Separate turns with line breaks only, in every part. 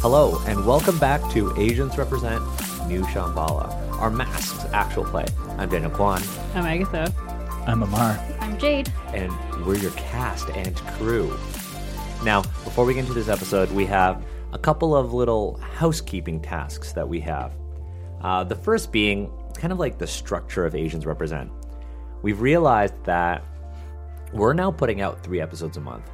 Hello, and welcome back to Asians Represent New Shambhala, our masks actual play. I'm Daniel Kwan,
I'm Agatha.
I'm Amar.
I'm Jade.
and we're your cast and crew. Now, before we get into this episode, we have a couple of little housekeeping tasks that we have. Uh, the first being kind of like the structure of Asians Represent. We've realized that we're now putting out three episodes a month,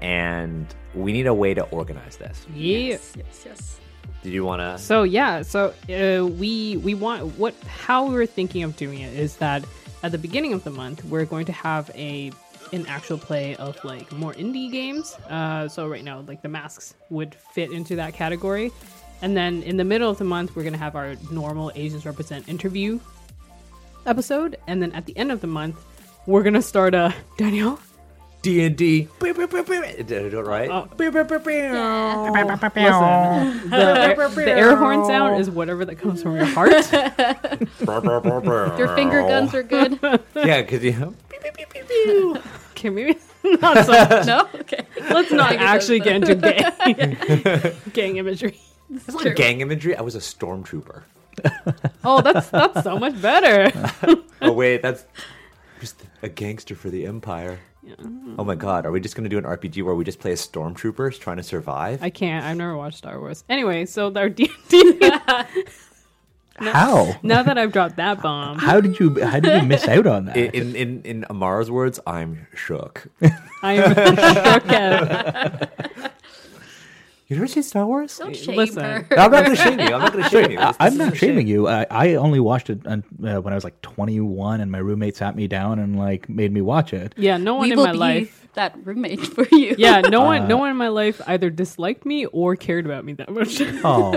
and we need a way to organize this.
Yeah.
Yes, yes.
Did you want to?
So yeah, so uh, we we want what how we were thinking of doing it is that at the beginning of the month we're going to have a an actual play of like more indie games. Uh, so right now like the masks would fit into that category, and then in the middle of the month we're gonna have our normal Asians represent interview episode, and then at the end of the month we're gonna start a Danielle.
D and D. Did I do it right?
Oh.
Yeah.
Listen, the, the air horn sound is whatever that comes from your heart.
Your finger guns are good.
Yeah, because you.
Okay, maybe not so.
no? Okay.
Let's not actually get into gang, gang imagery.
That's
It's
true.
not gang imagery. I was a stormtrooper.
Oh, that's that's so much better.
Oh wait, that's just a gangster for the Empire. Oh my God, are we just gonna do an RPG where we just play as stormtroopers trying to survive?
I can't. I've never watched Star Wars. Anyway, so our D and D.
How?
Now that I've dropped that bomb,
How did you? How did you miss out on that?
I- in in in Amara's words, I'm shook.
I'm shook at-
You never seen Star Wars?
Don't shame
Listen.
her.
No, I'm not gonna shame you. I'm not gonna shame you. This-
I'm
this
not
is-
shaming you. I, I only watched it uh, when I was like 21, and my roommate sat me down and like made me watch it.
yeah, no one
We
in
will
my
be
life.
that roommate for you.
Yeah, no one, no one in my life either disliked me or cared about me that much.
Oh,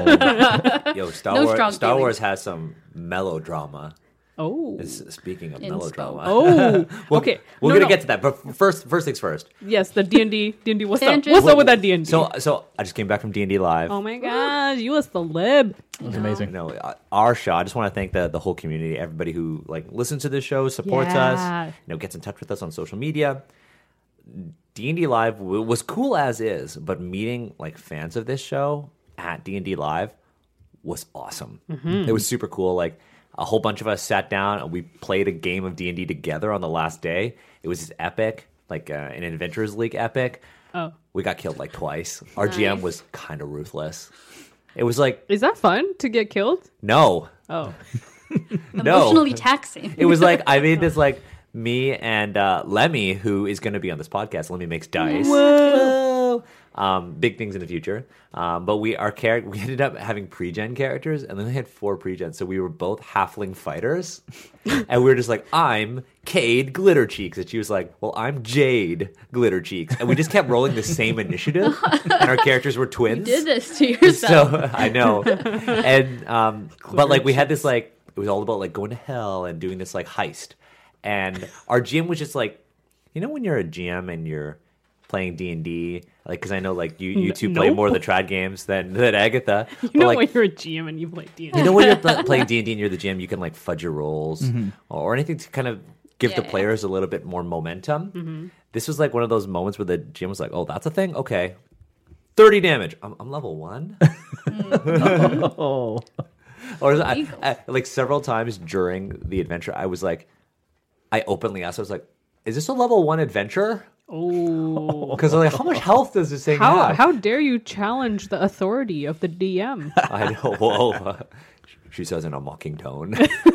Yo, Star
No strong
Wars. Star
feelings.
Wars has some melodrama.
Oh,
S- Speaking of
In
melodrama,
Spo.
oh,
We'll-
okay.
we're
No,
gonna
no.
get to that, but f- first, first things first.
Yes, the D and D, D and D. What's up?
Tangent.
What's up with that D and D?
So, so I just came back from D and D live.
Oh my gosh, you a celeb.
it was amazing.
No, uh, our show. I just want to thank the the whole community, everybody who like listens to this show, supports
Yeah.
us, you know, gets in touch with us on social media. D and D Live w- was cool as is, but meeting like fans of this show at D and D Live was awesome.
Mm-hmm.
It was super cool. Like a whole bunch of us sat down and we played a game of D and D together on the last day. It was epic, like uh, an Adventurers League epic.
Oh,
We got killed like twice. Our GM was kind of ruthless. It was like
is that fun to get killed?
no,
Oh,
no.
Emotionally taxing.
It was like I made this like me and uh, Lemmy, who is going to be on this podcast. Lemmy makes dice. Whoa. Um, big things in the future. Um, but we our character we ended up having pre-gen characters, and then we had four pre-gen. So we were both halfling fighters, and we were just like, "I'm Cade Glitter Cheeks," and she was like, "Well, I'm Jade Glitter Cheeks," and we just kept rolling the same initiative, and our characters were twins
Did this to yourself.
so I know, and um, but like we had this like it was all about like going to hell and doing this like heist, and our GM was just like, you know, when you're a GM and you're playing D and D, like because I know like you you two play
nope.
more of the trad games than than Agatha.
you know
like,
when you're a GM and you play D and
you
D.
know when you're pl- playing D and D and you're the GM, you can like fudge your rolls or anything to kind of give the
Yeah.
players a little bit more momentum. This was like one of those moments where the GM was like, "Oh, that's a thing. Okay, thirty damage. I'm, I'm level one."
Oh,
Or is- I,
Eagles.
I, like several times during the adventure, I was like, I openly asked, I was like, "Is this a level one adventure?"
Oh,
Because like, how much health does this thing
how
have?
how dare you challenge the authority of the DM?
I know. Whoa. She says in a mocking tone.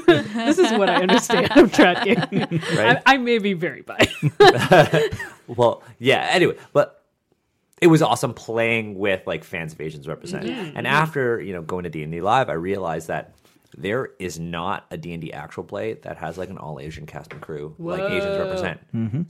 this is what I understand of trad game.
Right?
I, I may be very biased.
well, yeah. Anyway, but it was awesome playing with like fans of Asians represent. And after you know going to D and D live, I realized that there is not a D and D actual play that has like an all Asian cast and crew like Asians represent.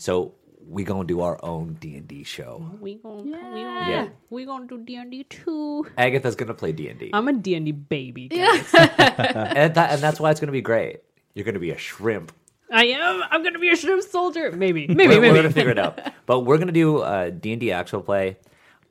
So we gonna do our own D and D show.
we gonna we gonna,
Yeah.
we gonna do D and D too.
Agatha's gonna play D and D,
I'm a D and D baby. guys.
and that, and that's why it's gonna be great. You're gonna be a shrimp.
I am. I'm gonna be a shrimp soldier. Maybe.
We're,
Maybe.
uh, we're
maybe.
gonna figure it out. But we're gonna do D and D actual play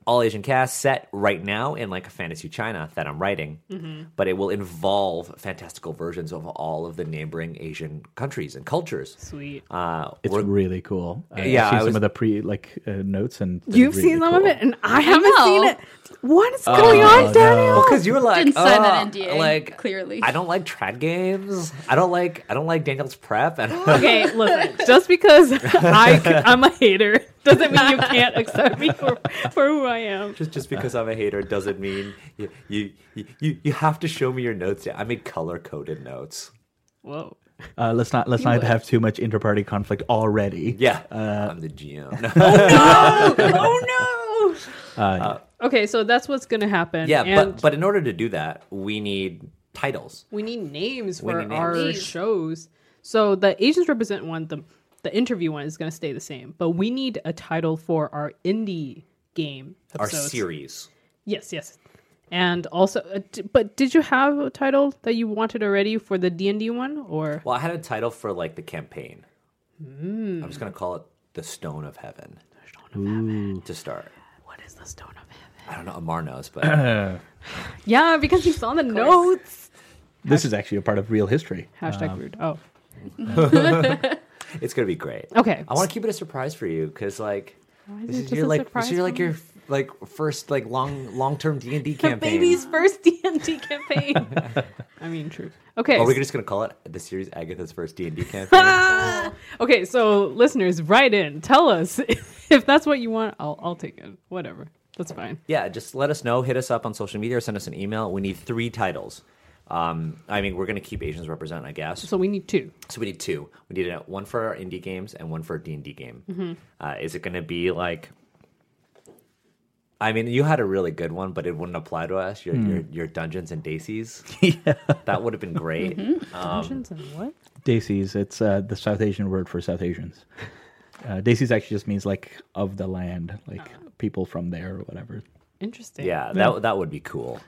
all Asian cast set right now in like a fantasy China that I'm writing,
Mm-hmm.
but it will involve fantastical versions of all of the neighboring Asian countries and cultures.
Sweet.
Uh,
It's
we're-
really cool. Uh,
Yeah,
I've seen
I
some
was-
of the pre like uh, notes and they're
You've
really
seen some of
cool.
it, and I haven't seen
know.
it. What is going on,
no.
Daniel?
Well, because you were like,
Didn't sign that
"Ugh,"
NDA,
uh, Like
clearly.
I don't like trad games. I don't like I don't like Daniel's prep. And
Okay, listen. Just because I am a hater doesn't mean you can't accept me for, for who I am.
just just because I'm a hater doesn't mean you you you- you, you have to show me your notes. I made color coded notes.
Whoa.
Uh, let's not let's
You
not
would.
have too much interparty conflict already.
Yeah, I'm the GM. No.
Oh
Uh,
no. Okay, so that's what's gonna happen.
yeah,
and
but but in order to do that, we need titles.
we need names
We
for
need
our
names.
shows. So the Asians represent one, the the interview one is gonna stay the same, but we need a title for our indie game.
Our
episodes.
series.
Yes, yes. And also, uh, d- but did you have a title that you wanted already for the D and D one, or
Well, I had a title for like the campaign.
Hmm.
I'm just gonna call it the Stone of Heaven to start.
what is the Stone of Heaven?
I don't know. Amar knows, but
Yeah, because you saw the notes.
this is actually a part of real history.
Hashtag rude. Oh,
it's gonna be great.
okay.
I want to keep it a surprise for you because like
is
this
it
is
just
your
a
like this
surprise
is your, like
for me?
your like first like long long term D and D
the
campaign.
baby's first D and D campaign. I mean, true. Okay.
Are we
so-
just gonna call it the series Agatha's first D and D campaign?
okay, so listeners, write in. Tell us if that's what you want. I'll I'll take it. Whatever. That's fine.
yeah, just let us know. Hit us up on social media or send us an email. We need three titles. Um, I mean, we're gonna keep Asians represent, I guess.
So we need two.
So we need two. We need a, one for our indie games and one for D and D game. Uh, is it going to be like? I mean, you had a really good one, but it wouldn't apply to us. Your your, your Dungeons and Daisies. That would have been great. Um,
Dungeons and what?
Daisies, it's uh, the South Asian word for South Asians. Uh, Daisies actually just means like of the land, like people from there or whatever.
Interesting.
Yeah, that that would be cool.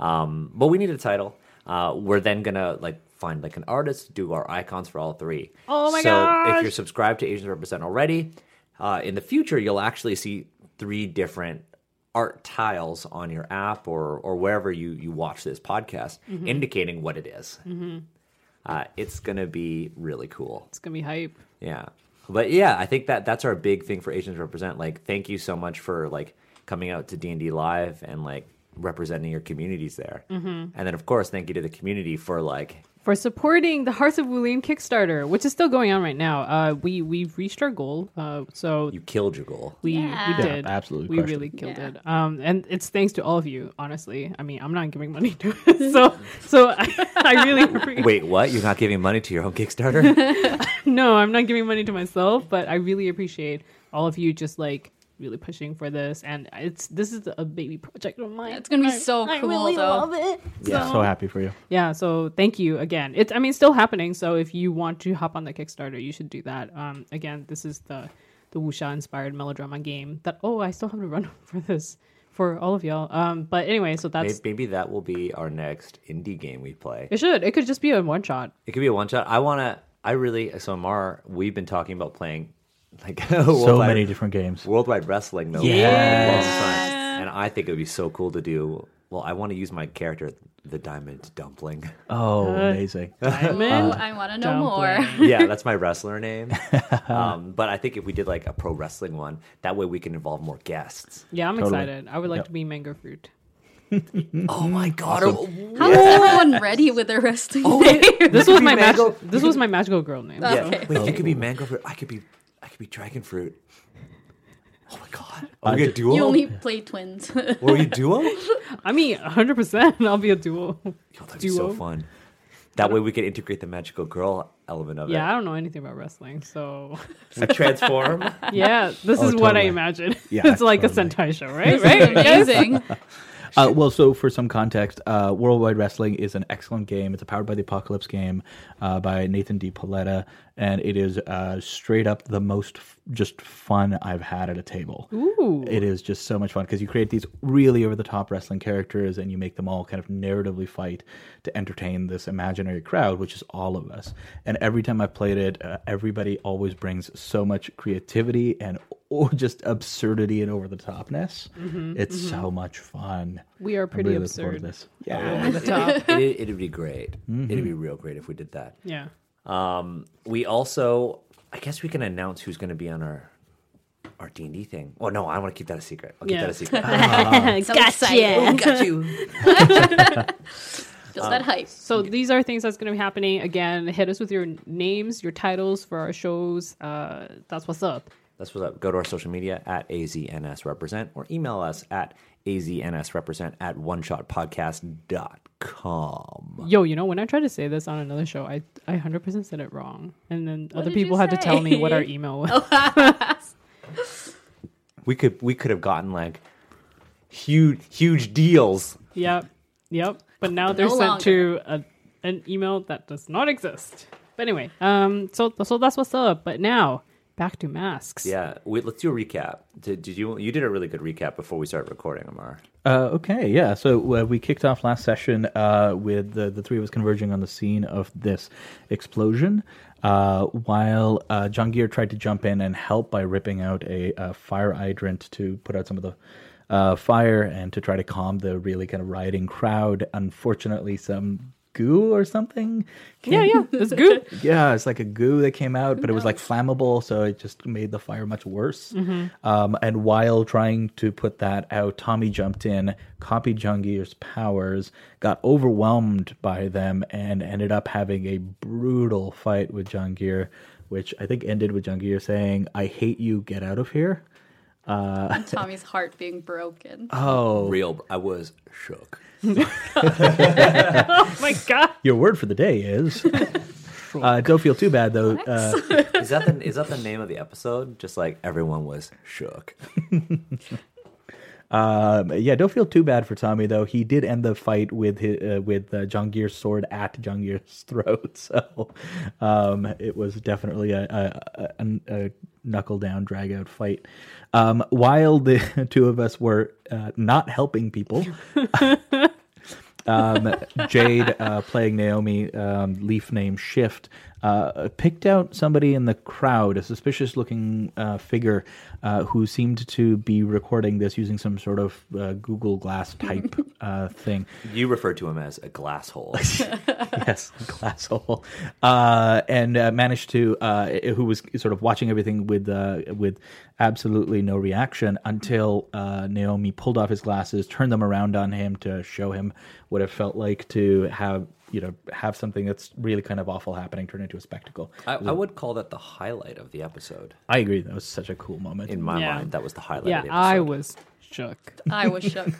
Um, but we need a title. Uh, we're then gonna like find like an artist to do our icons for all three.
Oh my
so
gosh.
if you're subscribed to Asians Represent already, uh, in the future you'll actually see three different art tiles on your app or or wherever you you watch this podcast,
Mm-hmm.
indicating what it is. Uh, it's gonna be really cool.
It's gonna be hype.
Yeah. But yeah, I think that that's our big thing for Asians represent. Like, thank you so much for like coming out to D and D live and like representing your communities there. Mm-hmm. And then of course, thank you to the community for like
for supporting the Hearts of Wulian Kickstarter, which is still going on right now. Uh, we we've reached our goal, uh, so
you killed your goal.
we
Yeah.
we
Yeah,
did
absolutely
We
crushed
really
it.
killed
Yeah.
it, um, and it's thanks to all of you. Honestly, I mean, I'm not giving money to it, so so I, I really appreciate.
Wait, what? You're not giving money to your own Kickstarter?
No, I'm not giving money to myself, but I really appreciate all of you just like really pushing for this, and it's this is a baby project of mine.
It's gonna be
I-
so
I
cool,
really
though.
love it.
yeah.
Oh.
So happy for you.
yeah so thank you again it's i mean it's still happening so if you want to hop on the kickstarter you should do that um again this is the the wuxia inspired melodrama game that oh i still have to run for this for all of y'all um but anyway so
Maybe,
that's
maybe that will be our next indie game we play.
it should it could just be a one shot
It could be a one shot. I wanna. I really. So Mar, we've been talking about playing like worldwide,
So many different games.
worldwide wrestling though.
Yes.
And I think it would be so cool to do. Well, I want to use my character, the Diamond Dumpling.
Oh, amazing.
Oh, I want to know more.
yeah, that's my wrestler name. Um, but I think if we did like a pro wrestling one, that way we can involve more guests.
yeah i'm
Totally.
excited i would like
Yep.
to be mango fruit
Oh my god! oh,
How is everyone ready with their wrestling
Oh,
name?
this was my
mango-
magic this was my magical girl name
Yeah,
Okay.
wait, you could be mango fruit. I could be, I could be dragon fruit. Oh my god! Are
I
we a
ju-
duo?
You only play twins.
Were you duo? Yo,
i mean 100% i'll be a duo
that'd be so
Duo.
fun. That way we could integrate the magical girl element of
yeah i
it.
don't know anything about wrestling so
We transform.
yeah this
Oh,
is what i
totally.
imagine
Yeah,
it's like
totally.
a sentai show right
This is
right Yes?
amazing.
Uh, well, so for some context, uh, Worldwide Wrestling is an excellent game. It's a Powered by the Apocalypse game uh, by Nathan D. Paletta, and it is uh, straight up the most f- just fun I've had at a table.
Ooh.
It is just so much fun because you create these really over the top wrestling characters and you make them all kind of narratively fight to entertain this imaginary crowd, which is all of us. And every time I played it, uh, everybody always brings so much creativity and or just absurdity and over the topness. it's so much fun.
Mm-hmm, We are
I'm
pretty
really looking forward
absurd.
to this. Yeah.
Over the top.
It, it'd be great. It'd be real great if we did that.
Yeah.
Um, we also, I guess we can announce who's going to be on our our D and D thing. Oh no, I want to keep that a secret. I'll keep
Yeah.
that a secret.
Uh,
So
gotcha.
exciting.
got you.
Feel that hype.
So these are things that's going to be happening. Again, hit us with your names, your titles for our shows. Uh, that's what's up.
That's what's up. Go to our social media at AZNS Represent or email us at AZNS Represent at oneshotpodcast.com.
Yo, you know, when I tried to say this on another show, I, I 100% said it wrong. And then other
did you
people had to tell me what our
say?
email was.
We could we could have gotten like huge huge deals.
Yep. Yep. But now they're
No
sent to a, an email that does not exist. But anyway, um, so so that's what's up. But now back to masks.
Yeah, we, let's do a recap. Did, did you you did a really good recap before we started recording, Amar?
Uh, okay, yeah. So uh, we kicked off last session uh, with the, the three of us converging on the scene of this explosion. Uh, while uh, Jungir tried to jump in and help by ripping out a, uh fire hydrant to put out some of the uh, fire and to try to calm the really kind of rioting crowd. Unfortunately, some goo or something. came-
Yeah, yeah. That's good.
yeah, it's like a goo that came out, but it was like flammable, so it just made the fire much worse. Um, and while trying to put that out, Tommy jumped in, copied Jungir's powers, got overwhelmed by them, and ended up having a brutal fight with Jungir, which I think ended with Jungir saying, "I hate you, get out of here."
And Tommy's heart being broken.
Oh, real. I was shook.
oh my god.
Your word for the day is. Uh, don't feel too bad though. Uh,
Is that the is that the name of the episode? Just like everyone was shook.
Um, yeah, don't feel too bad for Tommy though. He did end the fight with his, uh, with uh, Jungir's sword at Jungir's throat, so um, it was definitely a, a, a, a knuckle down, drag out fight. Um, while the two of us were uh, not helping people, um, Jade uh, playing Naomi, um, leaf name Shift, uh, picked out somebody in the crowd, a suspicious looking uh, figure uh, who seemed to be recording this using some sort of uh, Google Glass type uh, thing.
You refer to him as a glass hole.
yes, glass hole, uh, and uh, managed to uh, who was sort of watching everything with uh, with absolutely no reaction until uh, Naomi pulled off his glasses, turned them around on him to show him what it felt like to have you know have something that's really kind of awful happening turn into a spectacle.
I, I would call that the highlight of the episode.
I agree, that was such a cool moment.
In my
Yeah.
mind, that was the highlight.
Yeah,
of the
I
episode.
was shook.
I was shook.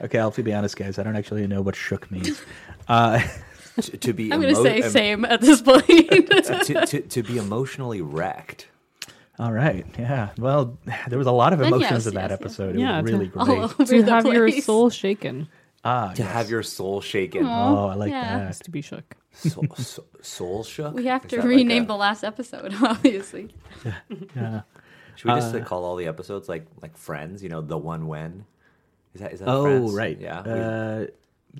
okay, I'll have to be honest, guys, I don't actually know what shook means.
to, to be
I'm gonna say
emo-
same at this point.
to, to, to be emotionally wrecked.
All right, yeah. Well, there was a lot of
And
emotions
yes,
in that
yes, yes.
episode.
Yeah,
it
it's
was
a-
really
All
great.
over
to
the
have your
place.
soul shaken
Ah,
To
yes.
have your soul shaken.
oh, I like
Yeah.
that.
is to be shook.
Soul, soul, soul shook.
We have
Is
to
that like
rename
a-
the last episode, obviously.
Yeah.
Should we just
Uh,
like, call all the episodes like like Friends? You know, the one when. Is that is that?
Oh
Friends?
right.
Yeah. we-
Uh,
the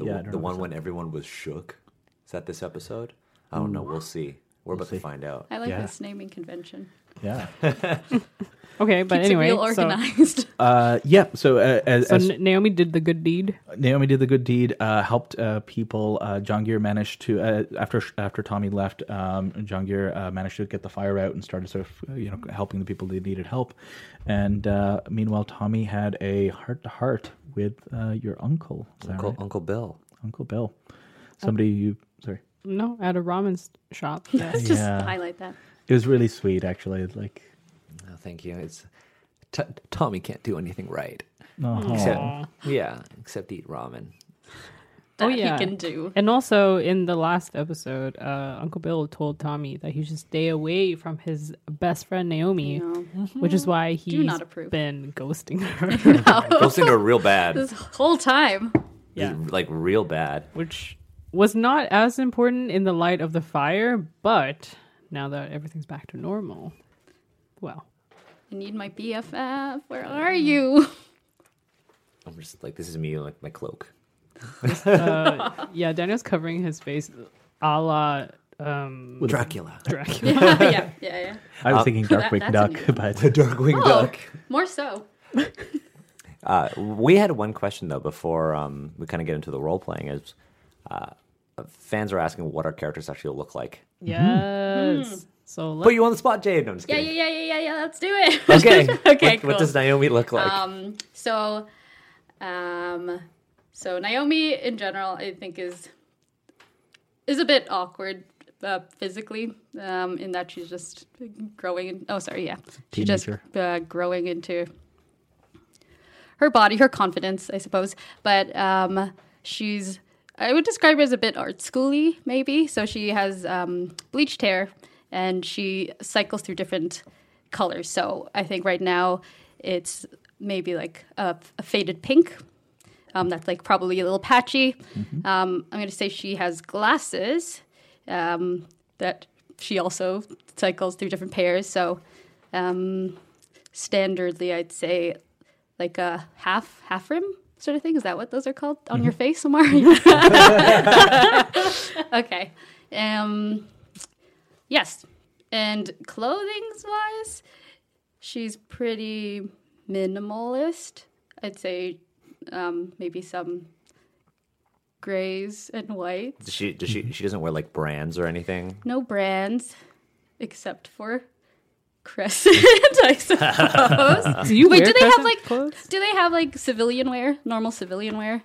yeah. I don't
the
know.
one when everyone was shook. Is that this episode? I don't know. We'll see. We're about to find out.
I like
Yeah.
this naming convention.
Yeah.
Okay, but
Keeps it
anyway,
real
so,
organized.
Uh, yeah. So uh, as,
so
as
N- Naomi did the good deed.
Naomi did the good deed, uh, helped uh, people. Uh, Jongir managed to uh, after after Tommy left. Um, Jongir uh, managed to get the fire out and started sort of you know helping the people that needed help. And uh, meanwhile, Tommy had a heart to heart with uh, your uncle, Oh. is that
Uncle,
right?
Uncle Bill.
Uncle Bill, somebody you sorry.
No, at a ramen s- shop. Yes.
Let's just
yeah.
highlight that.
Oh,
It was really sweet, actually. Like,
No, thank you. It's t- Tommy can't do anything right.
oh,
Except, yeah, except eat ramen.
That
Oh, yeah.
he can do.
And also in the last episode, uh, Uncle Bill told Tommy that he should stay away from his best friend Naomi,
You know,
which is why he's
Mm-hmm. not approve.
been ghosting her.
Those things are real bad.
this whole time.
yeah,
Like real bad.
which was not as important in the light of the fire, but now that everything's back to normal, well,
I need my BFF. Where are you?
I'm just like this is me like my cloak.
yeah, Daniel's covering his face, a la um,
With-
Dracula.
Dracula.
yeah, yeah, yeah.
I was thinking
That-
Darkwing
that's a
Duck,
new
The
but
Darkwing
Oh, more so.
Uh, we had one question though before um, we kind of get into the role playing is uh, fans are asking what our characters actually look like.
Yes.
Hmm.
So let's,
Put you on the spot, Jade. No, I'm just
Yeah,
kidding.
yeah, yeah, yeah, yeah, yeah. Let's do it.
Okay. Oh.
okay.
What,
cool.
what does Naomi look like?
um. So, um, so Naomi in general, I think is is a bit awkward uh, physically, um, in that she's just growing. In, oh, sorry, yeah, she's just
Teenager.
uh, growing into her body, her confidence, I suppose. But um, she's, I would describe her as a bit art schooly, maybe. So she has um, bleached hair and she cycles through different colors. So I think right now it's maybe like a, a faded pink. Um, that's like probably a little patchy. Um, I'm going to say she has glasses um, that she also cycles through different pairs. So um, standardly, I'd say like a half half rim sort of thing. Is that what those are called on your face, Omari? okay. Um, yes. And clothing's wise, she's pretty minimalist. I'd say um, maybe some grays and whites.
does she does she she doesn't wear like brands or anything.
No brands except for Crescent, I suppose.
do you
Wait,
wear
do they have
crescent
like
clothes?
do they have like civilian wear, normal civilian wear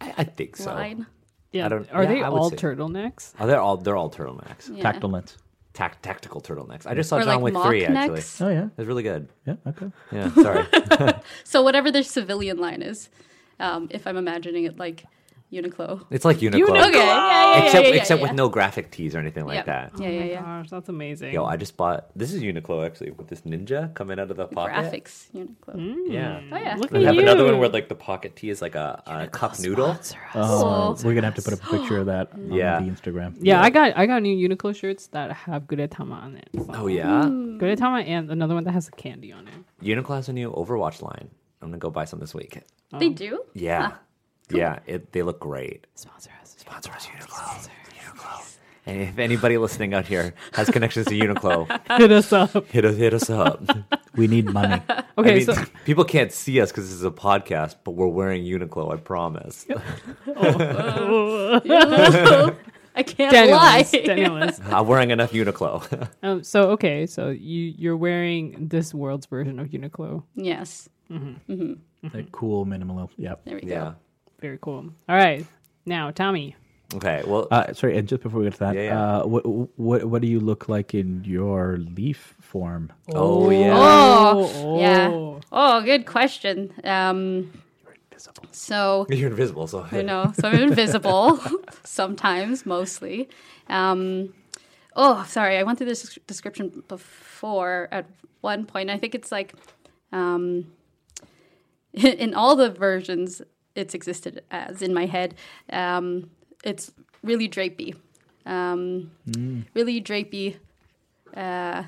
I, I think so.
line?
Yeah.
I don't-
Are
yeah,
they
I would
all
say-
turtlenecks?
Oh, they're all they're all turtlenecks.
Yeah.
tactile lens.
Tac- tactical turtlenecks. I just saw
Or,
John Wick
like,
three
mock
actually.
necks?
It
Oh yeah,
was really good.
yeah, okay.
Yeah, sorry.
So whatever their civilian line is, um, if I'm imagining it like Uniqlo.
it's like Uniqlo,
Uniqlo.
Okay, yeah, yeah, yeah,
except
yeah, yeah,
except
yeah.
with no graphic tees or anything like
Yep.
that.
Yeah, yeah,
oh my
yeah.
gosh, that's amazing.
Yo, I just bought this is Uniqlo actually with this ninja coming out of the pocket.
Graphics, Uniqlo.
Yeah.
Oh yeah.
Mm, Look
They
at
have
you.
another one where like the pocket tee is like a, a cup noodle.
Oh,
Cool.
we're gonna have to put a picture of that on
Yeah.
the Instagram.
yeah, I got I got new Uniqlo shirts that have Gudetama on it. So.
Oh yeah,
Mm.
Gudetama and another one that has a candy on it.
Uniqlo has a new Overwatch line. I'm gonna go buy some this week.
They do?
Yeah, yeah, it, they look great.
Sponsor us.
Sponsor us, Uniqlo. Uniqlo. And if anybody listening out here has connections to Uniqlo,
Hit us up.
hit us hit us up.
We need money.
Okay,
I mean,
so
people can't see us because this is a podcast, but we're wearing Uniqlo. I promise.
I can't lie.
Danielist, Danielist.
I'm wearing enough Uniqlo.
Um, so okay, so you you're wearing this world's version of Uniqlo.
Yes.
that cool minimal. Yeah.
There we go.
yeah.
Very cool. All right, now Tommy.
Okay. Well,
Uh, sorry, and just before we get to that,
Yeah, yeah.
Uh, what what what do you look like in your leaf form?
oh yeah.
Oh,
Oh,
yeah.
oh.
Oh, good question. Um, so
You're invisible, so
I know. So I'm invisible sometimes, mostly. Um, oh, sorry. I went through this des- description before at one point. I think it's like um, in all the versions it's existed as in my head, um, it's really drapey. Um, Really drapey, uh,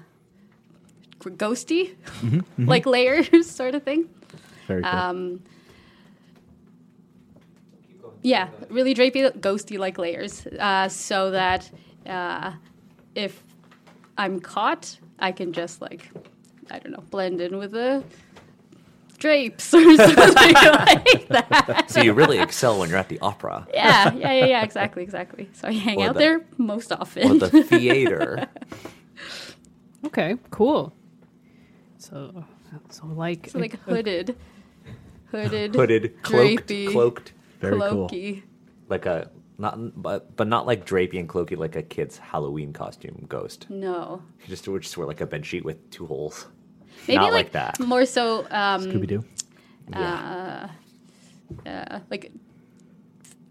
g- ghosty, like layers sort of thing.
Very cool.
Um, yeah, really drapey, ghosty like layers, uh, so that uh, if I'm caught, I can just like I don't know, blend in with the drapes or something like that.
so you really excel when you're at the opera
Yeah, yeah, yeah, yeah, exactly, exactly. So I hang
Or
out
the-
there most
or
often.
the theater.
Okay, cool. So so like
so like hooded, hooded,
Hooded, cloaked,
drapey,
cloaked,
Very cool.
cloaky.
like a not, but but not like drapey and cloaky, like a kid's Halloween costume ghost.
No,
You just would just wear like a bed sheet with two holes.
maybe
not like, that.
More so, um,
Scooby Doo.
yeah.
uh, like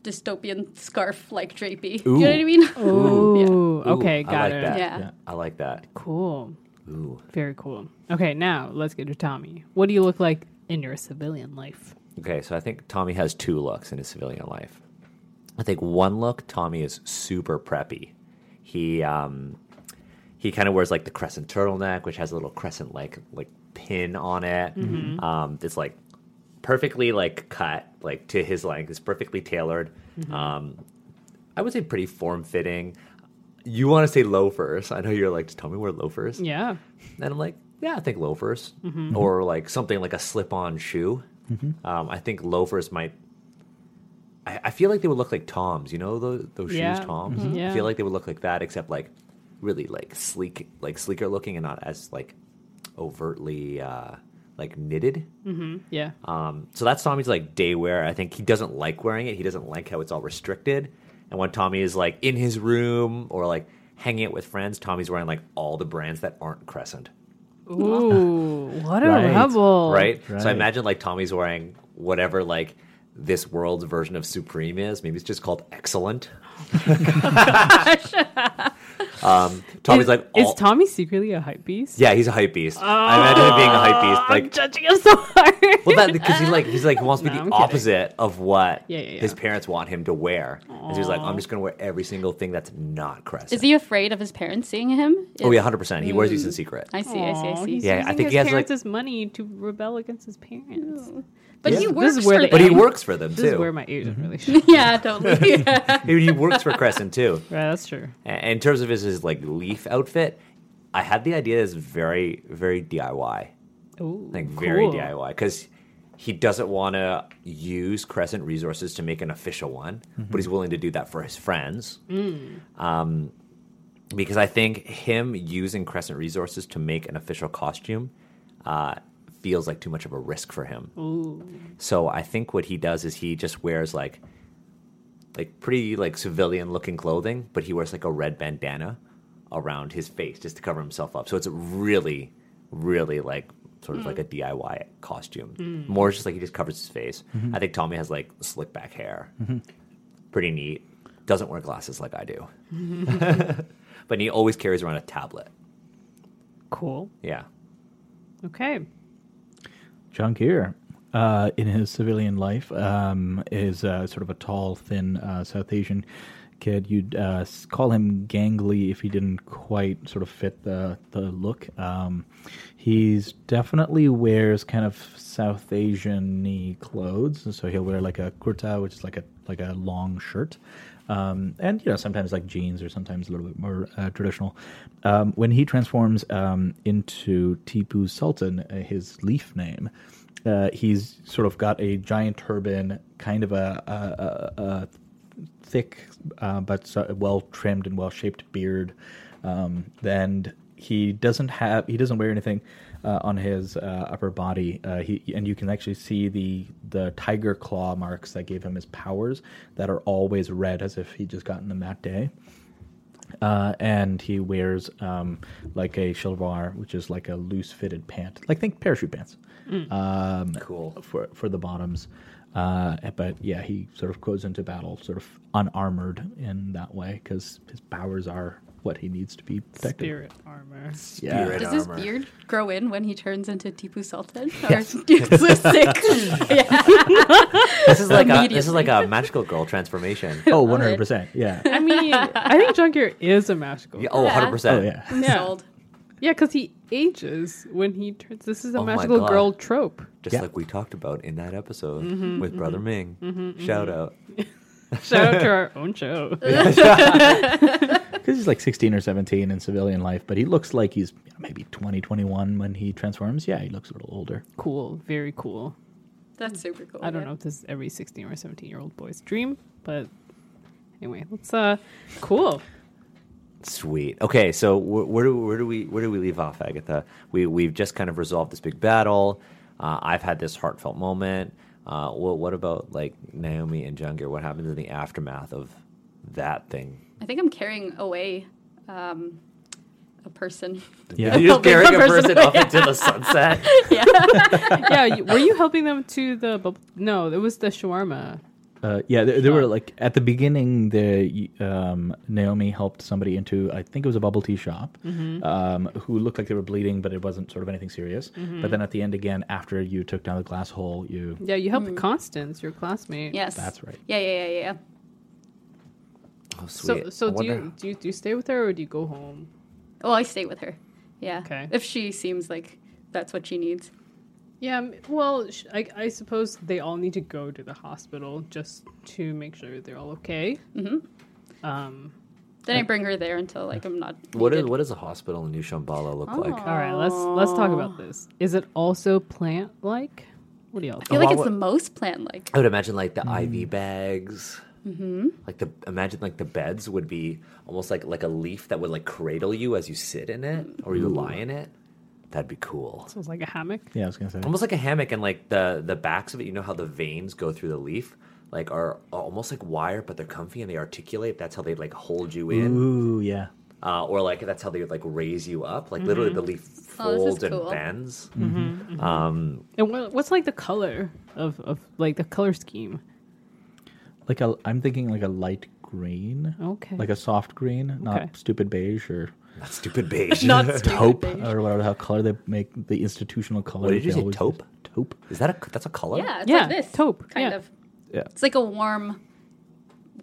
dystopian scarf like drapey. You know what I mean?
Ooh,
Ooh,
okay, got
I like
it.
That.
Yeah.
Yeah.
I like that.
Cool.
Ooh.
Very cool. Okay, now let's get to Tommy. What do you look like in your civilian life?
Okay, so I think Tommy has two looks in his civilian life. I think one look, Tommy is super preppy. He um, he kind of wears like the crescent turtleneck, which has a little crescent like like pin on it. Um, it's like perfectly like cut like to his length. It's perfectly tailored. Um, I would say pretty form fitting. you want to say low first. I know you're like, just tell me where low first.
Yeah.
And I'm like, yeah, I think loafers
Mm-hmm.
or like something like a slip-on shoe. Um, I think loafers might. I, I feel like they would look like Toms. You know those, those
Yeah.
shoes, Toms.
Mhm. Yeah.
I feel like they would look like that, except like really like sleek, like sleeker looking, and not as like overtly uh, like knitted.
Mm-hmm. Yeah.
Um, so that's Tommy's like day wear. I think he doesn't like wearing it. He doesn't like how it's all restricted. And when Tommy is like in his room or like hanging out with friends, Tommy's wearing like all the brands that aren't Crescent,
Ooh, what a
Right.
rebel.
right? So
right.
I imagine like Tommy's wearing whatever like this world's version of Supreme is. Maybe it's just called Excellent.
Oh,
um, Tommy's
is,
like
is
all-
Tommy secretly a hype beast?
yeah, he's a hype beast. I imagine him being a hype beast. Like
Oh, I'm judging him so hard.
Well, that because he like he's like he wants to be
No,
the
I'm kidding.
opposite of what
Yeah, yeah, yeah.
his parents want him to wear. And so he's like, I'm just gonna wear every single thing that's not Crest.
Is he afraid of his parents seeing him?
Oh yeah, hundred percent. He wears these in
Mm.
secret.
I see, I see, I
Aw,
see.
He's
Yeah, I
using
think
his
he has, like-
parents' money to rebel against his parents.
but
This-
he
this
works
is where
for
the-
But he
them.
works for them
This is where
too.
my ears are really shut.
yeah, totally. Yeah.
He he works for Crescent too.
Right, that's true.
A- In terms of his, his like leaf outfit, I had the idea that's very very DIY.
Ooh,
like very
cool.
DIY because he doesn't want to use Crescent resources to make an official one, but he's willing to do that for his friends. Um, because I think him using Crescent resources to make an official costume uh, feels like too much of a risk for him. So I think what he does is he just wears like like pretty like civilian looking clothing, but he wears like a red bandana around his face just to cover himself up. So it's really, really like sort of like a DIY costume. More just like he just covers his face. I think Tommy has like slick back hair. Pretty neat. Doesn't wear glasses like I do. but he always carries around a tablet.
Cool.
Yeah.
Okay.
John Keir, uh, in his civilian life, um, is uh, sort of a tall, thin uh, South Asian kid. You'd uh, s- call him gangly if he didn't quite sort of fit the the look. Um, he's definitely wears kind of South Asian-y clothes, so he'll wear like a kurta, which is like a like a long shirt. Um, and you know sometimes like jeans or sometimes a little bit more uh, traditional. Um, when he transforms um, into Tipu Sultan, uh, his leaf name, uh, he's sort of got a giant turban, kind of a, a, a, a thick uh, but so well trimmed and well shaped beard. Um, and he doesn't have he doesn't wear anything uh, on his uh, upper body. Uh, he and you can actually see the the tiger claw marks that gave him his powers that are always red, as if he just gotten them that day uh, and he wears um, like a shalwar, which is like a loose fitted pant, like think parachute pants. Um,
Cool.
for for the bottoms, uh, but yeah, he sort of goes into battle sort of unarmored in that way because his powers are what he needs to be protected.
Spirit armor.
Yeah.
Spirit
Does his
armor.
beard grow in when he turns into Tipu Sultan? Or Duke's sick? yeah.
This is like a this is
Immediately.
like a magical girl transformation.
Oh, 100 percent. Yeah.
I mean, I think Junkier is a magical.
Yeah, oh, 100%.
Oh yeah.
I'm
Yeah.
sold.
Yeah, because he ages when he turns. This is a
Oh my
magical
God.
girl trope.
just
Yeah.
like we talked about in that episode with Brother Ming. Shout out.
Shout out to our own show.
Because he's like 16 or 17 in civilian life, but he looks like he's you know, maybe 20, 21 when he transforms. Yeah, he looks a little older.
Cool. Very cool.
That's super cool.
I don't
yeah.
know if this is every 16 or 17 year old boy's dream, but anyway, let's uh, cool.
Sweet. Okay, so wh- where do where do we where do we leave off, Agatha? We we've just kind of resolved this big battle. Uh, I've had this heartfelt moment. Uh, what what about like Naomi and Jungir? What happens in the aftermath of that thing?
I think I'm carrying away um, a person.
Yeah.
You're just
Helping
carrying a
the person
person off into the sunset.
yeah.
yeah, you, were you helping them to the bub- no? It was the shawarma.
Uh, yeah, there, there were like at the beginning, the um, Naomi helped somebody into I think it was a bubble tea shop, um, who looked like they were bleeding, but it wasn't sort of anything serious. But then at the end again, after you took down the glass hole, you
Yeah, you helped Constance, your classmate.
Yes.
That's right.
Yeah, yeah, yeah, yeah.
Oh, sweet.
So, so
I
do
wonder-
you, do you do you stay with her or do you go home?
Well, I stay with her. Yeah.
Okay.
If she seems like that's what she needs.
Yeah, m- well, sh- I, I suppose they all need to go to the hospital just to make sure they're all okay. Mm-hmm. Um,
Then I bring her there until like I'm not.
What is
needed.
what does a hospital in New Shambhala look like?
All right, let's let's talk about this. Is it also plant like? What do y'all
I
think?
feel like
Why
it's
would-
the most plant like.
I would imagine like the
Mm.
IV bags.
Mm-hmm.
Like the imagine like the beds would be almost like like a leaf that would like cradle you as you sit in it or you lie in it. That'd be cool.
Sounds like a hammock.
Yeah, I was gonna say.
Almost like a hammock and like the the backs of it. You know how the veins go through the leaf, like are almost like wire, but they're comfy and they articulate. That's how they like hold you in,
Ooh, yeah.
uh, or like that's how they would like raise you up. Like literally the leaf
Oh, this is
folds and
cool. Mm.
bends. Um,
And what, what's like the color of, of like the color scheme?
Like a, I'm thinking like a light green,
Okay.
like a soft green,
Okay.
not stupid beige or
that stupid beige.
taupe
beige.
or whatever the hell color they make the institutional color.
What did
that
you
they
say,
always
taupe?
use. Taupe.
Is that a that's a color?
Yeah, it's
Yeah,
like this.
taupe,
Kind
yeah.
of.
Yeah.
It's like a warm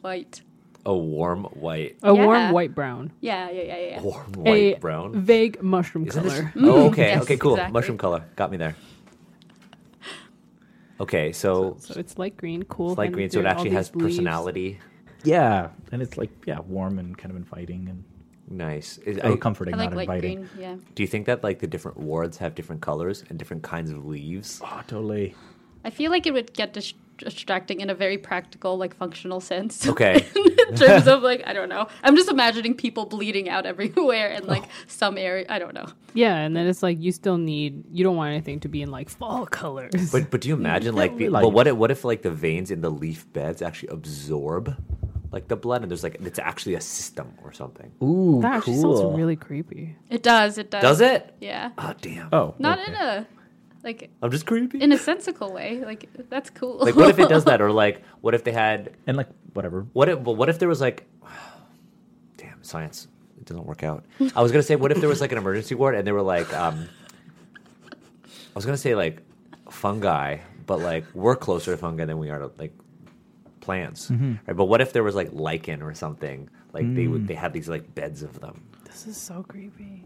white.
A warm white.
A warm
Yeah.
white brown.
Yeah, yeah, yeah, yeah.
Warm
a
white brown.
Vague mushroom
Isn't this?
color.
Oh, okay.
yes,
okay, cool.
exactly.
Mushroom color. Got me there. Okay, so,
So it's light green, cool.
it's like
then
green, so it
there are all
actually has
these leaves.
personality.
Yeah, and it's like yeah, warm and kind of inviting and
Nice. Is-
or
I-
comforting,
I like
not
light
inviting.
green. Yeah.
do you think that like the different wards have different colors and different kinds of leaves?
Oh, totally.
I feel like it would get dis- distracting in a very practical, like functional sense.
Okay.
in terms of like, I don't know. I'm just imagining people bleeding out everywhere and like
Oh.
some area. I don't know.
Yeah, and then it's like you still need. You don't want anything to be in like fall colors.
But but do you imagine like the,
like-
but what if, what if like the veins in the leaf beds actually absorb like the blood and there's like it's actually a system or something?
Ooh,
that actually
cool.
sounds really creepy.
It does. It does.
Does it?
Yeah.
Oh damn.
oh,
Not
okay.
in a like
I'm just creepy.
in a sensical way. Like that's cool.
like what if it does that or like what if they had
and like whatever.
What if, but what if there was like, damn, science, it doesn't work out. I was gonna say, what if there was like an emergency ward and they were like, um, I was gonna say like fungi, but like we're closer to fungi than we are to like plants,
Mm-hmm.
right? But what if there was like lichen or something? Like they would, they
Mm.
had these like beds of them.
This is so creepy.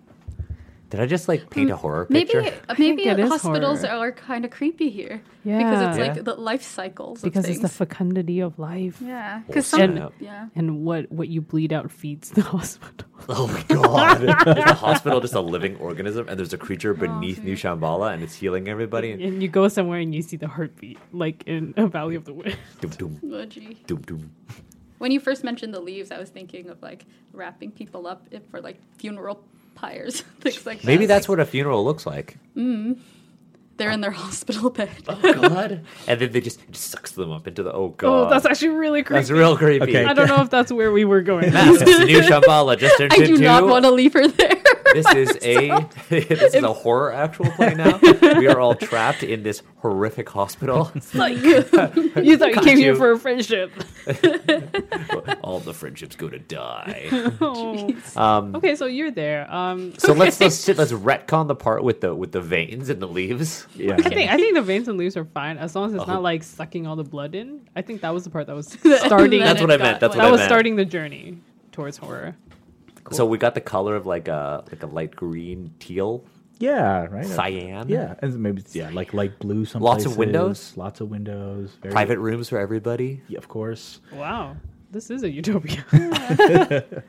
Did I just like paint a horror
Mm, Maybe
picture?
uh, maybe
that is
hospitals
horror.
are kind of creepy here because
Yeah.
it's
Yeah.
like the life cycles. of
Because it's the
things.
fecundity of life.
yeah.
Or
Because some
something.
yeah.
And what what you bleed out feeds the hospital.
Oh my god! Is the hospital just a living organism, and there's a creature
Oh,
beneath New Shambhala, and it's healing everybody. And
And you go somewhere and you see the heartbeat, like in a Valley of the Wind.
doom doom
Oh, gee.
doom doom.
When you first mentioned the leaves, I was thinking of like wrapping people up if- for like funeral pyres, things like that.
Maybe that's what a funeral looks like.
they're in their hospital bed.
god. And then they just, it just sucks them up into the oh god.
Oh, that's actually really creepy.
That's real creepy.
Okay.
I don't know if that's where we were going.
Masks, new Shambhala just turned
I do
into.
not want to leave her there.
this is a this is a horror actual play now. we are all trapped in this horrific hospital.
like
you thought you
Got
came
you.
here for a friendship.
all the friendships go to die.
Oh.
Um,
Okay, so you're there. Um,
so let's let's sit, let's retcon the part with the with the veins and the leaves.
Yeah.
I think I think the veins and leaves are fine as long as it's
Uh-huh.
not like sucking all the blood in. I think that was the part that was starting.
That's
that
Then
what
it
I meant.
got
That's
wet.
what I
was
meant.
starting the journey towards horror.
So we got the color of like a like a light green teal
yeah, right.
cyan.
Yeah, and maybe it's- yeah, like light blue. Some
Lots of
places,
windows?
Lots of windows. Very,
Private rooms for everybody.
yeah, of course.
Wow, this is a utopia.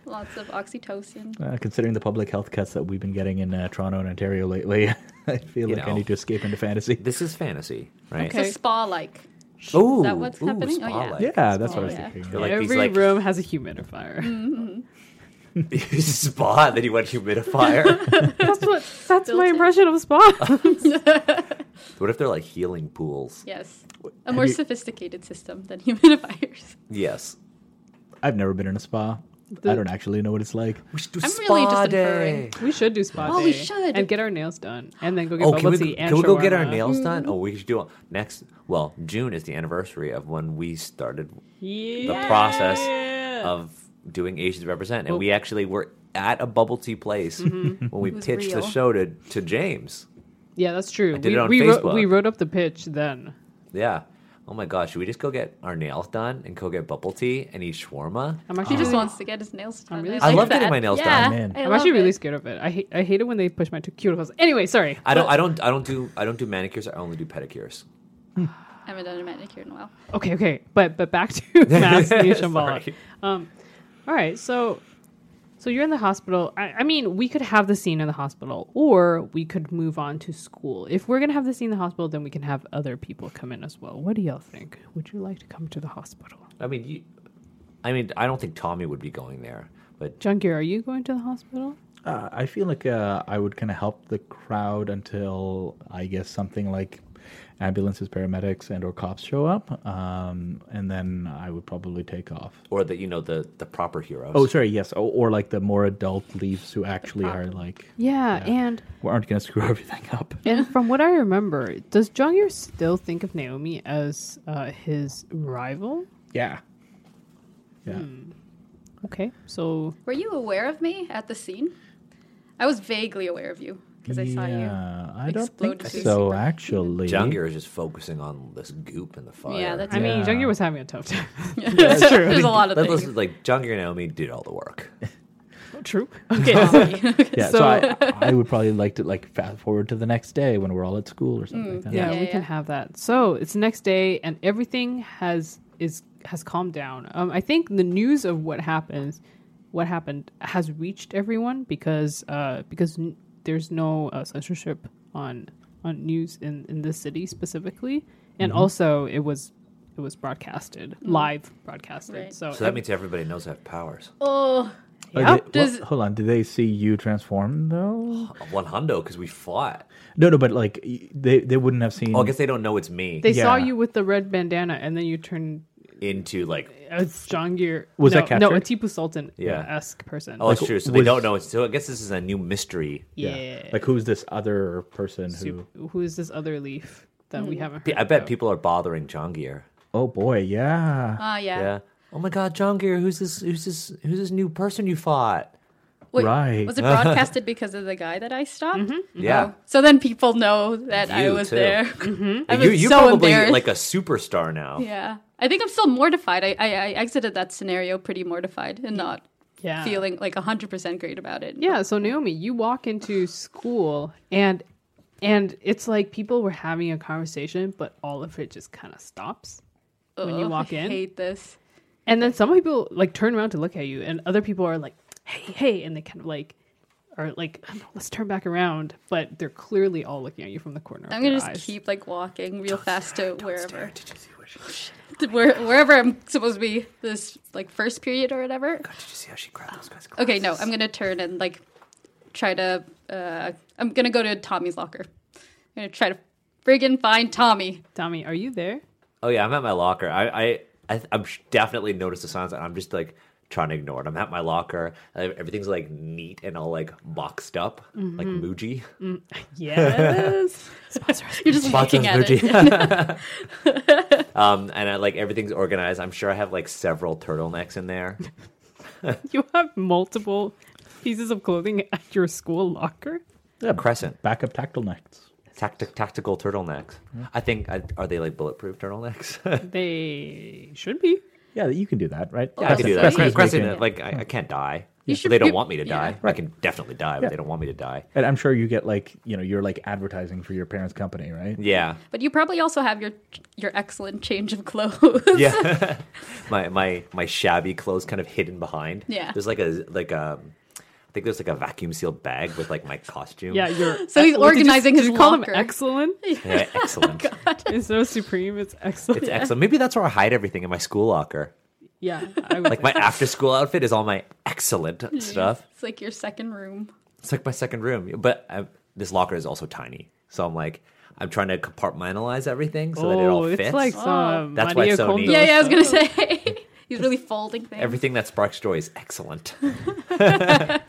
lots of oxytocin.
Uh, considering the public health cuts that we've been getting in uh, Toronto and Ontario lately, I feel
You
like
know.
I need to escape into fantasy.
This is fantasy, right?
Okay.
So spa like.
Ooh,
that what's happening? Oh, yeah.
spotlight.
Yeah, that's what I was
Yeah.
thinking.
They're like
Every
these, like-
room has a humidifier.
Mm.
spa, then you went humidifier.
That's what. That's
Built
my
in.
impression of spa.
what if they're like healing pools?
Yes. A
Have
more
you-
sophisticated system than humidifiers.
Yes.
I've never been in a spa.
The-
I don't actually know what it's like.
We should do
I'm really just inferring.
we should do spa.
Oh,
day
we should.
and get our nails done, and then go get
Oh, can
bubble
we,
tea and
can we go get our
shawarma.
nails done?
Mm-hmm.
Oh, we should do it next. Well, June is the anniversary of when we started the
Yeah.
process Uh, of doing Asians Represent. And
Well-
we actually were at a bubble tea place when we
Mm-hmm. was
pitched the
real.
show to, to James.
Yeah, that's true.
did
we
it on
we, wrote,
Facebook.
we wrote up the pitch then.
Yeah. Oh my gosh, should we just go get our nails done and go get bubble tea and eat shawarma?
I'm actually
He just
really-
wants to get his nails done.
Um, really
I,
I
like
love getting
that.
my nails
yeah,
done. Man.
I
I'm
love
actually really
it.
scared of it. I hate I hate it when they push my two cuticles. Anyway, sorry.
I don't I don't I don't do I don't do manicures, I only do pedicures.
I haven't done a manicure in a while.
Okay, okay. But but back to Mass Nation Bala.
Sorry.
Um all right, so So you're in the hospital. I, I mean, we could have the scene in the hospital, or we could move on to school. If we're gonna have the scene in the hospital, then we can have other people come in as well. What do y'all think? Would you like to come to the hospital?
I mean, you, I mean, I don't think Tommy would be going there, but
Junkie, are you going to the hospital?
Uh, I feel like uh, I would kind of help the crowd until I guess something like ambulances, paramedics, and or cops show up, um, and then I would probably take off.
or that you know the the proper heroes.
Oh, sorry, yes, or, or like the more adult leaves who actually are like
Yeah, and
who aren't going to screw everything up.
and from what I remember, does Jungir still think of Naomi as uh, his rival?
Yeah,
Hmm,
yeah.
Okay, so
Were you aware of me at the scene? I was vaguely aware of you because I saw you.
Yeah, I don't
explode
think
to the
so.
super-
Actually,
Jungir is just focusing on this goop in the fire.
Mm-hmm. Yeah, that's
I mean,
Yeah.
Jungir was having a tough time.
that's true. There's a lot of
That was,
things.
like Jungir and Naomi did all the work.
True. Okay.
yeah. So, I, I would probably like to like fast forward to the next day when we're all at school or something like that.
yeah,
Hmm, Yeah,
we can
yeah.
have that. So it's the next day, and everything has is has calmed down. Um, I think the news of what happens, what happened, has reached everyone because uh, because n- there's no uh, censorship on on news in in this city specifically, and also it was it was broadcasted live broadcasted.
Right.
So,
So that means everybody knows I have powers.
Yeah.
Are
oh,
they- well,
Does- Oh,
hold on. Did they see you transform though?
One hundo because we fought.
Mm-hmm.
No, no, but like y- they they wouldn't have seen.
Well, I guess they don't know it's me.
they saw
yeah.
you with the red bandana, and then you turned.
into like
It's Jangir.
Was
no,
that
No, a
captured?
Tipu Sultan
Yeah.
esque person.
oh, it's true. So they
was-
don't know. It's, so I guess this is a new mystery.
yeah.
Like who's this other person who?
Sup- who is this other leaf that
Hmm.
we haven't
P-
heard
I bet
about?
people are bothering Jungir.
Oh boy, yeah.
ah, yeah.
Yeah. Oh my God, Jungir, who's this? Who's this? Who's this new person you fought?
Wait,
Right.
Was it broadcasted because of the guy that I stopped?
Mm-hmm.
Oh.
Yeah.
So then people know that I
You,
was
too.
there.
Mm-hmm.
Hmm? I was
you, you're
so
probably
embarrassed.
like a superstar now.
yeah. I think I'm still mortified. I, I, I exited that scenario pretty mortified and not
yeah.
feeling like 100% great about it.
Yeah, so Naomi, you walk into school and and it's like people were having a conversation, but all of it just kind of stops when you
Ugh,
walk
Oh, I
in.
hate this.
And then some people like turn around to look at you, and other people are like, "Hey, hey!" and they kind of like are like, "Oh, no, "Let's turn back around," but they're clearly all looking at you from the corner. of
I'm going
their
to just
eyes.
keep like walking real fast to wherever. Oh, To Where, wherever I'm supposed to be this like first period or whatever.
Did you see how she grabbed those guys?
Okay, no, I'm gonna turn and like try to. Uh, I'm gonna go to Tommy's locker. I'm gonna try to friggin' find Tommy.
Tommy, are you there?
Oh yeah, I'm at my locker. I I, I I'm sh- definitely noticed the signs, and I'm just like trying to ignore it. I'm at my locker. Uh, Everything's like neat and all like boxed up, like
Mm-hmm.
Muji.
Yes.
You're just
Lots
looking
of
at it.
Um, and I, like everything's organized. I'm sure I have like several turtlenecks in there.
you have multiple pieces of clothing at your school locker.
yeah,
Crescent,
backup tactile necks.
tactic, tactical turtlenecks.
Mm-hmm.
I think I, are they like bulletproof turtlenecks?
They should be.
Yeah, you can do that, right?
I can do that.
Crescent
Crescent,
is
Crescent,
making-
like I, I can't die.
You
they
should-
don't
you-
want me to die.
yeah.
I can definitely die, but
Yeah.
they don't want me to die.
And I'm sure you get like you know you're like advertising for your parents' company, right?
Yeah,
But you probably also have your your excellent change of clothes.
yeah. my my my shabby clothes kind of hidden behind.
Yeah.
There's like a like a. I think there's like a vacuum sealed bag with like my costume.
Yeah, you're.
So he's
What did you-
organizing
did
his
you call
locker.
them excellent?
Yeah, excellent.
Oh
It's no supreme. It's excellent.
It's excellent. Maybe that's where I hide everything in my school locker.
yeah, I would
Like my
say.
after school outfit is all my excellent stuff.
It's like your second room.
It's like my second room, but I, this locker is also tiny. So I'm like, I'm trying to compartmentalize everything so that it all
Oh,
fits.
It's like some
That's why
Maria
it's so neat.
Kondo
Yeah, yeah. I was
stuff.
gonna say he's really folding things.
Everything that sparks joy is excellent.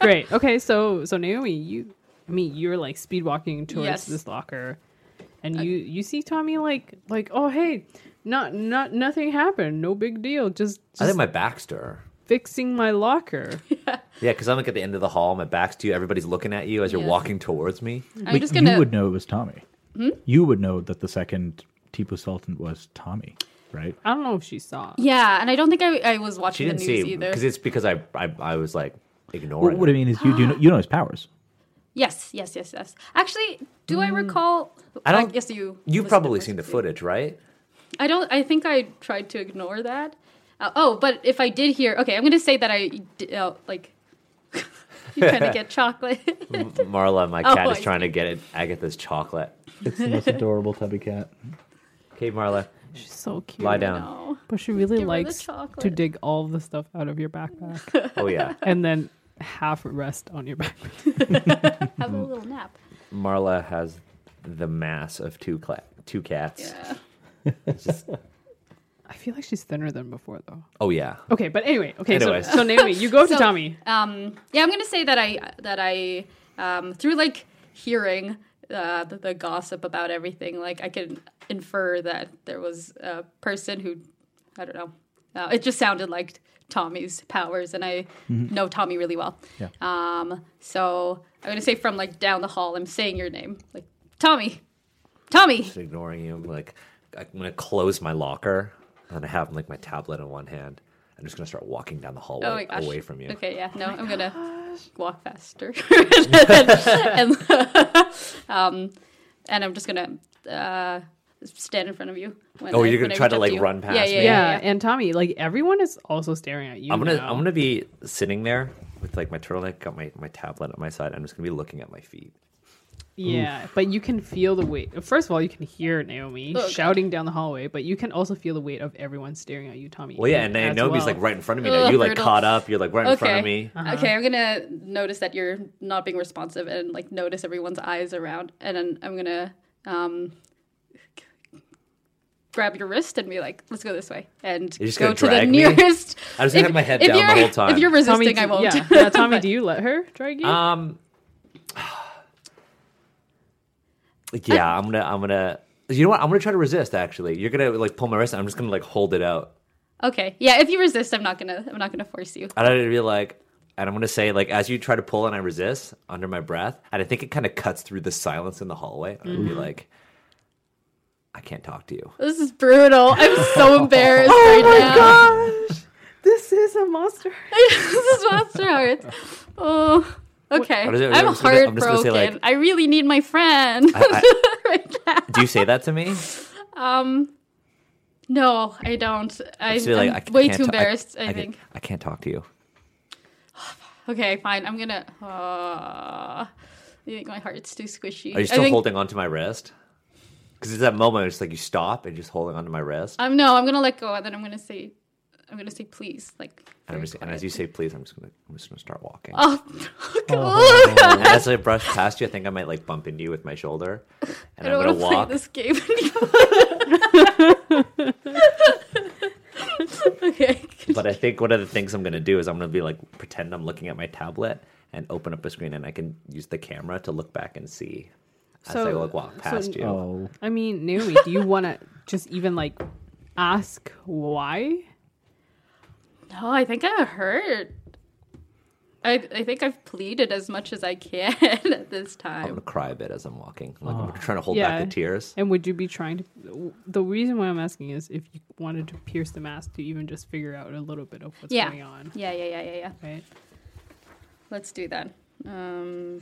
Great. Okay, so so Naomi, you, I mean, you're like speed walking towards
Yes.
this locker, and you you see Tommy like like oh hey, not not nothing happened, no big deal, just,
I
just
think my Baxter.
fixing my locker.
Yeah, because I'm like at the end of the hall, my back's to you, everybody's looking at you as you're
Yes.
walking towards me.
I'm
Wait,
just gonna.
You would know it was Tommy.
Hmm?
You would know that the second Tipu Sultan was Tommy, right?
I don't know if she saw.
Yeah, and I don't think I, I was
She
watching the
didn't
news
see
either.
because it's because I, I I was like ignoring.
What, what I
her.
mean is you do know, you know his powers.
Yes, yes, yes, yes. Actually, do I recall?
Mm. I don't-
guess you. listened
You've
to
probably
first
seen the
too.
footage, right?
I don't. I think I tried to ignore that. Uh, oh, but if I did hear, okay, I'm gonna say that I d- uh, like You're trying to get chocolate.
Marla, my
Oh,
cat is
I
trying to get it Agatha's chocolate.
It's the most adorable tubby cat.
Okay, Marla,
She's so cute.
lie down.
no.
But she really
Give her the
likes to
chocolate.
dig all the stuff out of your backpack
Oh yeah,
and then half rest on your backpack.
Have a
Mm-hmm.
little nap.
Marla has the mass of two cla- two cats.
Yeah.
I feel like she's thinner than before, though.
Oh yeah.
Okay, but anyway, okay, so,
Anyways.
so uh, Naomi, you go up to
So-
Tommy.
Um, yeah, I'm gonna say that I that I um, through like hearing uh, the, the gossip about everything, like I can infer that there was a person who I don't know. Uh, it just sounded like Tommy's powers, and I know Tommy really well.
Yeah.
Um, so I'm gonna say from like down the hall, I'm saying your name, like Tommy, Tommy.
Just ignoring you. I'm like, I'm gonna close my locker and I have like my tablet in one hand. I'm just gonna start walking down the hallway
Oh my gosh.
away from you.
Okay, yeah. No, I'm gonna walk faster. and and, um, and I'm just gonna uh, stand in front of you. When
Oh,
I-
you're gonna
when I
try
reach
to,
up
like,
you.
run past
yeah, yeah,
me?
Yeah, yeah,
and Tommy, like everyone is also staring at you.
I'm gonna
now.
I'm gonna be sitting there with like my turtleneck, got my, my tablet at my side. I'm just gonna be looking at my feet.
yeah, but you can feel the weight. First of all, you can hear Naomi
Look.
shouting down the hallway, but you can also feel the weight of everyone staring at you, Tommy.
Well, yeah, and
as
Naomi's
well.
like right in front of me. now.
Ugh,
You like
brutal.
caught up. You're like right in front of
Okay.
me.
Okay, I'm gonna notice that you're not being responsive and like notice everyone's eyes around, and then I'm gonna um, grab your wrist and be like, "Let's go this way," and
You're just
go
gonna
to the
drag me?
nearest.
I'm just gonna have my head down the
you're-
whole time.
If you're
Tommy,
resisting,
do-
I won't.
Yeah, yeah Tommy, do you let her drag you?
Um. Yeah, I, am gonna. I'm gonna. You know what? I'm gonna try to resist. Actually, you're gonna like pull my wrist. And I'm just gonna like hold it out,
Okay. Yeah, if you resist, I'm not gonna I'm not gonna force you.
and I'm gonna be like, and I'm gonna say like, as you try to pull and I resist under my breath, and I think it kind of cuts through the silence in the hallway. I'm
Mm-hmm.
gonna be like, I can't talk to you.
This is brutal. I'm so embarrassed right now.
gosh, this is a monster.
this is Monster Hearts. Oh. Okay.
What is it?
I'm
I'm just gonna- I'm just gonna say,
heartbroken.
like-
I really need my friend right now.
Do you say that to me?
Um no, I don't. I,
Just be like,
am
I c-
way
can't
too
ta- I-
embarrassed, I,
can't-
think.
I can't talk to you.
Okay, fine. I'm gonna uh, I think my heart's too squishy.
Are you
I
still
think,
holding onto my wrist? Because it's that moment. It's like you stop and just holding onto my wrist.
um, no, I'm gonna let go and then I'm gonna say I'm gonna say please. Like
And, I'm
very
just, and
quiet.
as you say, please, I'm just gonna, I'm just gonna start walking.
Oh,
And as I brush past you, I think I might like bump into you with my shoulder, and
I
I'm gonna
don't want to play
walk.
this game anymore. okay.
But I think one of the things I'm gonna do is I'm gonna be like pretend I'm looking at my tablet and open up a screen, and I can use the camera to look back and see as I
So-
like walk
so-
past you.
Oh,
I mean, Naomi, do you want to just even like ask why?
No, I think I'm hurt. I, I think I've pleaded as much as I can at this
I'm gonna
time.
cry a bit as I'm walking. Like, I'm trying to hold
Yeah.
back the tears.
And would you be trying to? The reason why I'm asking is if you wanted to pierce the mask to even just figure out a little bit of what's
Yeah.
going on,
Yeah, yeah, yeah, yeah, yeah.
right?
Let's do that. Um,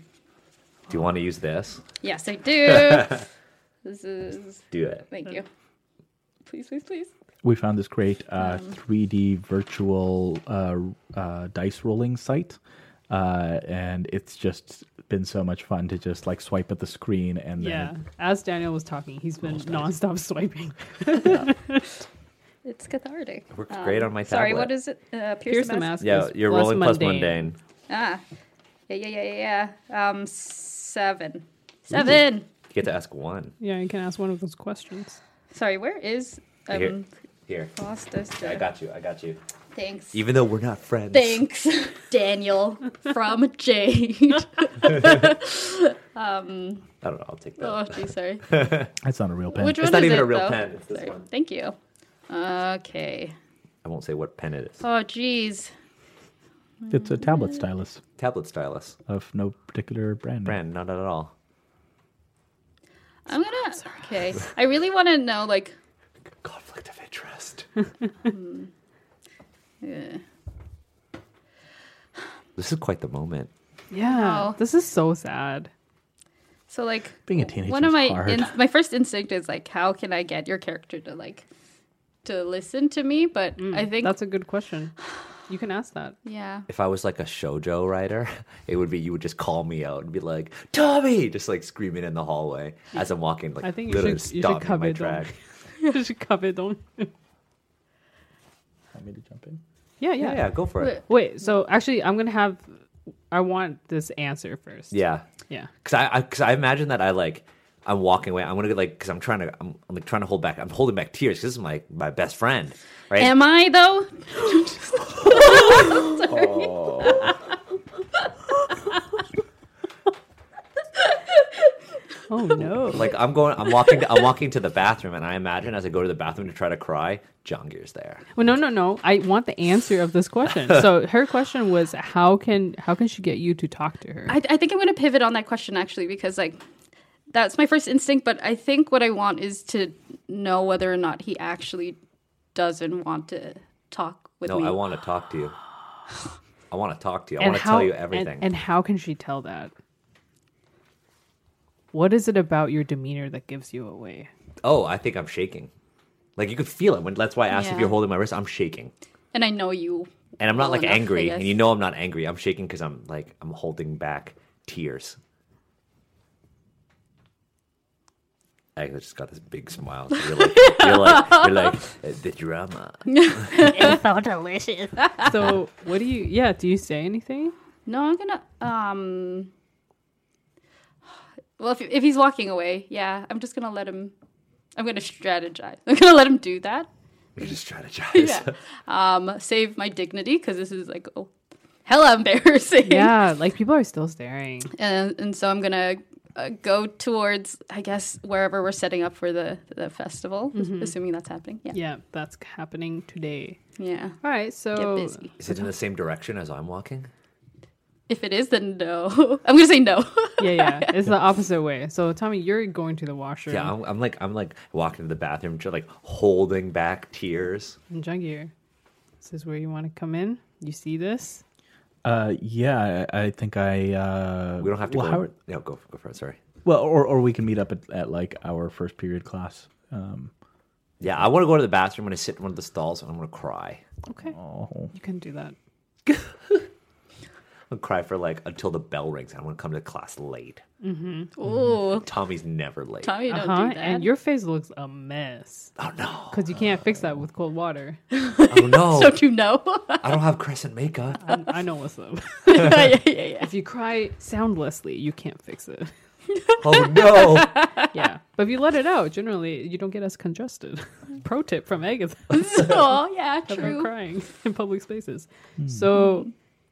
Do you want to use this?
yes, I do. this is.
Do it.
Thank you. Please, please, please.
we found this great uh, 3D virtual uh, uh, dice rolling site, uh, and it's just been so much fun to just like swipe at the screen and
Yeah.
then
As Daniel was talking, he's been nonstop swiping.
It's cathartic. Um,
It works great on my
Sorry,
tablet.
what is it? Uh, Pierce,
Pierce
the
the mask.
mask.
Yeah,
is
you're rolling plus mundane.
Ah, yeah, yeah, yeah, yeah, yeah. Um, seven, seven.
You get to ask one.
Yeah, you can ask one of those questions.
Sorry, where is
Here.
um
Here,
Costas?
I got you. I got you.
Thanks.
Even though we're not friends.
Thanks, Daniel from Jade.
I don't know. I'll take that.
oh, gee, sorry.
that's not a real pen.
Which one
not
is
even
it,
a real
though?
pen, it's this
Sorry.
one.
Thank you. Okay.
I won't say what pen it is.
Oh, geez.
It's a
Mm.
tablet stylus
Tablet stylus.
of no particular brand.
Brand, not at all.
I'm gonna. Okay. I really want to know, like,
Conflict of interest.
uh,
this is quite the moment.
Yeah.
Oh.
This is so sad.
so, like,
Being a teenager
one of
is
my
hard.
in, my first instinct is like, how can I get your character to like to listen to me? But I think
That's a good question. You can ask that.
Yeah.
If I was like a shojo writer, it would be you would just call me out and be like, "Tommy!" just like screaming in the hallway as I'm walking. Like
I think you
literally
should you
stop
should
me in my
cover them.
track.
you should cover them. yeah,
Want me to jump in?
yeah,
Yeah, yeah, go for it.
Wait, so actually, I'm gonna have. I want this answer first.
Yeah,
Yeah.
because I because I, imagine that I like I'm walking away. I'm gonna get like because I'm trying to I'm, I'm like trying to hold back. I'm holding back tears because this is my my best friend, right?
Am I though?
Oh no.
like I'm going, I'm walking, to, I'm walking to the bathroom, and I imagine as I go to the bathroom to try to cry, Jongir's there.
Well, no, no, no. I want the answer of this question. So her question was, how can how can she get you to talk to her?
I, I think I'm going to pivot on that question actually because like that's my first instinct, but I think what I want is to know whether or not he actually doesn't want to talk with
No,
me.
I want to talk to you. I want to talk to you. I
And
want to
how-
tell you
and-
everything.
And, how can she tell that? What is it about your demeanor that gives you away?
oh, I think I'm shaking. Like you could feel it. When that's why I asked if
Yeah.
you're holding my wrist. I'm shaking,
and I know you.
and I'm not
well
like
enough, I
angry. And
guess.
you know I'm not angry. I'm shaking because I'm like I'm holding back tears. I just got this big smile. So You're like, you're like, you're like uh, the drama.
So what do you? Yeah, do you say anything?
No, I'm gonna. Um. Well, if if he's walking away, yeah, I'm just gonna let him. I'm gonna strategize. I'm gonna let him do that.
You just strategize.
Yeah. Um, save my dignity because this is like oh, hella embarrassing.
Yeah, like people are still staring.
And and so I'm gonna uh, go towards I guess wherever we're setting up for the the festival, assuming that's happening. Mm-hmm.
Yeah,
Yeah.
that's happening today.
Yeah.
All right, so
Get busy.
Is it in the same direction as I'm walking?
If it is, then no. I'm gonna say no.
yeah, yeah, it's the opposite way. So Tommy, you're going to the washroom.
Yeah, I'm, I'm like I'm like walking to the bathroom, just like holding back tears.
and Jungier, this is where you want to come in. You see this?
Uh, yeah, I, I think I. Uh,
We don't have to
well,
go.
how-
in- no, go go for it. Sorry.
well, or or we can meet up at, at like our first period class. Um,
Yeah, I want to go to the bathroom. I'm gonna sit in one of the stalls and I'm gonna cry.
Okay,
oh,
you can do that.
I'm gonna cry for like until the bell rings. I'm gonna come to class late.
Mm-hmm. Ooh,
Tommy's never late.
Tommy, don't
Uh-huh,
do that.
And your face looks a mess
Oh no!
because you can't fix that with cold water.
Oh no!
don't you know?
I don't have crescent makeup.
I, I know what's up.
yeah, yeah, yeah.
If you cry soundlessly, you can't fix it.
Oh no!
Yeah, but if you let it out, generally you don't get as congested. Pro tip from Agatha
oh, yeah,
about
true.
crying in public spaces.
Hmm.
So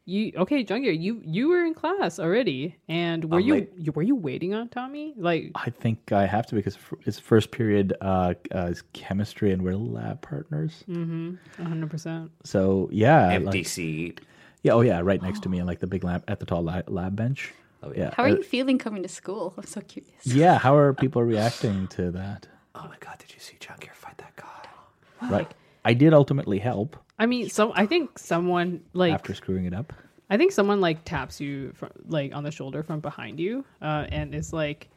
you okay, Jungier? You you were in class already, and were
I'm
you,
late.
you were you waiting on Tommy? Like
I think I have to because fr- it's first period uh, uh, is chemistry and we're lab partners.
100. percent
So yeah,
Empty
like-
seat.
yeah, oh yeah, right next to me and like the big lab at the tall lab, lab bench.
Oh, yeah.
yeah.
How
uh,
are you feeling coming to school? I'm so curious.
Yeah, how are people reacting to that?
Oh my god! Did you see Junkier fight that guy?
Right. I did ultimately help
I mean, so I think someone like
after screwing it up.
I think someone like taps you from, like on the shoulder from behind you, uh, and is like,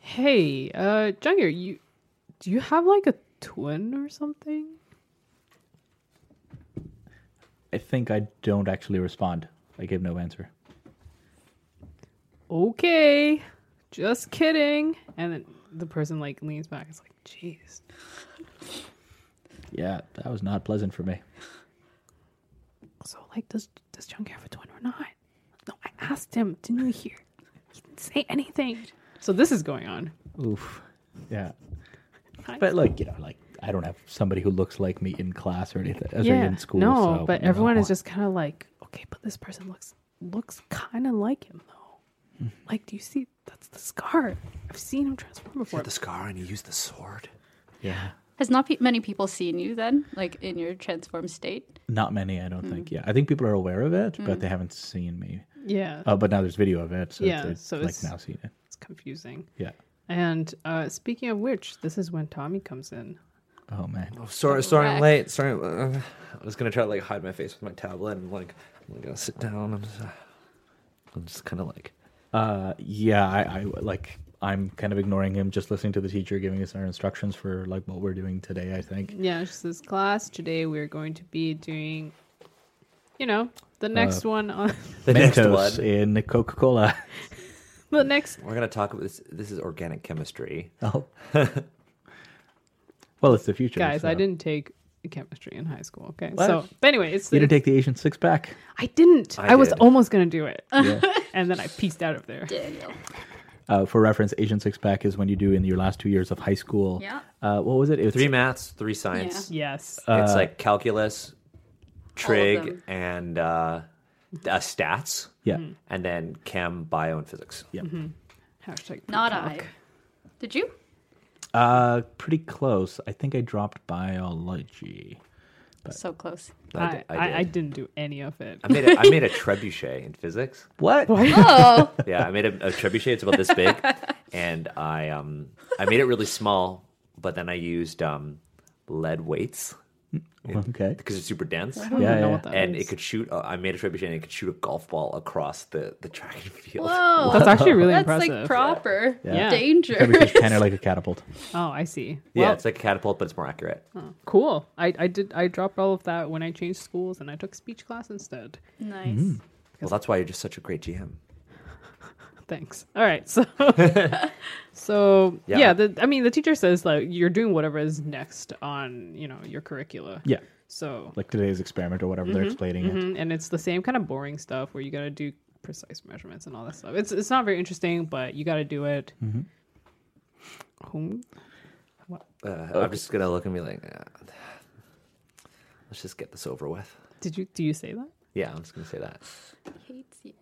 "Hey, uh, Jungir, you do you have like a twin or something?"
I think I don't actually respond. I give no answer.
Okay, just kidding. And then the person like leans back. It's like, "Jeez,
Yeah, that was not pleasant for me.
so like, does does Jungir have a twin or not?" No, I asked him. Didn't you hear? He didn't say anything. So this is going on.
Oof. Yeah.
Hi.
But like, you know, like I don't have somebody who looks like me in class or anything as in school.
No,
so,
but
you know,
everyone is
why-
just kind of like, okay, but this person looks looks kind of like him though.
Mm-hmm.
Like, do you see? That's the scar. I've seen him transform before.
The scar, and he used the sword.
yeah.
Has not pe- many people seen you then, like in your transformed state?
Not many, I don't
Mm.
think. Yeah. I think people are aware of it, but they haven't seen me.
yeah,
Oh, but now there's video of it, so
Yeah,
it's,
so
like
it's-
now seen it.
it's confusing.
Yeah.
And uh, speaking of which, this is when Tommy comes in.
Oh man.
Oh, sorry, sorry, I'm
Correct.
late. Sorry, uh, I was gonna try to like hide my face with my tablet and like I'm gonna sit down. I'm just, uh, I'm just kind of like
Uh, yeah, I, I like I'm kind of ignoring him, just listening to the teacher giving us our instructions for like what we're doing today. I think.
Yeah, she says, "Class, today we're going to be doing you know,
Uh,
the next one on
The next
Mentos
one.
in Coca Cola.
the next.
We're gonna talk about this. This is organic chemistry.
Oh. well, it's the future.
Guys, I
so.
didn't take chemistry in high school. Okay,
What?
so but anyway, it's
You
the,
didn't take the Asian six pack.
I didn't. I,
I
was
did.
almost gonna do it,
Yeah.
and then I pieced out of there.
Daniel.
Uh, for reference, Asian six pack is when you do in your last two years of high school.
Yeah.
Uh, what was it? It was
Three maths, three science.
Yes,
It's like calculus, trig,
them.
and uh, uh, stats,
Yeah.
Mm.
and then chem, bio, and physics.
Yeah.
hashtag poop
Not
talk.
I. Did you?
Uh, pretty close. I think I dropped biology.
So close.
I,
I,
d-
I, I
did.
didn't do any of it.
I made a, I made a trebuchet in physics.
What?
Oh,
Yeah, I made a, a trebuchet. It's about this big, and I um I made it really small, but then I used um lead weights
Okay.
because it's super dense.
I don't
Yeah,
even know
yeah.
what that
and
is.
it could shoot. Uh, I made a trebuchet and it could shoot a golf ball across the the track and field.
whoa.
That's actually really
That's
impressive.
like proper
Yeah.
danger.
Trebuchet's kind of like a catapult.
oh, I see.
Yeah,
Well,
it's like a catapult, but it's more accurate.
cool. I, I did. I dropped all of that when I changed schools and I took speech class instead.
nice.
Mm-hmm.
Well, that's why you're just such a great GM.
Thanks. All right. So, so yeah.
Yeah.
the, I mean, the teacher says like you're doing whatever is next on you know your curricula.
Yeah.
So
Like today's experiment or whatever they're explaining it.
Mhm, and it's the same kind of boring stuff where you got to do precise measurements and all that stuff. It's it's not very interesting, but you got to do it.
Mm-hmm.
Hmm.
Uh, I'm just gonna look and be like, "Ah, let's just get this over with.
Did you do you say that?
Yeah, I'm just gonna say that.
He hates you.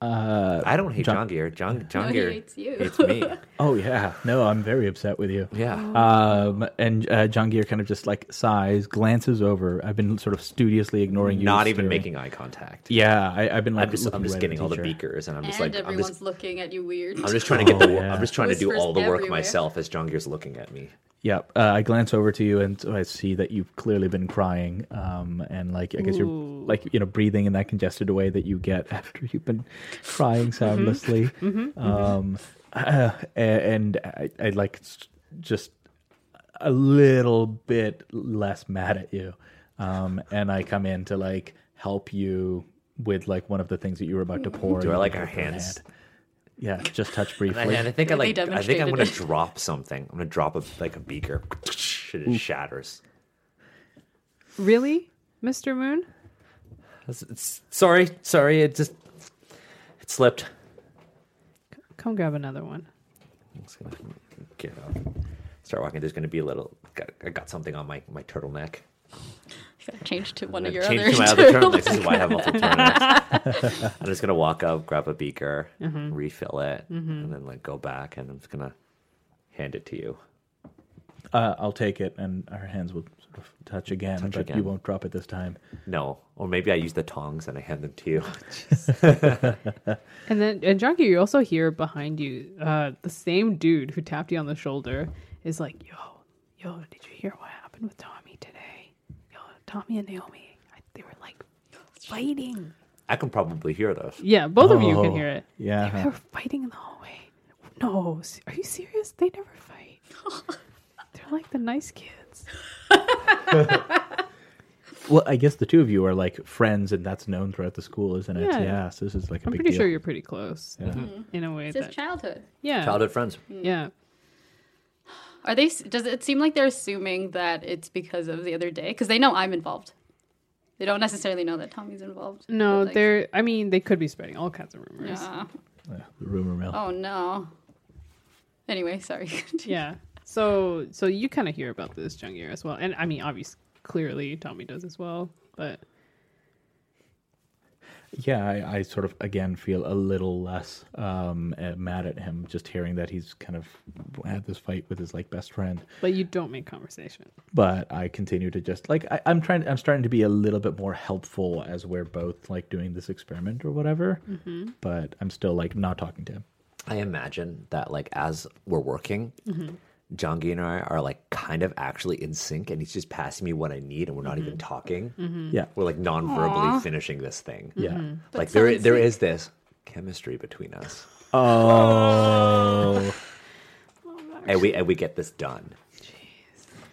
Uh,
I don't hate
John-
John, Gear. John John
No, he
Gear
hates you.
hates me.
oh, yeah. No, I'm very upset with you.
Yeah.
Um, and uh, John Gear kind of just like sighs, glances over. I've been sort of studiously ignoring you.
not
and
even
staring.
making eye contact.
Yeah, I, I've been like.
I'm just,
looking
I'm just
right at
getting all the
teacher.
beakers, and I'm just
and
like, I'm
everyone's
just,
looking at you weird.
I'm just trying to get the,
Oh, yeah.
I'm just trying to do
Whispers
all the work
everywhere.
myself as John Gear's looking at me.
Yeah, uh, I glance over to you and I see that you've clearly been crying. Um, and like I guess
Ooh.
you're like you know breathing in that congested way that you get after you've been crying soundlessly. um, uh, a- and I, I like s- just a little bit less mad at you. Um, and I come in to like help you with like one of the things that you were about to pour.
Do I
You
like
can
our
hold your
hands?
hand. Yeah, just touch briefly.
And I, and I think I
They
like, I think I'm
demonstrated
gonna
it.
drop something. I'm gonna drop a like a beaker. It shatters.
Really, Mr. Moon?
It's- it's- sorry, sorry. It just it slipped.
Come grab another one.
I'm just gonna get up. Start walking. There's gonna be a little. Got, I got something on my my turtleneck.
Change to one
I'm
of
gonna
your
change
other.
to my other turtlenecks. This is why I have multiple turtlenecks. I'm just gonna walk up, grab a beaker, refill it, and then like go back, and I'm just gonna hand it to you.
Uh, I'll take it, and our hands will sort of touch again, but
again.
you won't drop it this time.
No, or maybe I use the tongs and I hand them to you.
And then, and Junkie, you also hear behind you uh, the same dude who tapped you on the shoulder is like, "Yo, yo, did you hear what happened with Tommy today? Yo, Tommy and Naomi, I, they were like fighting.
I can probably hear those.
Yeah, both of you can hear it. They
Yeah.
were fighting in the hallway. No, se- are you serious? They never fight. They're like the nice kids.
Well, I guess the two of you are like friends, and that's known throughout the school, isn't it?
Yeah.
Yeah. So this is like a
I'm
big
pretty
deal.
sure you're pretty close in a way
It's his
that
childhood.
yeah,
Childhood friends.
yeah.
Are they? Does it seem like they're assuming that it's because of the other day? Because they know I'm involved. They don't necessarily know that Tommy's involved.
No,
But, like,
they're. I mean, they could be spreading all kinds of rumors.
yeah.
Yeah, the rumor mill.
Oh no. Anyway, sorry.
Yeah. So so you kind of hear about this Jungir as well, and I mean, obviously, clearly Tommy does as well. But
Yeah, I, I sort of again feel a little less um, uh, mad at him just hearing that he's kind of had this fight with his like best friend.
but you don't make conversation.
But I continue to just like I, I'm trying. I'm starting to be a little bit more helpful as we're both like doing this experiment or whatever.
Mm-hmm.
But I'm still like not talking to him.
I imagine that like as we're working, John Gee and I are like kind of actually in sync, and he's just passing me what I need, and we're not even talking.
Mm.
Yeah.
We're like non-verbally finishing this thing.
Yeah.
Like there,
sounds
there is this chemistry between us,
Oh.
and we and we get this done.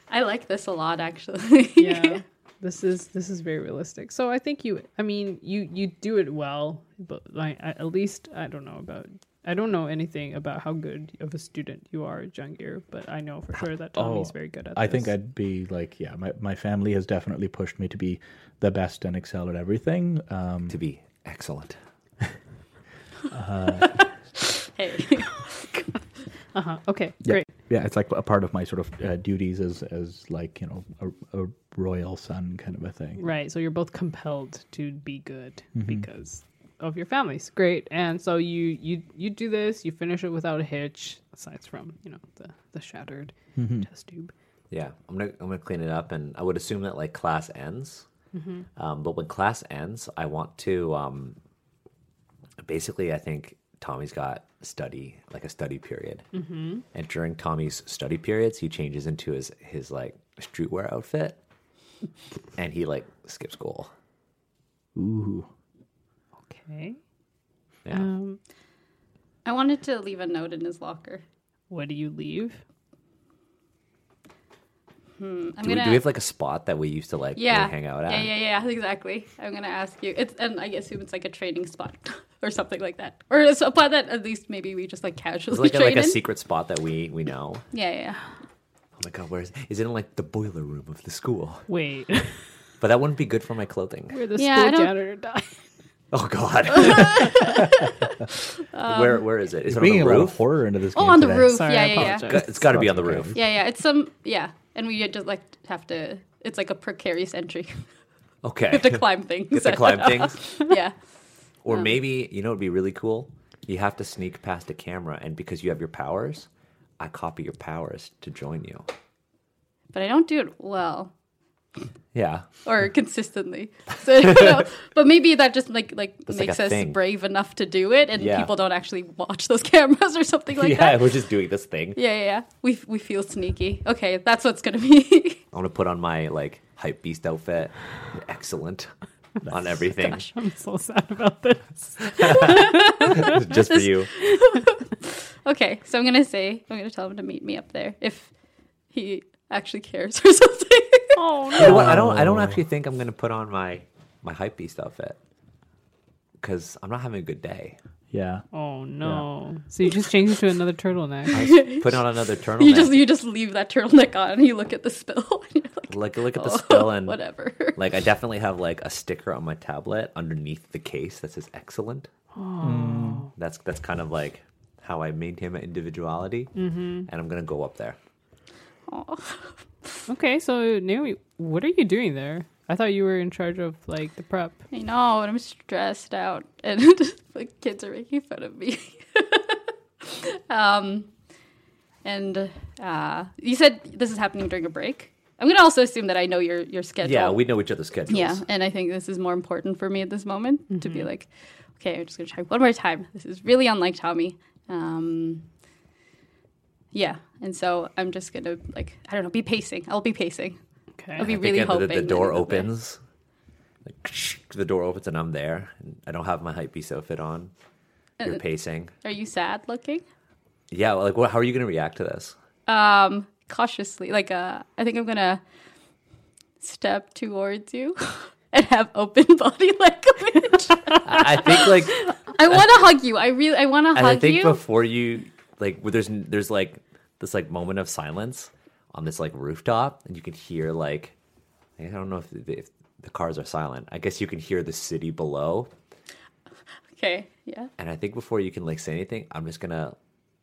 I like this a lot, actually.
Yeah. This is this is very realistic. So I think you. I mean, you you do it well, but like I- at least I don't know about. I don't know anything about how good of a student you are, Jungir, but I know for sure that Tommy's very good at.
Oh, I think
this.
I'd be like, yeah, my, my family has definitely pushed me to be the best and excel at everything. Um,
to be excellent.
Hey.
Uh-huh. Okay,
yeah,
great.
Yeah, it's like a part of my sort of uh, duties as as like you know a, a royal son kind of a thing.
Right. So you're both compelled to be good because of your families. Great. And so you you you do this. You finish it without a hitch. Aside from you know the the shattered test tube.
Yeah, I'm gonna I'm gonna clean it up, and I would assume that like class ends. Um, but when class ends, I want to. Um, basically, I think Tommy's got study like a study period, mm-hmm. and during Tommy's study periods, he changes into his his like streetwear outfit, and he like skips school.
Ooh,
Okay.
Yeah.
Um.
I wanted to leave a note in his locker.
What do you leave?
I'm
do, we,
gonna.
do we have like a spot that we used to like
yeah.
really hang out at?
Yeah, yeah, yeah. Exactly. I'm gonna ask you. It's and I assume it's like a training spot or something like that, or a spot that at least maybe we just like
It's
casually
like a,
train
like a
in.
secret spot that we we know.
yeah, yeah, yeah.
Oh my god, where is is it in like the boiler room of the school?
Wait.
But that wouldn't be good for my clothing.
Where the
Yeah, I
school
don't-
janitor died.
Oh God!
Um,
where where is it? Is it on
being
the
a little
roof?
horror into this.
Oh,
game
on the
today.
roof.
Sorry,
yeah,
I
yeah, yeah.
apologize.
Go- It's got to be on the
Okay.
roof.
Yeah, yeah. It's some. Yeah, and we just like have to. It's like a precarious entry.
Okay.
we have to climb things.
Get to climb things,
yeah.
or maybe you know it'd be really cool. You have to sneak past a camera, and because you have your powers, I copy your powers to join you.
but I don't do it well
Yeah.
or consistently. So, you know, but maybe that just like like
That's like
makes
a
us
thing.
brave enough to do it, and
Yeah.
people don't actually watch those cameras or something like
yeah,
that.
we're just doing this thing.
Yeah, yeah, yeah. We we feel sneaky. Okay, that's what's gonna be.
I'm gonna put on my like hype beast outfit. Excellent on everything,
I'm so sad about this.
just for you.
okay, so I'm gonna say I'm gonna tell him to meet me up there if he actually cares or something.
Oh
You
no.
know what? I don't. I don't actually think I'm gonna put on my my hype beast outfit because I'm not having a good day.
Yeah.
Oh no. So you just changed it to another turtleneck.
Put on another turtleneck.
you just you just leave that turtleneck on. and You look at the spill. And you're like,
like look at the
"Oh,
spill and
whatever.
like I definitely have like a sticker on my tablet underneath the case that says excellent.
Oh.
That's that's kind of like how I maintain my individuality, mm-hmm. and I'm gonna go up there.
Aw.
Okay, so Naomi, what are you doing there? I thought you were in charge of like the prep.
I know, and I'm stressed out, and the kids are making fun of me. um, and uh, you said this is happening during a break. I'm gonna also assume that I know your your schedule.
Yeah, we know each other's schedules.
yeah, and I think this is more important for me at this moment to
Mm-hmm.
be like, okay, I'm just gonna try one more time. This is really unlike Tommy. Um, yeah, and so I'm just gonna like I don't know, be pacing. I'll be pacing.
Okay.
I'll be
I think
really
uh, the,
hoping
the
that
door
it's okay.
opens. Like, the door opens and I'm there. And I don't have my hype beast outfit on.
Uh,
You're pacing.
Are you sad looking?
Yeah, like what, how are you gonna react to this?
um cautiously like uh i think i'm gonna step towards you and have open body language
I, I think like
i want to hug you i really i want to
and I
hug
think
you
before you like where there's there's like this like moment of silence on this like rooftop, and you can hear like I don't know if the, if the cars are silent. I guess you can hear the city below,
okay yeah
and I think before you can like say anything, I'm just gonna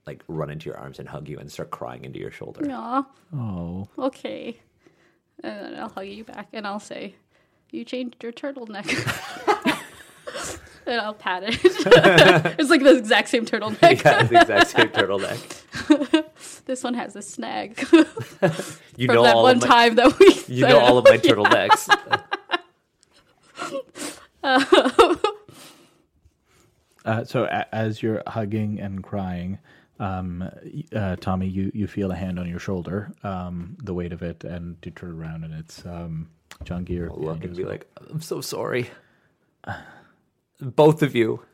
like run into your arms and hug you and start crying into your shoulder.
no
Oh.
okay and then i'll hug you back and i'll say you changed your turtleneck and i'll pat it it's like the exact same turtleneck
Yeah, the exact same turtleneck.
this one has a snag
You
from
know
that
all
one
of my,
time that we
You know all of my turtlenecks.
Uh, so a- as you're hugging and crying, um, y- uh, Tommy, you, you feel a hand on your shoulder, um, the weight of it, and you turn around and it's um, John Gear.
Oh, Look and be like, I'm so sorry. Both of you.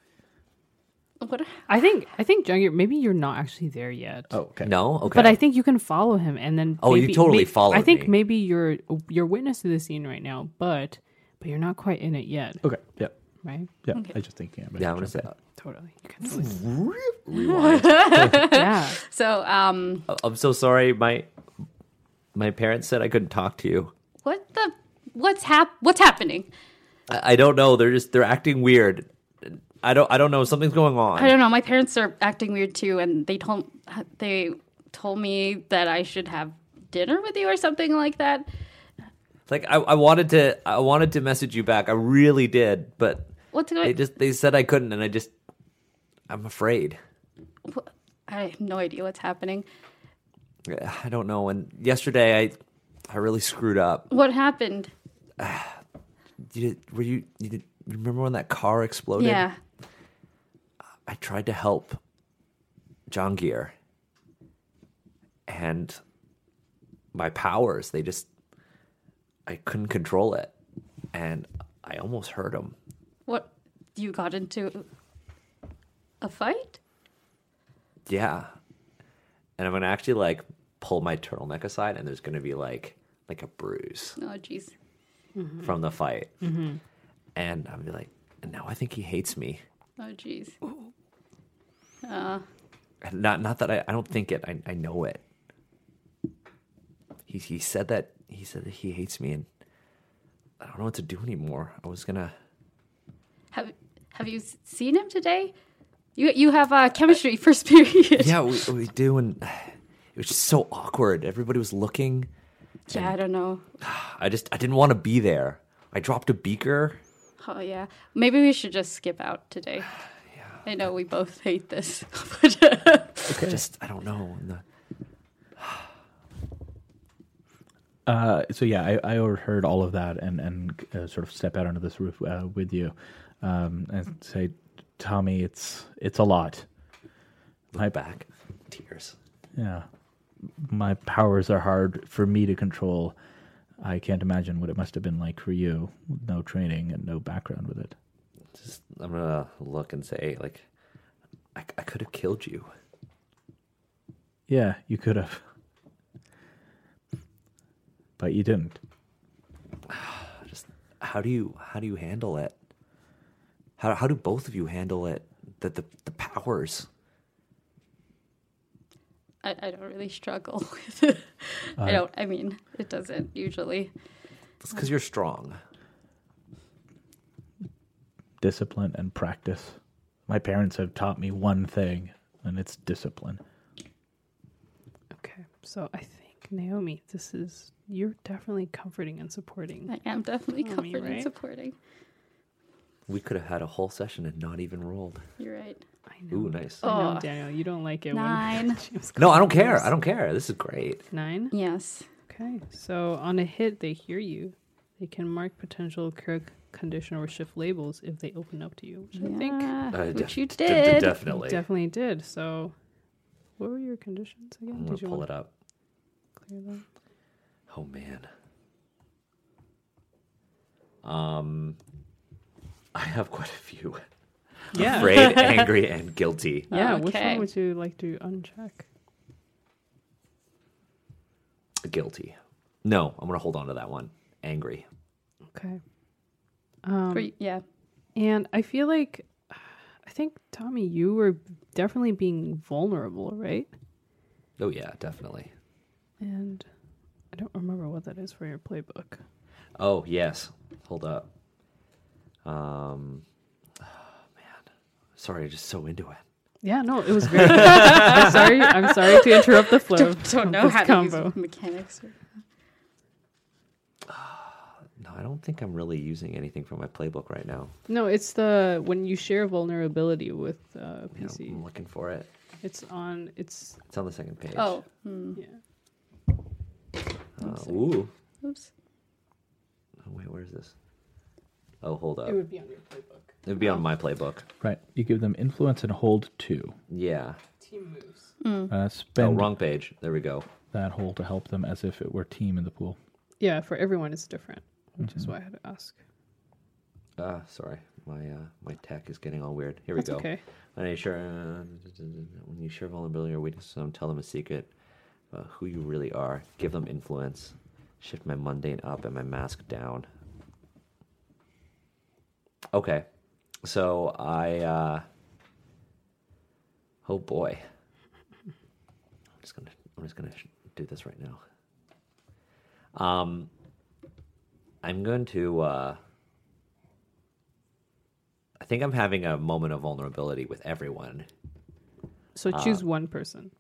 What?
I think I think Jungier, maybe you're not actually there yet.
Oh, okay.
No, okay.
But I think you can follow him, and then
Oh, you
maybe-
totally
may-
followed
I think
me.
maybe you're you're witness to the scene right now, but but you're not quite in it yet,
Okay. Yeah.
right?
Yeah. I just think. Yeah.
yeah, I'm gonna say
Totally. You can totally see.
Hmm. rewind.
yeah.
So, um,
"Uh, I'm so sorry. My my parents said I couldn't talk to you.
what the? What's hap- What's happening?
I, I don't know. They're just they're acting weird. I don't I don't know. Something's going on.
I don't know. My parents are acting weird too, and they told they told me that I should have dinner with you or something like that.
Like I, I wanted to I wanted to message you back. I really did, but
What's
they
going?
just they said I couldn't, and I just I'm afraid.
I have no idea what's happening.
I don't know. And yesterday I I really screwed up.
What happened?
You did, were you you did, you remember when that car exploded?
Yeah.
I tried to help John Gear, and my powers they just I couldn't control it, and I almost hurt him.
What? You got into a fight?
Yeah. And I'm gonna actually like pull my turtleneck aside, and there's gonna be like like a bruise
Oh, jeez.
from the fight, and I'm gonna be like, now I think he hates me.
Oh, jeez.
Not not that I, I don't think it. I, I know it. He he said that he said that he hates me, and I don't know what to do anymore. I was gonna.
Have Have you s- seen him today? You You have uh, chemistry first period.
Yeah, we, we do, and it was just so awkward. Everybody was looking.
Yeah, I don't know.
I just I didn't want to be there. I dropped a beaker.
Oh yeah, maybe we should just skip out today. I know we both hate this, but uh,
I just I don't know. And the,
Uh, so yeah, I, I overheard all of that and and uh, sort of step out onto this roof uh, with you, um, and say, Tommy, it's it's a lot.
my back, tears.
Yeah, my powers are hard for me to control. I can't imagine what it must have been like for you, with no training and no background with it.
Just I'm gonna look and say like, I I could have killed you.
Yeah, you could have, but you didn't.
just how do you how do you handle it how how do both of you handle it the the, the powers
I, I don't really struggle with. It. I don't. I mean, it doesn't usually.
it's because you're strong
Discipline and practice. My parents have taught me one thing, and it's discipline.
Okay. So I think Naomi, this is you're definitely comforting and supporting.
Oh, I am definitely
Tell me,
comforted and
right?
supporting.
we could have had a whole session and not even rolled
You're right.
I know.
ooh nice
I know,
Oh.
Daniel, you don't like it.
Nine.
When James
no i
calls
don't
you
care
names.
i don't care this is great
Nine.
Yes.
Okay. So on a hit, they hear you. They can mark potential Kirk condition or shift labels if they open up to you, which I think you
Yeah,
Uh,
which
def-
you
d- d-
did.
definitely
definitely did. So, what were your conditions again?
i'm
did
gonna
you
pull
want
it up
to clear them?
oh man um i have quite a few
Yeah.
afraid angry and guilty
Yeah. Which
Oh, Okay.
one would you like to uncheck?
guilty no i'm gonna hold on to that one angry
Okay.
Great, yeah.
And I feel like, I think Tommy, you were definitely being vulnerable, right?
oh yeah definitely
And I don't remember what that is for your playbook.
Oh yes, hold up. Um, oh, man, sorry, I'm just so into it.
Yeah, no, it was great. I'm sorry. I'm sorry to interrupt the flow.
Don't, don't
of
know
this
how
combo.
to use mechanics. or-
No, I don't think I'm really using anything from my playbook right now.
No, it's the when you share vulnerability with uh,
You know,
PC.
I'm looking for it.
It's on. It's
It's on the second page.
Oh, hmm.
yeah.
Uh, ooh.
oops.
Oh, wait, where is this? Oh, hold up.
It would be on your playbook.
It would be on my playbook.
Right. You give them influence and hold two.
Yeah.
Team moves.
Uh,
Oh,
spend
wrong page. There we go.
that hole to help them as if it were team in the pool.
Yeah, for everyone it's different, which is why I had to ask.
Ah, sorry. my uh, my tech is getting all weird. Here we
That's
go.
okay.
When you share uh, when you share vulnerability or weakness, with someone, tell them a secret about who you really are. Give them influence. Shift my mundane up and my mask down. Okay, so I. Uh, oh boy. I'm just gonna I'm just gonna sh- do this right now. Um, I'm going to. Uh, I think I'm having a moment of vulnerability with everyone.
So choose one person.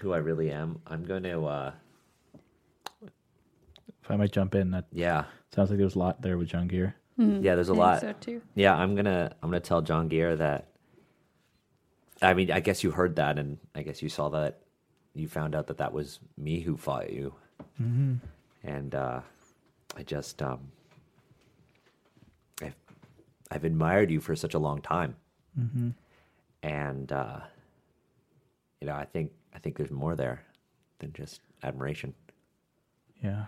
Who I really am. I'm going to. Uh,
If I might jump in, that
yeah,
sounds like there was a lot there with Jungir.
yeah. There's a
Mm-hmm. I
lot.
think so too.
Yeah, I'm gonna. I'm gonna tell John Gear that. I mean, I guess you heard that, and I guess you saw that. You found out that that was me who fought you, and uh, I just. Um, I've, I've admired you for such a long time. and uh, you know, I think I think there's more there than just admiration.
Yeah.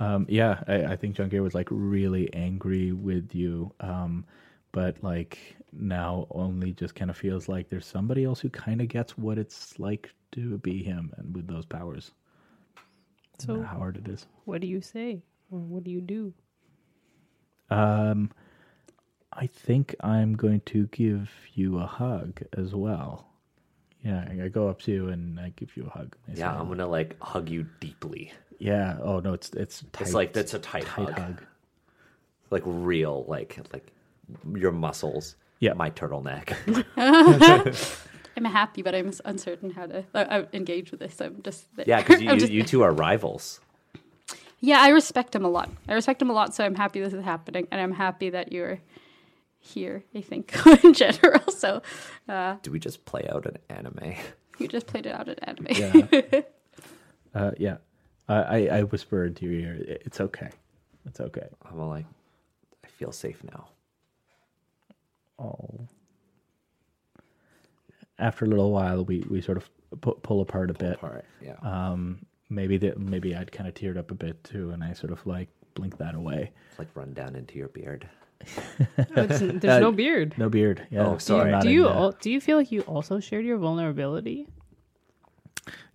Um, yeah, I, I think Jungir was like really angry with you. Um, but like now only just kind of feels like there's somebody else who kind of gets what it's like to be him and with those powers.
So-
and how hard it is.
What do you say? Or what do you do?
Um, I think I'm going to give you a hug as well. Yeah, I I go up to you and I give you a hug. I
Yeah,
say,
I'm gonna like hug you deeply.
yeah. Oh no, it's it's tight,
It's like that's a tight,
tight
hug.
hug.
like real, like like your muscles.
Yeah.
my turtleneck.
I'm happy, but I'm s- uncertain how to uh, uh, engage with this. I'm just
yeah, because you,
I'm
you,
just-
you two are rivals.
yeah. I respect him a lot. I respect him a lot, so I'm happy this is happening, and I'm happy that you're here. I think in general. So uh,
Do we just play out an anime?
you just played it out in anime.
Yeah. uh, yeah. I, I, I whisper into your ear, "I- it's okay. It's okay.
I'm all like, I feel safe now.
Oh. After a little while, we, we sort of pu- pull apart a bit.
All right, yeah.
Um, maybe that maybe I'd kind of teared up a bit too, and I sort of like blink that away.
It's like run down into your beard.
Oh, it's- there's no beard.
No beard. Yeah.
Oh, sorry.
I'm not
Do you
into-
al- do you feel like you also shared your vulnerability?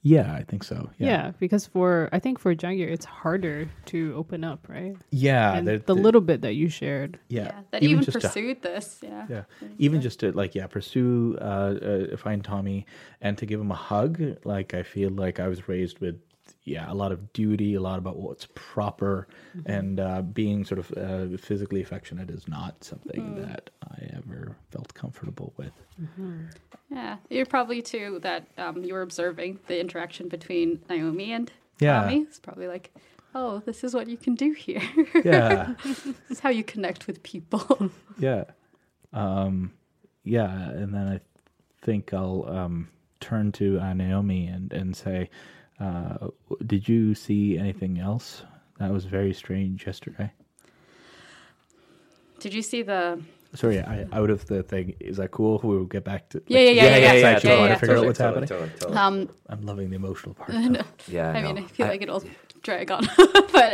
Yeah, I think so.
Yeah,
Yeah.
because for I think for Jungir, it's harder to open up, right?
Yeah.
And
there-
the
there-
little bit that you shared.
Yeah.
Yeah, that even,
just a-
pursued this. Yeah.
Yeah. Even just to like, yeah, pursue, uh, uh, find Tommy and to give him a hug. Like, I feel like I was raised with, yeah, a lot of duty, a lot about what's proper,
Mm-hmm.
and uh, being sort of uh, physically affectionate is not something
Mm.
that I ever felt comfortable with.
Yeah, you're probably too that um, you were observing the interaction between Naomi and
Yeah.
Tommy. It's probably like, oh, this is what you can do here.
Yeah.
this is how you connect with people.
yeah. Um, yeah. And then I think I'll um, turn to uh, Naomi and, and say, uh, Did you see anything else? That was very strange yesterday.
Did you see the?
Sorry, I, out of the thing. Is that cool? We'll get back to.
Yeah, yeah, yeah, yeah, yeah.
yeah,
yeah,
actually
yeah,
wanna
yeah.
figure out what's
totally,
happening.
totally, totally.
Um,
I'm loving the emotional part. though.
yeah,
I
no.
mean, I feel
I-
like it'll drag on. but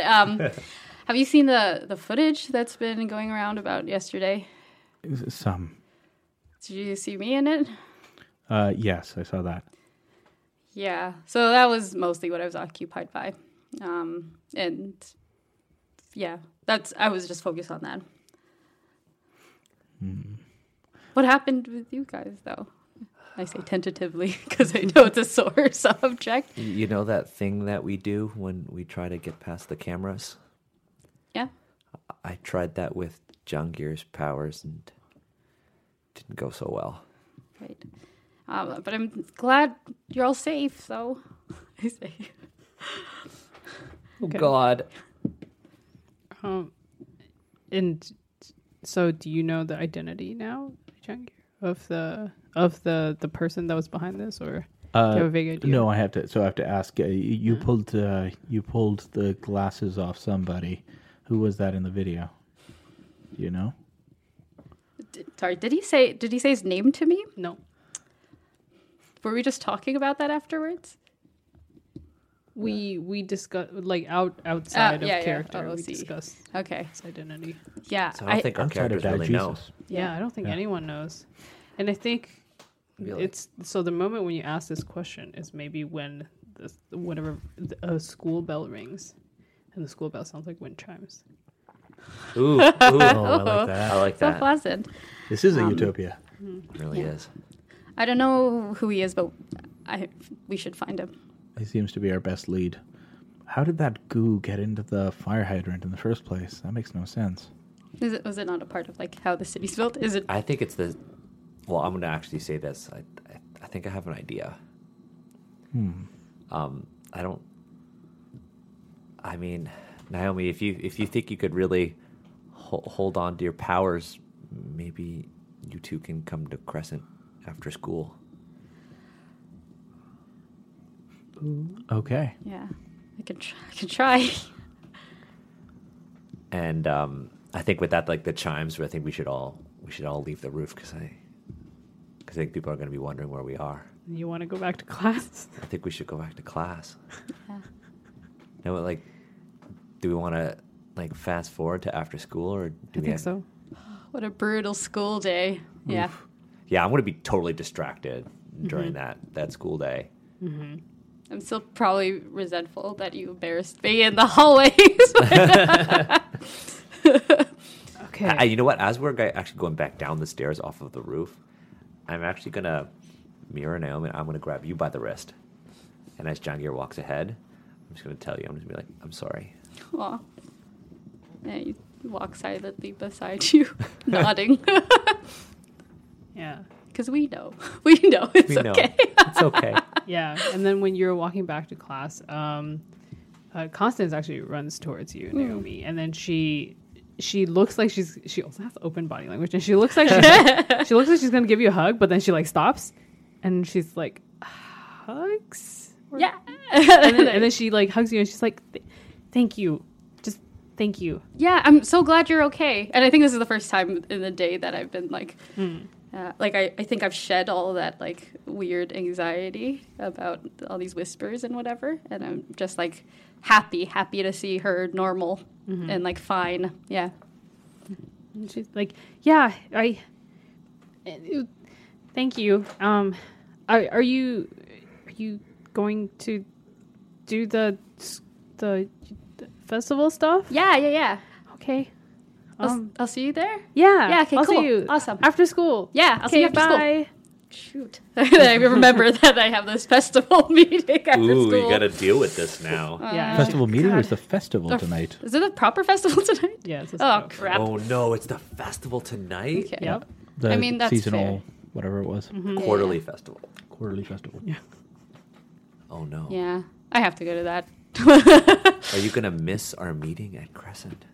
um, have you seen the the footage that's been going around about yesterday?
Some.
Did you see me in it?
Uh, yes, I saw that.
Yeah. So that was mostly what I was occupied by. Um, and yeah, that's I was just focused on that.
Hmm.
What happened with you guys though? I say tentatively because I know it's a sore subject.
Y- You know that thing that we do when we try to get past the cameras?
Yeah.
I tried that with Jungir's powers and didn't go so well.
Right. Um, but I'm glad you're all safe though. I say.
Okay.
Oh God.
Um, and so do you know the identity now, Jungir, of the of the the person that was behind this, or do you have a
Uh,
vague idea?
no, I have to. So I have to ask. Uh, y- you pulled. Uh, you pulled the glasses off somebody. Who was that in the video? Do You know.
Did, sorry, did he say did he say his name to me?
no.
Were we just talking about that afterwards?
we we discuss like out outside of
yeah, yeah,
character. we
OOC.
discuss
Okay.
his identity.
Yeah.
So I don't think our
Outside
characters
of that,
really
Jesus.
know.
Yeah, I don't think anyone knows, and I think
Really?
it's so. The moment when you ask this question is maybe when the whatever the, a school bell rings, and the school bell sounds like wind chimes.
Ooh, ooh, I
Oh, I like that.
like
so
that.
pleasant.
This is a
Um,
utopia.
It really
Yeah.
is.
I don't know who he is, but I we should find him.
He seems to be our best lead. How did that goo get into the fire hydrant in the first place? That makes no sense.
Is it, was it not a part of like how the city's built? Is it?
I think it's the. Well, I'm going to actually say this. I, I, I think I have an idea. Hmm. Um, I don't. I mean, Naomi, if you if you think you could really ho- hold on to your powers, maybe you two can come to Crescent after school.
Okay.
yeah. I could try. I could try.
And um, I think with that, like the chimes, I think we should all we should all leave the roof because I because I think people are going to be wondering where we are.
You want to go back to class?
I think we should go back to class.
Yeah.
No, but, like, do we want to like fast forward to after school or do
I
we?
think
have-
so.
What a brutal school day. Yeah.
Yeah, I'm going to be totally distracted
Mm-hmm.
during that that school day.
I'm still probably resentful that you embarrassed me in the hallways.
Okay.
I, you know what? As we're go- actually going back down the stairs off of the roof, I'm actually going to mirror Naomi. and I'm going to grab you by the wrist, and as John Gear walks ahead, I'm just going to tell you. I'm just going to be like, I'm sorry.
Aw. Yeah, you walk silently beside you, nodding.
yeah.
Because we know. We know it's
We know.
okay.
It's okay.
Yeah. And then when you're walking back to class, um, uh, Constance actually runs towards you, Naomi, and then she she looks like she's she also has open body language, and she looks like she's, she looks like she's gonna give you a hug, but then she like stops, and she's like, hugs. Or-
yeah.
And then, and then she like hugs you, and she's like, "Th- thank you, just thank you.
yeah, I'm so glad you're okay. And I think this is the first time in the day that I've been like,
Hmm.
uh, like I, I think I've shed all that like weird anxiety about all these whispers and whatever. And I'm just like happy, happy to see her normal
Mm-hmm.
and like fine. Yeah.
And she's like, "Yeah, I. it- Thank you. Um, are, are you are you going to do the s- the, the festival stuff?
Yeah, yeah, yeah.
Okay.
I'll,
Um,
I'll see you there.
yeah.
yeah, okay,
I'll
cool.
see you
Awesome.
After school.
Yeah, I'll see you
Okay,
after school.
bye.
Shoot. I remember that I have this festival meeting after school.
deal with this now.
Yeah.
Festival meeting or is the festival
Uh, The-
tonight?
Is it a proper festival tonight?
Yeah. It's a
Oh,
spell.
crap.
Oh no! It's the festival tonight.
Okay.
Yep.
The
I mean, that's
seasonal,
fair. Mm-hmm.
whatever it was,
Mm-hmm.
Quarterly festival.
quarterly festival.
Oh no!
Yeah, I have to go to that.
Are you gonna miss our meeting at Crescent?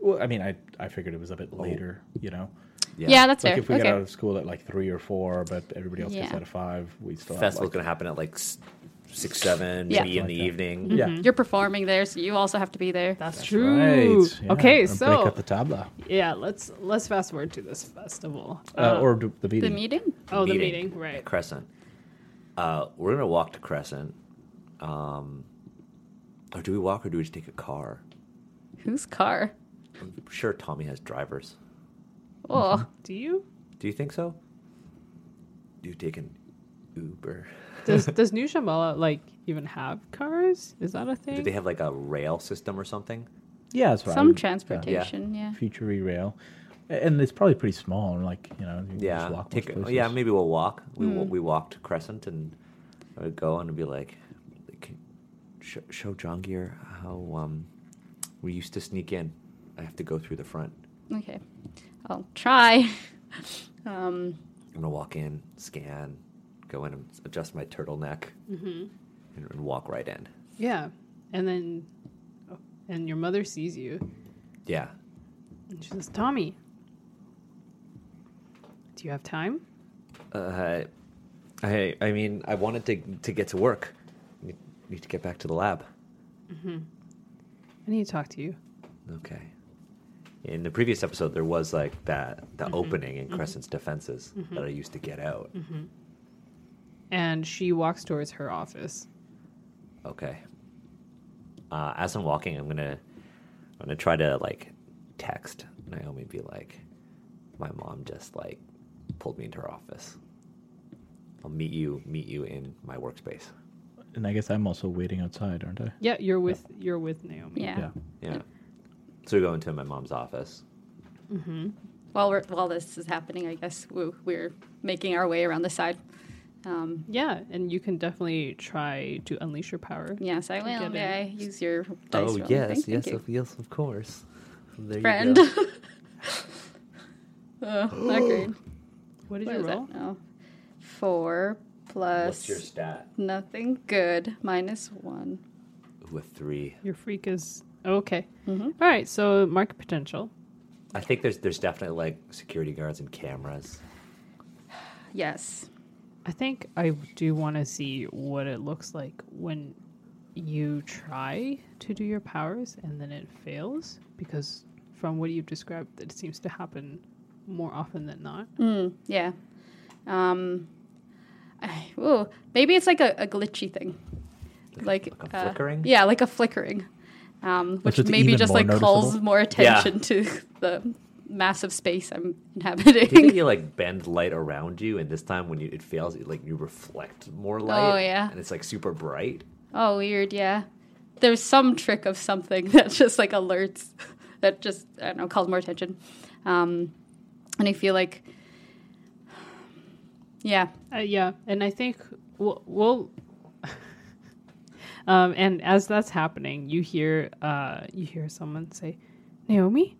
Well, I mean, I I figured it was a bit
Oh.
later, you know.
Yeah, that's
Like
fair.
if we
okay.
get out of school at like three or four, but everybody else gets
Yeah.
out of five, we still
festival's
have
gonna happen at like s- six, seven,
Yeah.
maybe in
Like
the
that.
evening.
like, yeah.
You're performing there, so you also have to be there.
That's,
Right.
true.
yeah,
Okay,
and break
so
up the tabla
yeah, let's let's fast forward to this festival.
uh, or d- the meeting.
Oh. The meeting?
oh, the meeting, right?
at Crescent. Uh, we're gonna walk to Crescent. Um, or do we walk or do we just take a car?
Whose car?
I'm sure Tommy has drivers.
Oh,
Do you?
Do you think so? Do you take an Uber?
Does does New Shambhala like even have cars? Is that a thing?
Do they have like a rail system or something?
Yeah, that's right.
some
Yeah.
transportation. Yeah.
Future rail, A- and it's probably pretty small. and Like you know, you can
Yeah,
just walk
take.
most
Yeah,
places. Mm-hmm.
maybe we'll walk. We wa- we walked to Crescent and I would go and be like, "Can- sh- show John Gear how um we used to sneak in. I have to go through the front.
Okay, I'll try. um,
I'm gonna walk in, scan, go in and adjust my turtleneck, and, and walk right in.
Yeah, and then, and your mother sees you,
Yeah.
and she says, "Tommy, do you have time?"
Uh, I I mean I wanted to to get to work. Ne- Need to get back to the lab.
I need to talk to you.
Okay. In the previous episode, there was like that the opening in Crescent's defenses that I used to get out.
And she walks towards her office.
Okay. uh, as I'm walking, I'm gonna I'm gonna try to like text Naomi, be like, my mom just like pulled me into her office. I'll meet you meet you in my workspace.
And I guess I'm also waiting outside, aren't I?
Yeah, you're with you're with Naomi.
Yeah.
Yeah.
Hmm.
Yeah. So we go into my mom's office.
While we're while this is happening, I guess we, we're making our way around the side. Um,
Yeah, and you can definitely try to unleash your power.
yes, I will.
get
May I
it.
use your dice roll? thing? Thank you.
of, Oh, yes, of course. There
friend.
You go.
oh, not great.
What did
What
you
is
roll?
that? No. Four
What's
plus
your stat?
nothing good minus one.
Ooh, a three.
Your freak is oh, okay.
Mm-hmm.
All right, so mark potential.
I think there's there's definitely like security guards and cameras.
Yes.
I think I do want to see what it looks like when you try to do your powers and then it fails because from what you've described it seems to happen more often than not.
Yeah. Um. I, ooh, maybe it's like a, a glitchy thing, like, uh,
like a flickering?
Yeah, like a flickering, um, which
it's
maybe
even
just
more
like calls
noticeable?
more attention to the massive space I'm inhabiting.
Didn't you like bend light around you, and this time when you, it fails, it, like you reflect more light.
Oh, yeah.
and it's like super bright.
Oh, weird. Yeah. There's some trick of something that just like alerts, that just, I don't know, calls more attention. Um, and I feel like, yeah.
Uh, yeah, and I think we'll. we'll um, and as that's happening, you hear uh, you hear someone say, "Naomi,"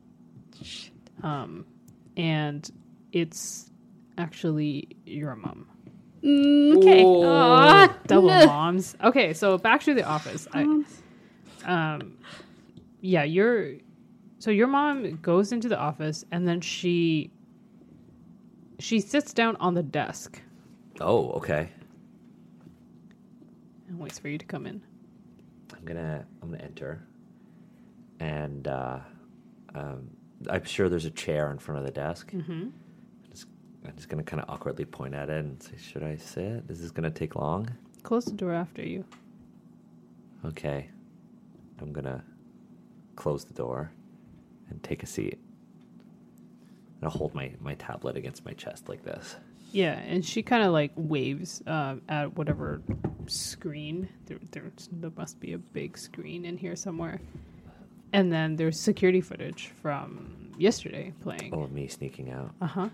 um, and it's actually your mom.
Mm, okay.
Ooh,
Aw.
double
Nah.
moms. Okay, so back to the office. I, um, yeah, your so your mom goes into the office and then she she sits down on the desk
Oh, okay.
and waits for you to come in.
I'm gonna I'm gonna enter, and uh, um, I'm sure there's a chair in front of the desk. Mm-hmm. I'm, just, I'm just gonna kind of awkwardly point at it and say, "Should I sit? Is this gonna take long?"
Close the door after you.
Okay, I'm gonna close the door and take a seat. And I'll hold my, my tablet against my chest like this.
Yeah, and she kind of like waves um, at whatever screen. There, there's, there must be a big screen in here somewhere. And then there's security footage from yesterday playing.
Oh, me sneaking out.
Uh huh.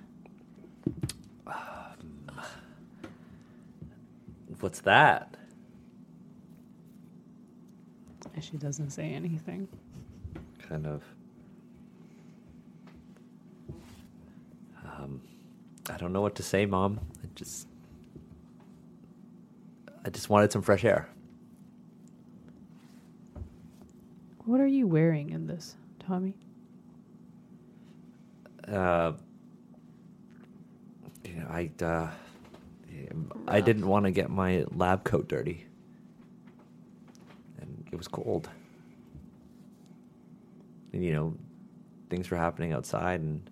What's that?
And she doesn't say anything.
Kind of. Um, I don't know what to say, Mom. I just. I just wanted some fresh air.
What are you wearing in this, Tommy?
Uh, you know, I uh, I didn't want to get my lab coat dirty, and it was cold. And you know, things were happening outside, and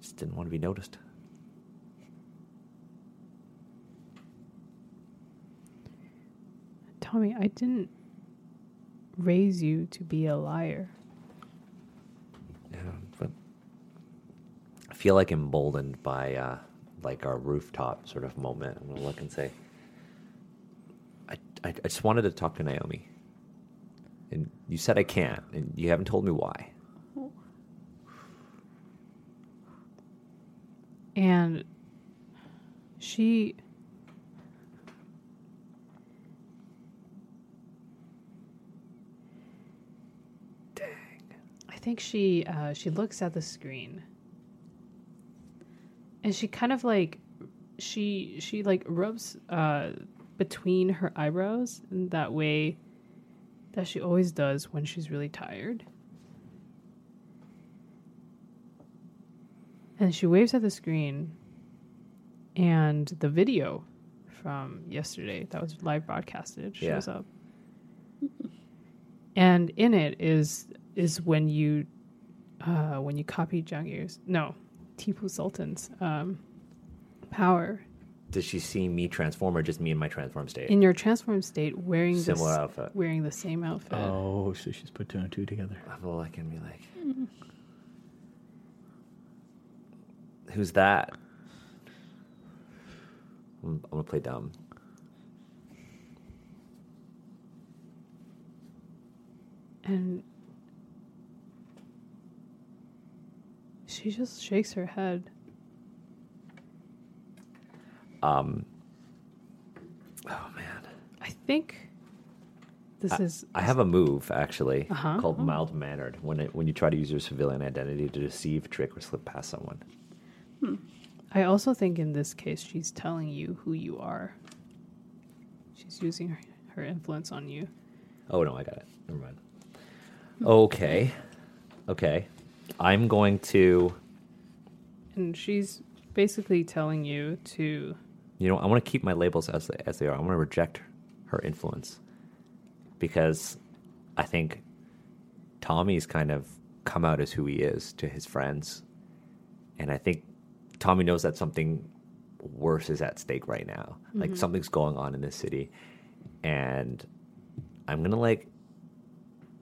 just didn't want to be noticed.
Tommy, I didn't raise you to be a liar.
Yeah, but I feel like emboldened by uh, like our rooftop sort of moment. I'm gonna look and say, I, I, I just wanted to talk to Naomi, and you said I can't, and you haven't told me why.
And she. Dang. I think she uh, she looks at the screen, and she kind of like she she like rubs uh, between her eyebrows in that way that she always does when she's really tired. And she waves at the screen, and the video from yesterday that was live broadcasted
Yeah.
shows up. And in it is is when you uh, when you copy Jangir's no Tipu Sultan's um, power
does she see me transform or just me in my transform state?
in your transform state wearing
Similar
this,
outfit.
wearing the same outfit.
Oh, so she's put two and two together.
I will look and be like, "Who's that?" I'm, I'm gonna play dumb.
And she just shakes her head.
Um, Oh man,
I think this is
I have a move actually
Uh-huh.
called mild mannered. When it, when you try to use your civilian identity to deceive, trick, or slip past someone.
I also think in this case she's telling you who you are. She's using her, her influence on you.
Oh no, I got it. Never mind. Okay, okay, I'm going to.
And she's basically telling you to
You know, I want to keep my labels as they, as they are. I want to reject her influence because I think Tommy's kind of come out as who he is to his friends, and I think Tommy knows that something worse is at stake right now. Like something's going on in this city, and I'm gonna like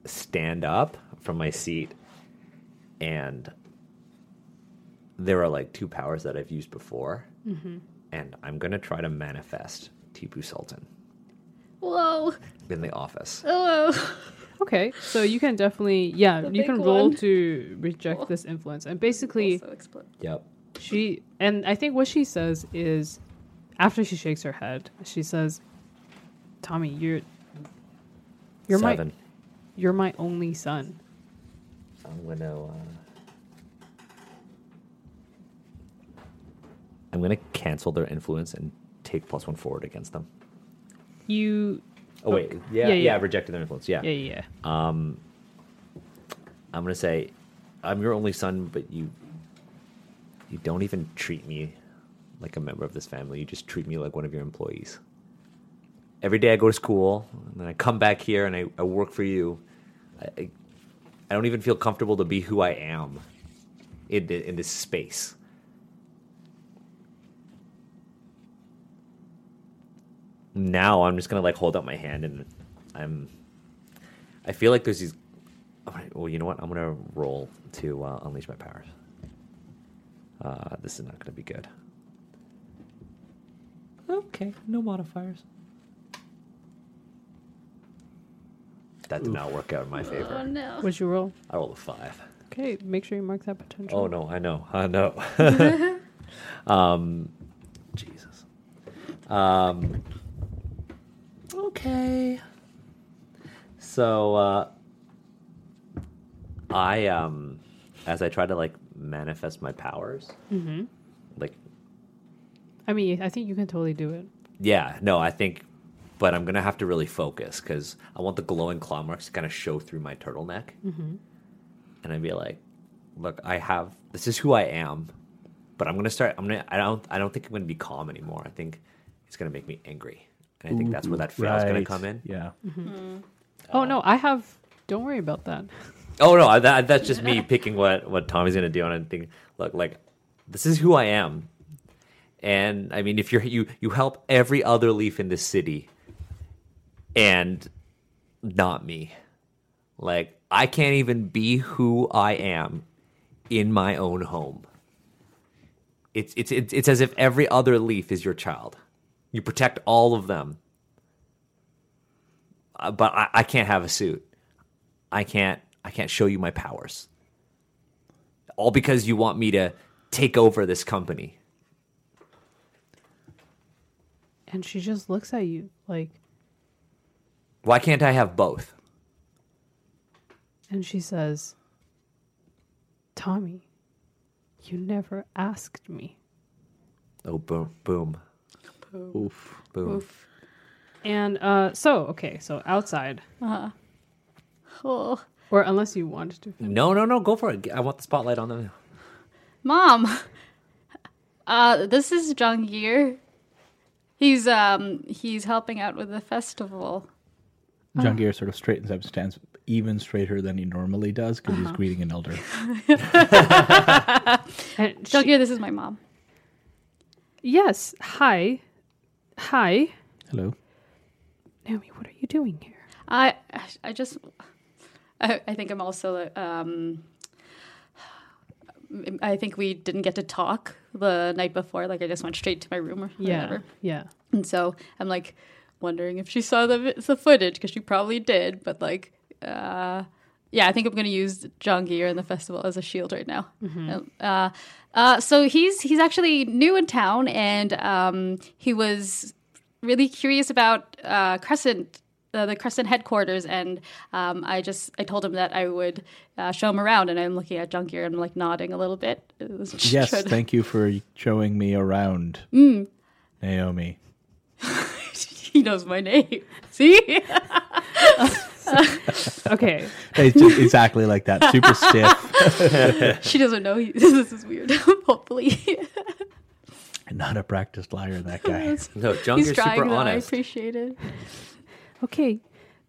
stand up from my seat, and there are like two powers that I've used before and I'm gonna try to manifest Tipu Sultan
Whoa.
in the office.
Oh.
Okay, so you can definitely yeah,
The
you can
big
roll
one.
to reject this influence. And basically
Also explode.
Yep.
She and I think what she says is after she shakes her head, she says, "Tommy, you're you're
Seven.
my you're my only son."
I'm gonna. Uh... I'm gonna cancel their influence and take plus one forward against them.
You
Oh wait, yeah, yeah,
Yeah, yeah.
I've rejected their influence. Yeah.
yeah, yeah. yeah.
I'm gonna say, I'm your only son, but you, you don't even treat me like a member of this family. You just treat me like one of your employees. Every day I go to school, and then I come back here and I, I work for you. I, I, I don't even feel comfortable to be who I am in the, in this space. Now I'm just gonna like hold up my hand and I'm. I feel like there's these all right, well, you know what? I'm gonna roll to uh, unleash my powers. Uh, this is not gonna be good. Okay, no modifiers. That did not work out in my favor.
Oh no.
What'd you roll?
I rolled a five.
Okay, make sure you mark that potential.
Oh no, I know, I know. um, Jesus. Um, okay. So uh, I um, as I try to like manifest my powers,
Mm-hmm.
like
I mean, I think you can totally do it.
yeah, no, I think, but I'm gonna have to really focus because I want the glowing claw marks to kind of show through my turtleneck, and I'd be like, "Look, I have this is who I am, but I'm gonna start. I'm gonna. I don't. I don't think I'm gonna be calm anymore. I think it's gonna make me angry, and I think that's where that fail is gonna
Right,
come in.
Yeah.
oh no, I have. Don't worry about that.
Oh no, I- that, that's just me picking what what Tommy's gonna do, and I think, look, like this is who I am, and I mean, if you're you you help every other leaf in this city, and not me, like I can't even be who I am in my own home. It's it's it's, it's as if every other leaf is your child. You protect all of them, Uh, but I, I can't have a suit. I can't I can't show you my powers. All because you want me to take over this company.
And she just looks at you like,
Why can't I have both?
and she says, "Tommy, you never asked me."
Oh boom boom
Oof.
boom.
And uh, so okay, so outside,
Oh.
or unless you want to
No no no go for it. I want the spotlight on them.
Mom, uh, this is Zhang Yir. He's um he's helping out with the festival. Uh-huh.
John Gear sort of straightens up, stands even straighter than he normally does because
Uh-huh.
he's greeting an elder.
And
Zhang
she,
Yir, this is my mom.
Yes. Hi. Hi.
Hello.
Naomi, what are you doing here?
I I just I, I think I'm also um I think we didn't get to talk the night before. Like I just went straight to my room or whatever.
Yeah.
And so I'm like wondering if she saw the vi- the footage because she probably did. But like, uh, yeah, I think I'm gonna use John Gear in the festival as a shield right now. Um, Uh, uh, so he's he's actually new in town, and um, he was really curious about uh, Crescent. Uh, the Crescent headquarters, and um, I just I told him that I would uh, show him around, and I'm looking at Junkier and I'm like nodding a little bit.
Yes,
Trying to-
thank you for showing me around, Naomi.
he knows my name. See,
Okay.
It's just exactly like that, super stiff,
She doesn't know. He, this is weird. Hopefully,
not a practiced liar. That guy.
No,
he's
Junger's
trying.
super
Though. I
honest.
appreciate it.
Okay.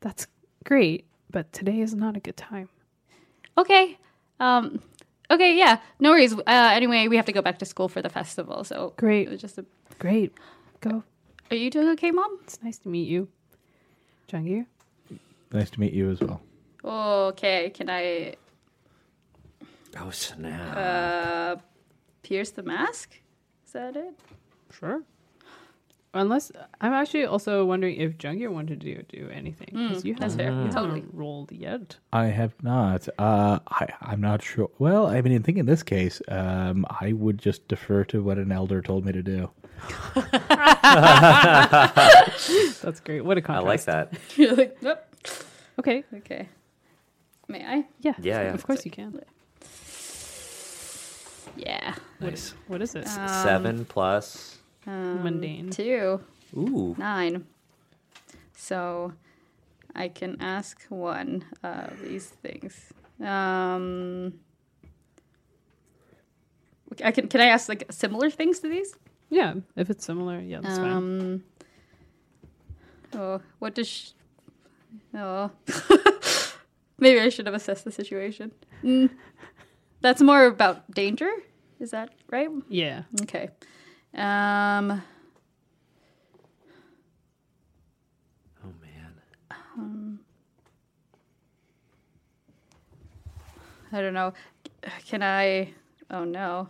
That's great, but today is not a good time.
Okay. Um. Okay. Yeah. No worries. Uh, anyway, we have to go back to school for the festival. So
Great.
It was just. A,
Great. Go.
are you doing okay, mom?
It's nice to meet you. Jungir?
nice to meet you as well.
Okay. Can I
oh snap!
uh, pierce the mask? Is that it?
Sure. Unless I'm actually also wondering if Jungir wanted to do, do anything. 'cause you
Hmm, that's
haven't
fair.
you haven't
Totally.
rolled yet.
I have not. Uh, I, I'm not sure. Well, I mean, I think in this case, um, I would just defer to what an elder told me to do.
That's great. What a
I
contrast.
like that.
You're like, nope.
Okay.
Okay. May I?
Yeah.
Yeah, yeah.
Of course you can.
Yeah.
Nice.
What is it?
Seven plus.
Um,
Mundane.
Mm.
Two.
Ooh.
Nine. So I can ask one of these things. Um, I can can I ask like similar things to these?
Yeah. If it's similar, yeah, that's fine.
Um, oh, what does? Sh- oh, maybe I should have assessed the situation. Mm, that's more about danger. Is that right?
Yeah.
Okay. Um,
Oh man.
I don't know. Can I? Oh no.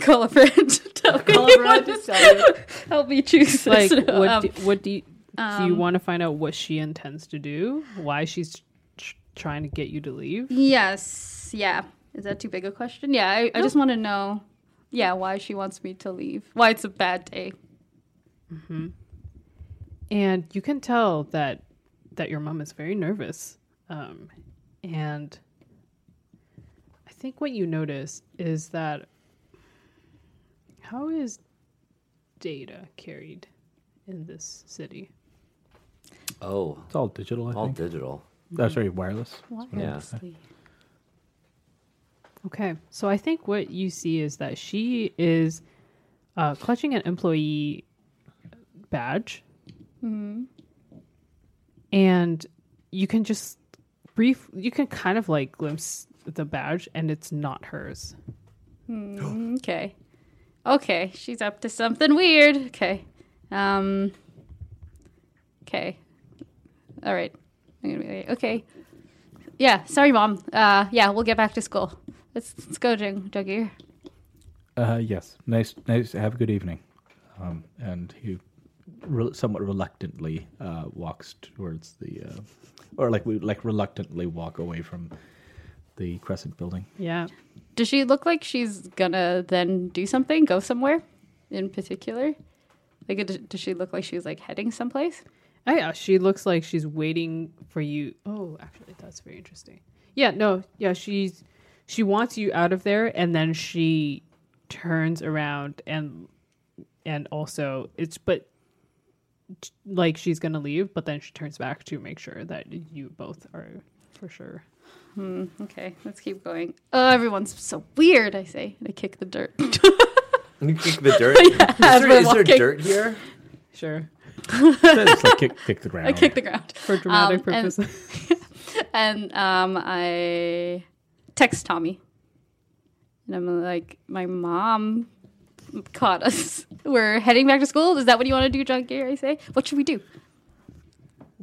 Call a friend. Tell me
Call a
what
friend,
is-
tell
Help me choose.
Like
this.
what
Um,
do, what do you do you
um,
want to find out what she intends to do? Why she's tr- trying to get you to leave?
yes. Yeah. Is that too big a question? Yeah. I, I just want to know. Yeah. Why she wants me to leave? Why it's a bad day?
and you can tell that that your mom is very nervous um, and i think what you notice is that how is data carried in this city
Oh,
It's all digital, I
all
think.
digital.
oh, sorry, wireless.
Yeah.
okay so i think what you see is that she is uh, clutching an employee badge and you can just brief you can kind of like glimpse the badge and it's not hers
Okay. Okay. She's up to something weird. Okay. Um. Okay. All right. I'm gonna be like, okay. Yeah. Sorry, mom. Uh. Yeah. We'll get back to school. Let's let's go, Jung Jungier.
Uh, yes. Nice. Nice. Have a good evening. Um, and he re- somewhat reluctantly uh, walks towards the, uh, or like we like reluctantly walk away from the Crescent Building.
yeah
Does she look like she's gonna then do something? Go somewhere, in particular? Like, d- does she look like she's like heading someplace?
Oh yeah, she looks like she's waiting for you. Oh, actually, that's very interesting. Yeah, no, yeah, she's she wants you out of there, and then she turns around and and also it's but like she's gonna leave, but then she turns back to make sure that you both are for sure.
Okay. Let's keep going. Oh, everyone's so weird. I say. And I kick the dirt.
You kick the dirt.
as
is there,
we're
is there
walking.
dirt here?
Sure,
Just like kick, kick the
Oh,
ground.
I kick the ground.
for dramatic
Um, and-
purposes.
and um, I text Tommy, and I'm like, my mom caught us. We're heading back to school. Is that what you want to do, John Gary? I say, what should we do?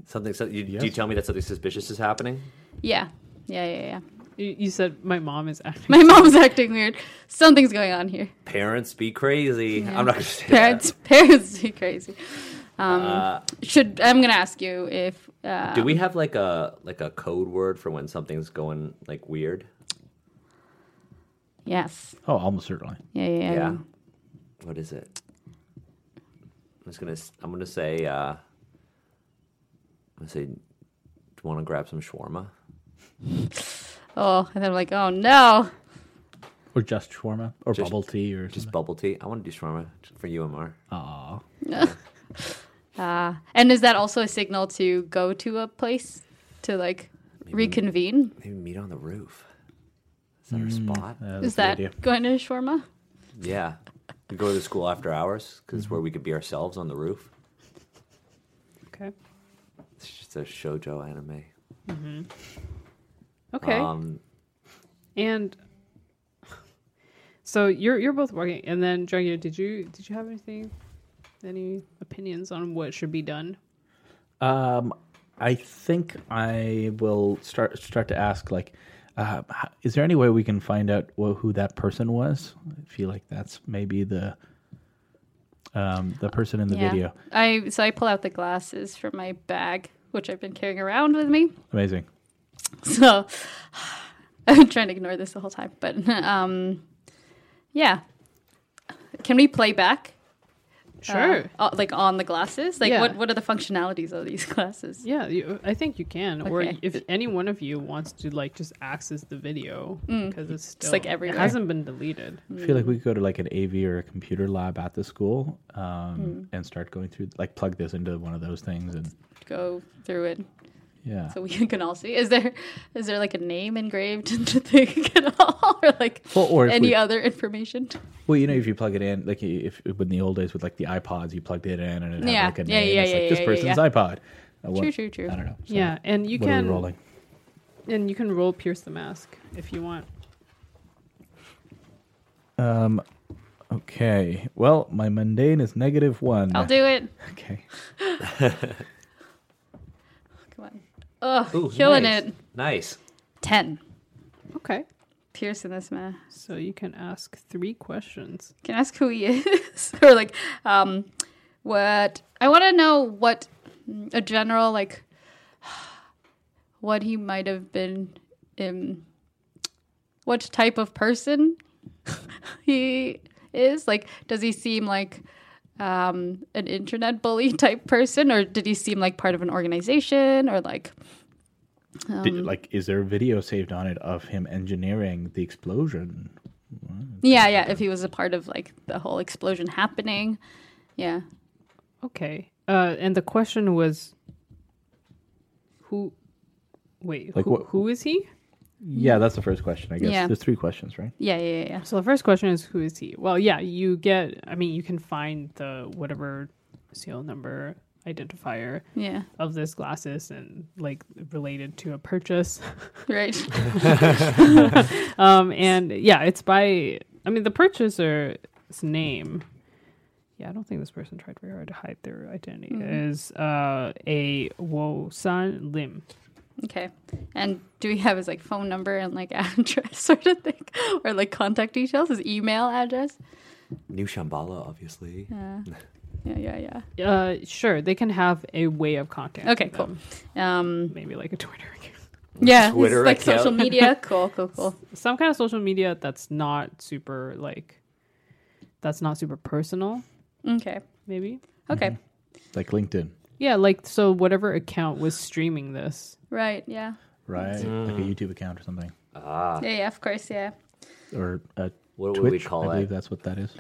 Something. So you,
Yes.
Do you tell me that something suspicious is happening?
Yeah, yeah, yeah, yeah.
You, you said my mom is acting.
My mom's acting weird. Something's going on here.
Parents be crazy. I'm not going to say
Parents, parents do crazy.
that.
Um,
Uh,
Should I'm gonna ask you if uh,
do we have like a like a code word for when something's going like weird?
Yes.
Oh, almost certainly.
Yeah, yeah, yeah.
Yeah. What is it? I'm just gonna. s- I'm gonna say. Uh, I'm gonna say. Do you want to grab some shawarma?
Oh, and then I'm like, oh no.
Or just shawarma, or
Just-
bubble tea, or
Just
just.
bubble tea. I want to do shawarma for UMR.
Aw.
Uh, and is that also a signal to go to a place to like reconvene?
Maybe meet on the roof. Is that our spot?
Uh, that's
Is
a good
that
idea.
going to shawarma?
Yeah. We go to the school after hours because where we could be ourselves on the roof.
Okay.
It's just a shoujo anime.
Okay.
Um,
and so you're you're both working, and then Dragon, did you did you have anything, any opinions on what should be done?
Um, I think I will start start to ask like, uh, h- is there any way we can find out wh- who that person was? I feel like that's maybe the um, the person in the video.
I so I pull out the glasses from my bag, which I've been carrying around with me.
Amazing.
So I've been trying to ignore this the whole time, but um, yeah. Can we play back? uh,
Sure.
o- like on the glasses. Like
Yeah.
what? What are the functionalities of these glasses?
Yeah, you, I think you can. Or
Okay.
if any one of you wants to like just access the video because it's still
Mm. like,
It
everywhere.
hasn't been deleted.
I feel like
Hmm.
we could go to like an AV or a computer lab at the school um,
Hmm.
and start going through like plug this into one of those things and
Go through it
yeah.
so we can all see. Is there is there like a name engraved into the thing at all, or like
Well, or if
any
we-
other information?
Well, you know, if you plug it in, like if in the old days with like the iPods, you plugged it in and it had
Yeah.
like a
Yeah,
name.
yeah,
it's
yeah,
like this
yeah, yeah,
person's
yeah.
iPod. Uh, what-
True, true, true.
I don't know. So
yeah, and you
what are we
can
rolling?
and you can roll pierce the mask if you want.
Okay. Well, my mundane is negative one.
I'll do it.
Okay.
Come on. Ugh,
ooh,
killing
nice.
it.
Nice.
Ten.
Okay,
Pierce in this man.
so you can ask three questions.
Can I ask who he is, or like, um, what? I want to know what a general like, what he might have been, um, what type of person he is. Like, does he seem like um, an internet bully type person, or did he seem like part of an organization, or like,
Did,
Um,
like, is there a video saved on it of him engineering the explosion?
yeah, yeah, if he was a part of like the whole explosion happening, yeah.
Okay, uh, and the question was, who? Wait,
Like
who,
what-
who is he?
Yeah, that's the first question. I guess
Yeah.
there's three questions, right?
Yeah, yeah, yeah, yeah.
So the first question is who is he? Well, yeah, you get. I mean, you can find the whatever seal number identifier
yeah.
of this glasses and like related to a purchase.
Right.
Um, and yeah, it's by. I mean, the purchaser's name. Yeah, I don't think this person tried very hard to hide their identity. Is uh, a Wosan Lim.
Okay. And do we have his like phone number and like address sort of thing? Or like contact details, his email address?
New Shambhala, obviously.
Yeah. Yeah, yeah, yeah.
Uh, sure, they can have a way of contact.
Okay, cool. Um
Maybe like a Twitter account.
yeah, his,
Twitter
like
account.
social media. Cool, cool, cool.
some kind of social media that's not super like that's not super personal
Okay.
maybe
Okay.
Like LinkedIn,
yeah like so whatever account was streaming this
Right, yeah.
right? Like a YouTube account or something,
Ah,
Yeah, yeah, of course, yeah.
or a
What
Twitch.
would we call
I believe
it?
that's what that is.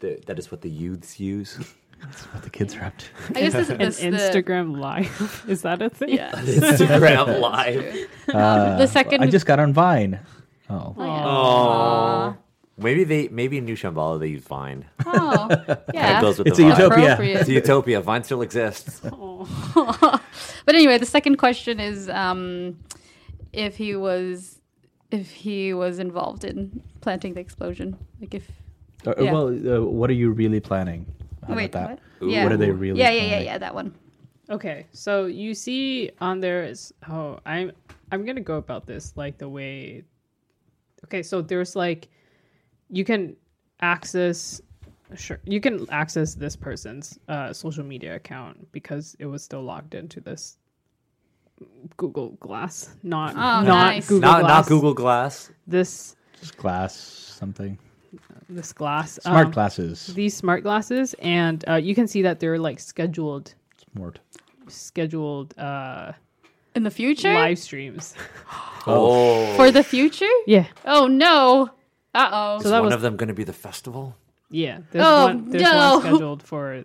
Th- that is what the youths use.
That's what the kids are up to.
I guess this,
an
this the-
instagram live is that a thing
Yeah.
Instagram live.
Um, the second
I just got on Vine. Oh,
oh, yeah.
Oh. Maybe they. Maybe in New Shambhala they use Vine.
Oh, yeah.
That goes with
it's a
the vibe.
utopia.
Appropriate.
It's a utopia. Vine still exists.
But anyway, the second question is um, if he was if he was involved in planting the explosion, like if
Or-
Yeah.
Well, uh, what are you really planning? How about
Wait,
that?
what? Yeah.
What are they really?
yeah, yeah,
planning?
yeah, yeah, that one.
Okay, so you see on there is oh I'm I'm gonna go about this like the way. Okay, so there's like, you can access, sure you can access this person's uh, social media account because it was still logged into this Google Glass, not not
nice.
Google
not
Glass,
not Google Glass.
this
Just glass something.
Uh-huh.
this glass
Smart
um,
glasses.
these smart glasses, and uh, you can see that they're like scheduled
Smart.
scheduled uh,
In the future?
live streams.
Oh,
For the future?
yeah.
Oh no. Uh oh.
is
that
one
was-
of them going to be the festival?
Yeah, there's
Oh,
one. There's
no.
one scheduled for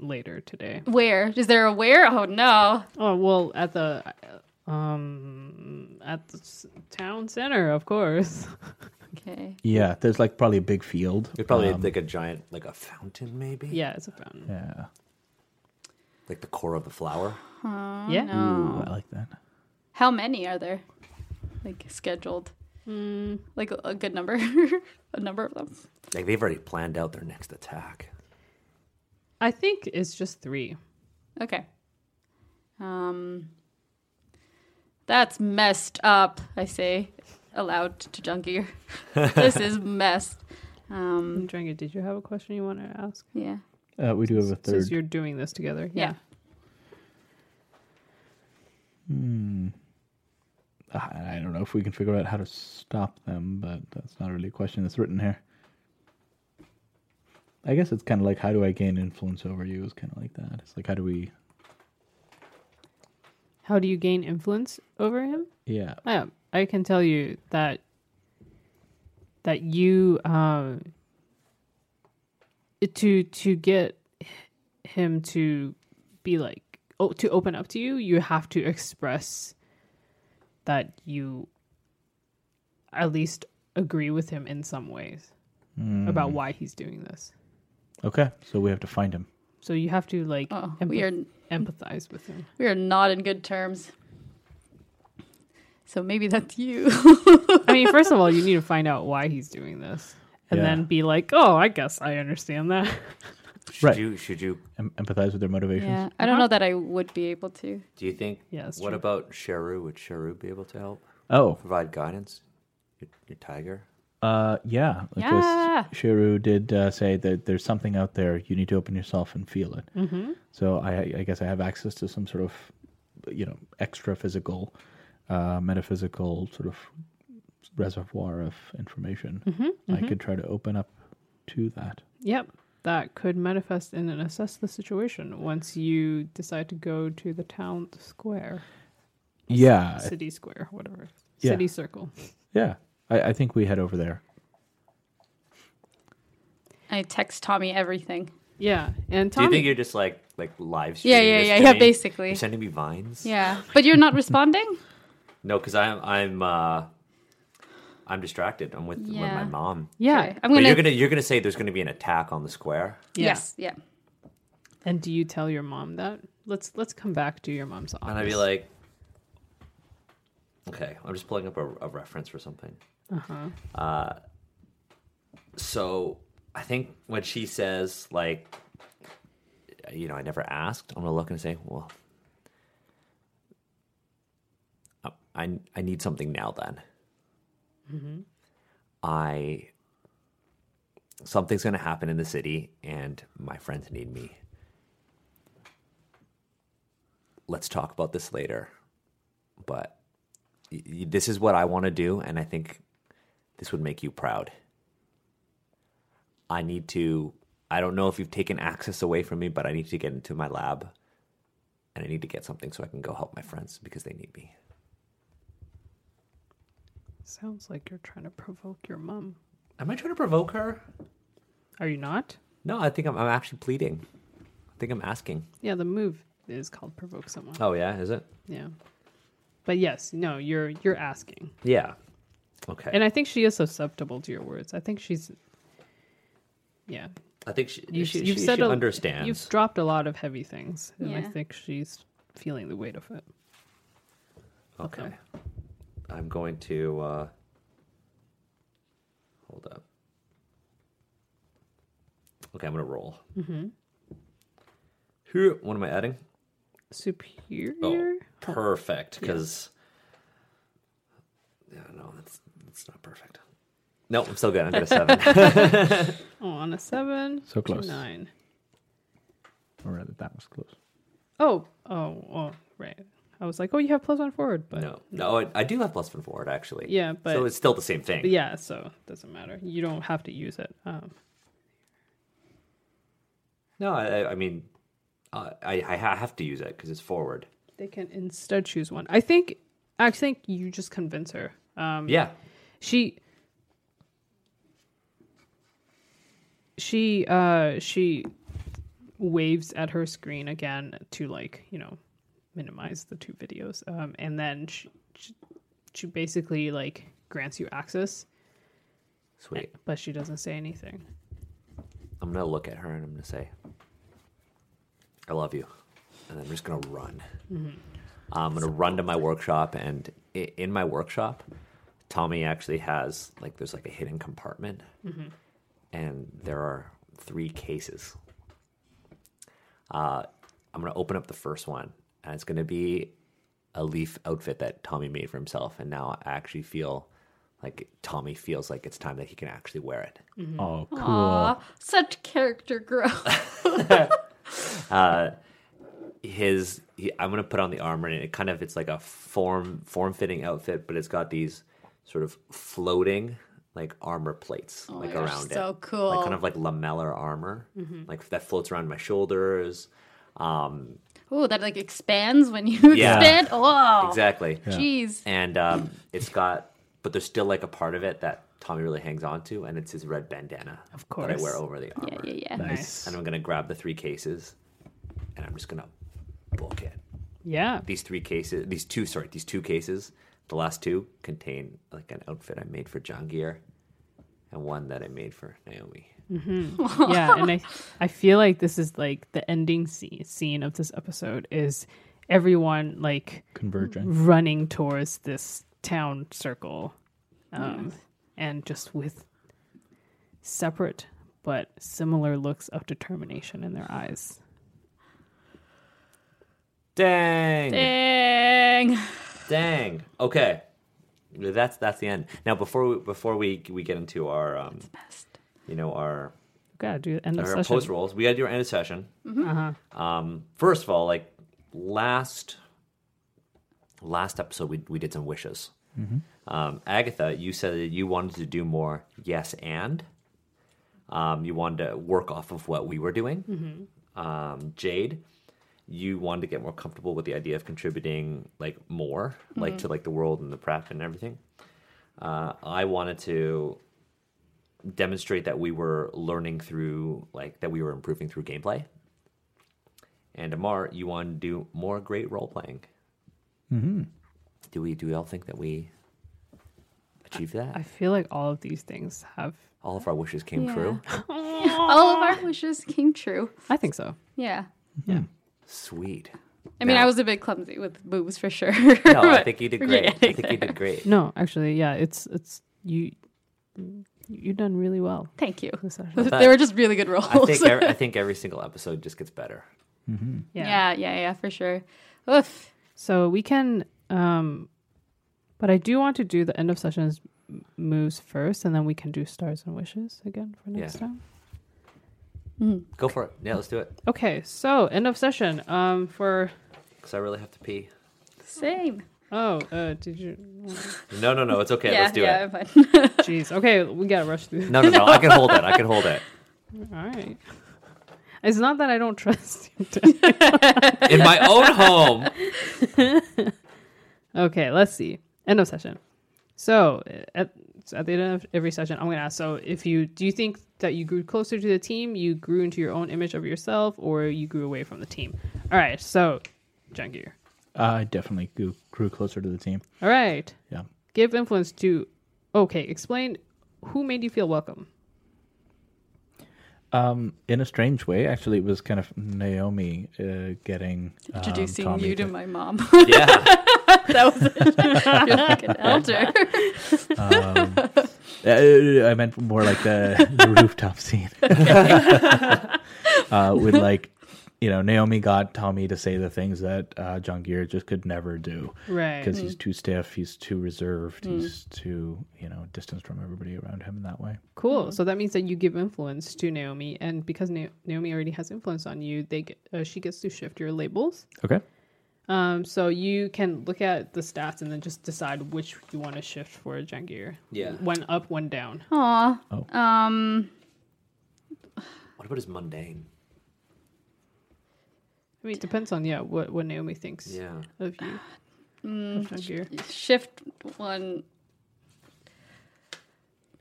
later today.
where? Is there a where? Oh no.
Oh well, at the uh, um at the s- town center, of course.
Okay.
Yeah, there's like probably a big field.
It's probably
Um,
like a giant, like a fountain, maybe.
yeah, it's a fountain.
yeah.
Like the core of the flower.
yeah,
Ooh, I like that.
How many are there? Like scheduled? Like a, a good number? a number of them?
Like they've already planned out their next attack.
I think it's just three.
Okay. Um, that's messed up. I say aloud to Junkier. this is messed. Um,
Drango, did you have a question you want to ask?
yeah.
Uh, we do have a
Since
third.
you're doing this together,
Yeah.
yeah.
Hmm. I I don't know if we can figure out how to stop them, but that's not really a question that's written here. I guess it's kind of like how do I gain influence over you? Is kind of like that. It's like how do we?
How do you gain influence over him?
Yeah,
Yeah, I can tell you that that you um to to get him to be like oh to open up to you, you have to express that you at least agree with him in some ways about why he's doing this.
Hmm. Okay, so we have to find him.
So you have to like
Oh,
empath-
we are
empathize with him.
we are not in good terms. So maybe that's you.
I mean, first of all, you need to find out why he's doing this. And
Yeah.
then be like, oh, I guess I understand that.
Should
Right.
you? Should you?
Em- empathize with their motivations.
yeah. I don't know that I would be able to.
Do you think?
Yeah, that's
What
true.
about Sheru? Would Sheru be able to help
Oh,
provide guidance? Your, your tiger.
uh, yeah. Like
Yeah.
This, Shiru did uh, say that there's something out there. You need to open yourself and feel it. Mm-hmm. So I, I guess I have access to some sort of, you know, extra physical, uh, metaphysical sort of reservoir of information. I could try to open up to that.
Yep. That could manifest in and assess the situation once you decide to go to the town square,
Yeah,
city square, whatever.
Yeah.
City circle.
yeah. I, I think we head over there.
I text Tommy everything.
Yeah. And
Do you
Tommy
think you're just like like live
Yeah,
streaming
yeah,
this
yeah,
to
yeah,
me?
basically.
You're sending me vines.
Yeah. But you're not responding?
No, because I'm I'm uh I'm distracted. I'm with, with
Yeah.
my mom.
Yeah.
Okay. I'm
But
gonna,
you're gonna you're gonna say there's gonna be an attack on the square.
Yeah.
Yes, yeah.
And do you tell your mom that? Let's let's come back to your mom's office.
And I'd be like, okay, I'm just pulling up a, a reference for something. Uh-huh. So I think when she says, like, you know, I never asked, I'm going to look and say, well, I- I, I need something now then. I. Something's going to happen in the city, and my friends need me let's talk about this later. But y- y- this is what I want to do, and I think this would make you proud. I need to. I don't know if you've taken access away from me, but I need to get into my lab, and I need to get something so I can go help my friends because they need me.
Sounds like you're trying to provoke your mom.
Am I trying to provoke her?
Are you not?
No, I think I'm, I'm actually pleading. I think I'm asking.
Yeah, the move is called provoke someone.
Oh yeah, is it?
Yeah. But yes, no, you're you're asking.
Yeah. Okay.
And I think she is susceptible to your words. I think she's yeah,
I think she,
you,
she,
you've
she-
said
she
a-
understands.
You've dropped a lot of heavy things, and I
Yeah.
think she's feeling the weight of
Oh.
it.
Okay.
them.
I'm going to uh, hold up. Okay, I'm gonna roll.
Mm-hmm.
Here, what am I adding?
Superior.
Oh, perfect. Because yeah, no, that's that's not perfect. No, I'm still good. I'm good at seven.
Oh, on a seven.
So
to
close.
nine.
Or rather, that was close.
Oh, oh, oh, right. I was like, oh, you have plus one forward, but
no, no, I, I do have plus one forward actually.
Yeah, but-
so it's still the same thing.
but yeah, so it doesn't matter. You don't have to use it. Um,
No, I, I- I mean, uh, I I ha- have to use it because it's forward.
they can instead choose one. I think. I think you just convince her. Um,
Yeah,
she she uh she waves at her screen again to like you know minimize the two videos um and then she she, she basically like grants you access
sweet.
but she doesn't say anything
I'm gonna look at her and I'm gonna say, "I love you," and I'm just gonna run. I'm gonna run to my workshop, and i- in my workshop, Tommy actually has like there's like a hidden compartment, and there are three cases. Uh, I'm gonna open up the first one, and it's gonna be a leaf outfit that Tommy made for himself, and now I actually feel like Tommy feels like it's time that he can actually wear it.
Oh, cool.
Aw, such character growth.
his he, i'm going to put on the armor and it kind of it's like a form form fitting outfit but it's got these sort of floating like armor plates
Oh my
like
gosh,
around
so
it
cool. Mm-hmm.
like kind of like lamellar armor like that floats around my shoulders um
Ooh, that like expands when you
Yeah.
expand. Oh,
exactly
Jeez.
and um it's got but there's still like a part of it that tommy really hangs on to and it's his red bandana of that i
course.
wear over the armor
Yeah, yeah, yeah.
nice
and i'm going to grab the three cases and i'm just going to book it
yeah
these three cases, these two, sorry, these two cases, the last two contain like an outfit I made for Jahangir and one that I made for Naomi.
yeah and i i feel like this is like the ending scene, scene of this episode is everyone like Mm-hmm.
Converging.
running towards this town circle um, and just with separate but similar looks of determination in their eyes
Dang. Dang.
Dang.
Okay. That's that's the end. Now before we before we we get into our um
Best.
you know our
gotta do end of
our
session Mm-hmm.
post rolls, we gotta do our end of session. Um first of all, like last last episode we we did some wishes.
Mm-hmm.
Um, Agatha, you said that you wanted to do more yes and. Um, you wanted to work off of what we were doing. Um, Jade, you wanted to get more comfortable with the idea of contributing like more,
Mm-hmm.
like to like the world and the prep and everything. Uh, I wanted to demonstrate that we were learning through like that we were improving through gameplay. And Amar, you want to do more great role playing. Do we do we all think that we achieved that?
i feel like all of these things have
all of our wishes came
Yeah.
true.
All of our wishes came true.
i think so
Yeah.
Sweet.
I mean,
Now-
I was a bit clumsy with boobs for sure.
No, I think you did great. I think you did great.
no actually yeah it's it's you you've done really well
Thank you.
this session
they were just really good roles.
I think every, I think every single episode just gets better.
yeah.
yeah, yeah, yeah, for sure. Oof.
so we can um but i do want to do the end of sessions m- moves first and then we can do stars and wishes again for next
Yeah.
time
Mm,
Go for it. Yeah, let's do it.
Okay, so end of session. Um, for
Because I really have to pee.
Same.
oh, uh, did you?
No, no, no. It's okay.
yeah,
let's do
yeah,
it.
I'm fine.
Jeez. Okay, we gotta rush through.
No, no, no. I can hold it. I can hold it.
All right. It's not that I don't trust you. Dan.
In my own home.
okay, let's see. End of session. So uh, at so at the end of every session, I'm gonna ask. So if you do you think that you grew closer to the team, you grew into your own image of yourself, or you grew away from the team? All right. So, Jungir.
I definitely grew, grew closer to the team.
All right.
Yeah.
Give influence to. Okay, explain who made you feel welcome.
Um, in a strange way, actually, it was kind of Naomi uh, getting um,
Introducing
Tommy
you to my mom.
Yeah.
that was it. You're like an elder.
um, Uh, I meant more like the, the rooftop scene. uh, with like, you know, Naomi got Tommy to say the things that uh, John Gear just could never do.
Right.
Because he's too stiff, he's too reserved, he's too, you know, distanced from everybody around him in that way.
Mm-hmm.
Cool. So that means that you give influence to Naomi, and because Na- Naomi already has influence on you, they get, uh, she gets to shift your labels.
Okay.
Um, so you can look at the stats and then just decide which you want to shift for Jangir.
Yeah.
One up, one down.
Aw.
Oh.
Um,
What about his mundane?
I mean, it depends on yeah what what Naomi thinks
Yeah.
of you.
Oh.
mm.
of Jangir.
shift one.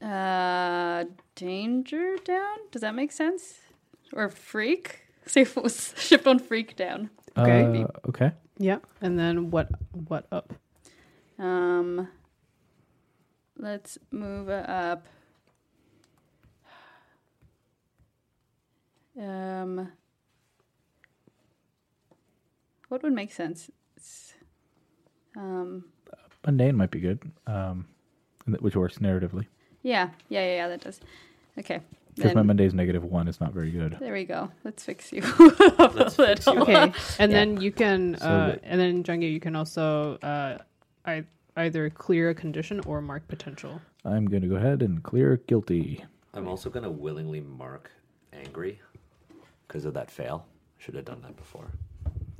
Uh, danger down. Does that make sense? Or freak? Say f- shift one freak down.
Okay.
Uh, okay.
Yeah. And then what what up?
Um, let's move up. Um, what would make sense? It's, um,
Mundane might be good, um, and that- which works narratively.
yeah, yeah, yeah, yeah, that does. Okay.
Because
Then,
my Monday's negative one is not very good.
there we go. Let's fix you. a little.
Okay. And then you can uh,
that-
and then Jangir, you can also uh, I, either clear a condition or mark potential.
I'm going to go ahead and clear guilty.
I'm also gonna willingly mark angry because of that fail. Should have done that before.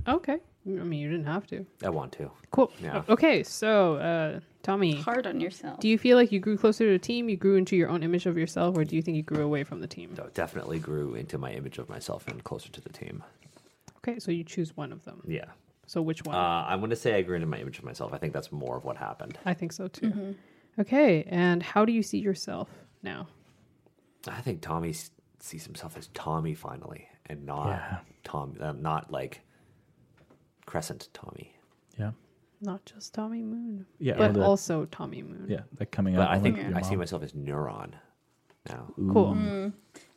Okay. I mean, you didn't have to.
I want to.
Cool.
Yeah.
O- Okay, so uh, Tommy,
Hard on yourself.
do you feel like you grew closer to the team? You grew into your own image of yourself, or do you think you grew away from the team?
So it definitely grew into my image of myself and closer to the team.
Okay, so you choose one of them.
Yeah.
So which one?
Uh, I'm gonna say I grew into my image of myself. I think that's more of what happened.
I think so too. Okay, and how do you see yourself now?
I think Tommy s- sees himself as Tommy finally, and not
Yeah.
Tom, uh, not like Crescent Tommy.
Yeah.
Not just Tommy Moon,
Yeah,
but
or the-
also Tommy Moon.
Yeah. That coming
But
out.
I
moment
think
with your
I see
mom.
myself as Neuron now.
Cool.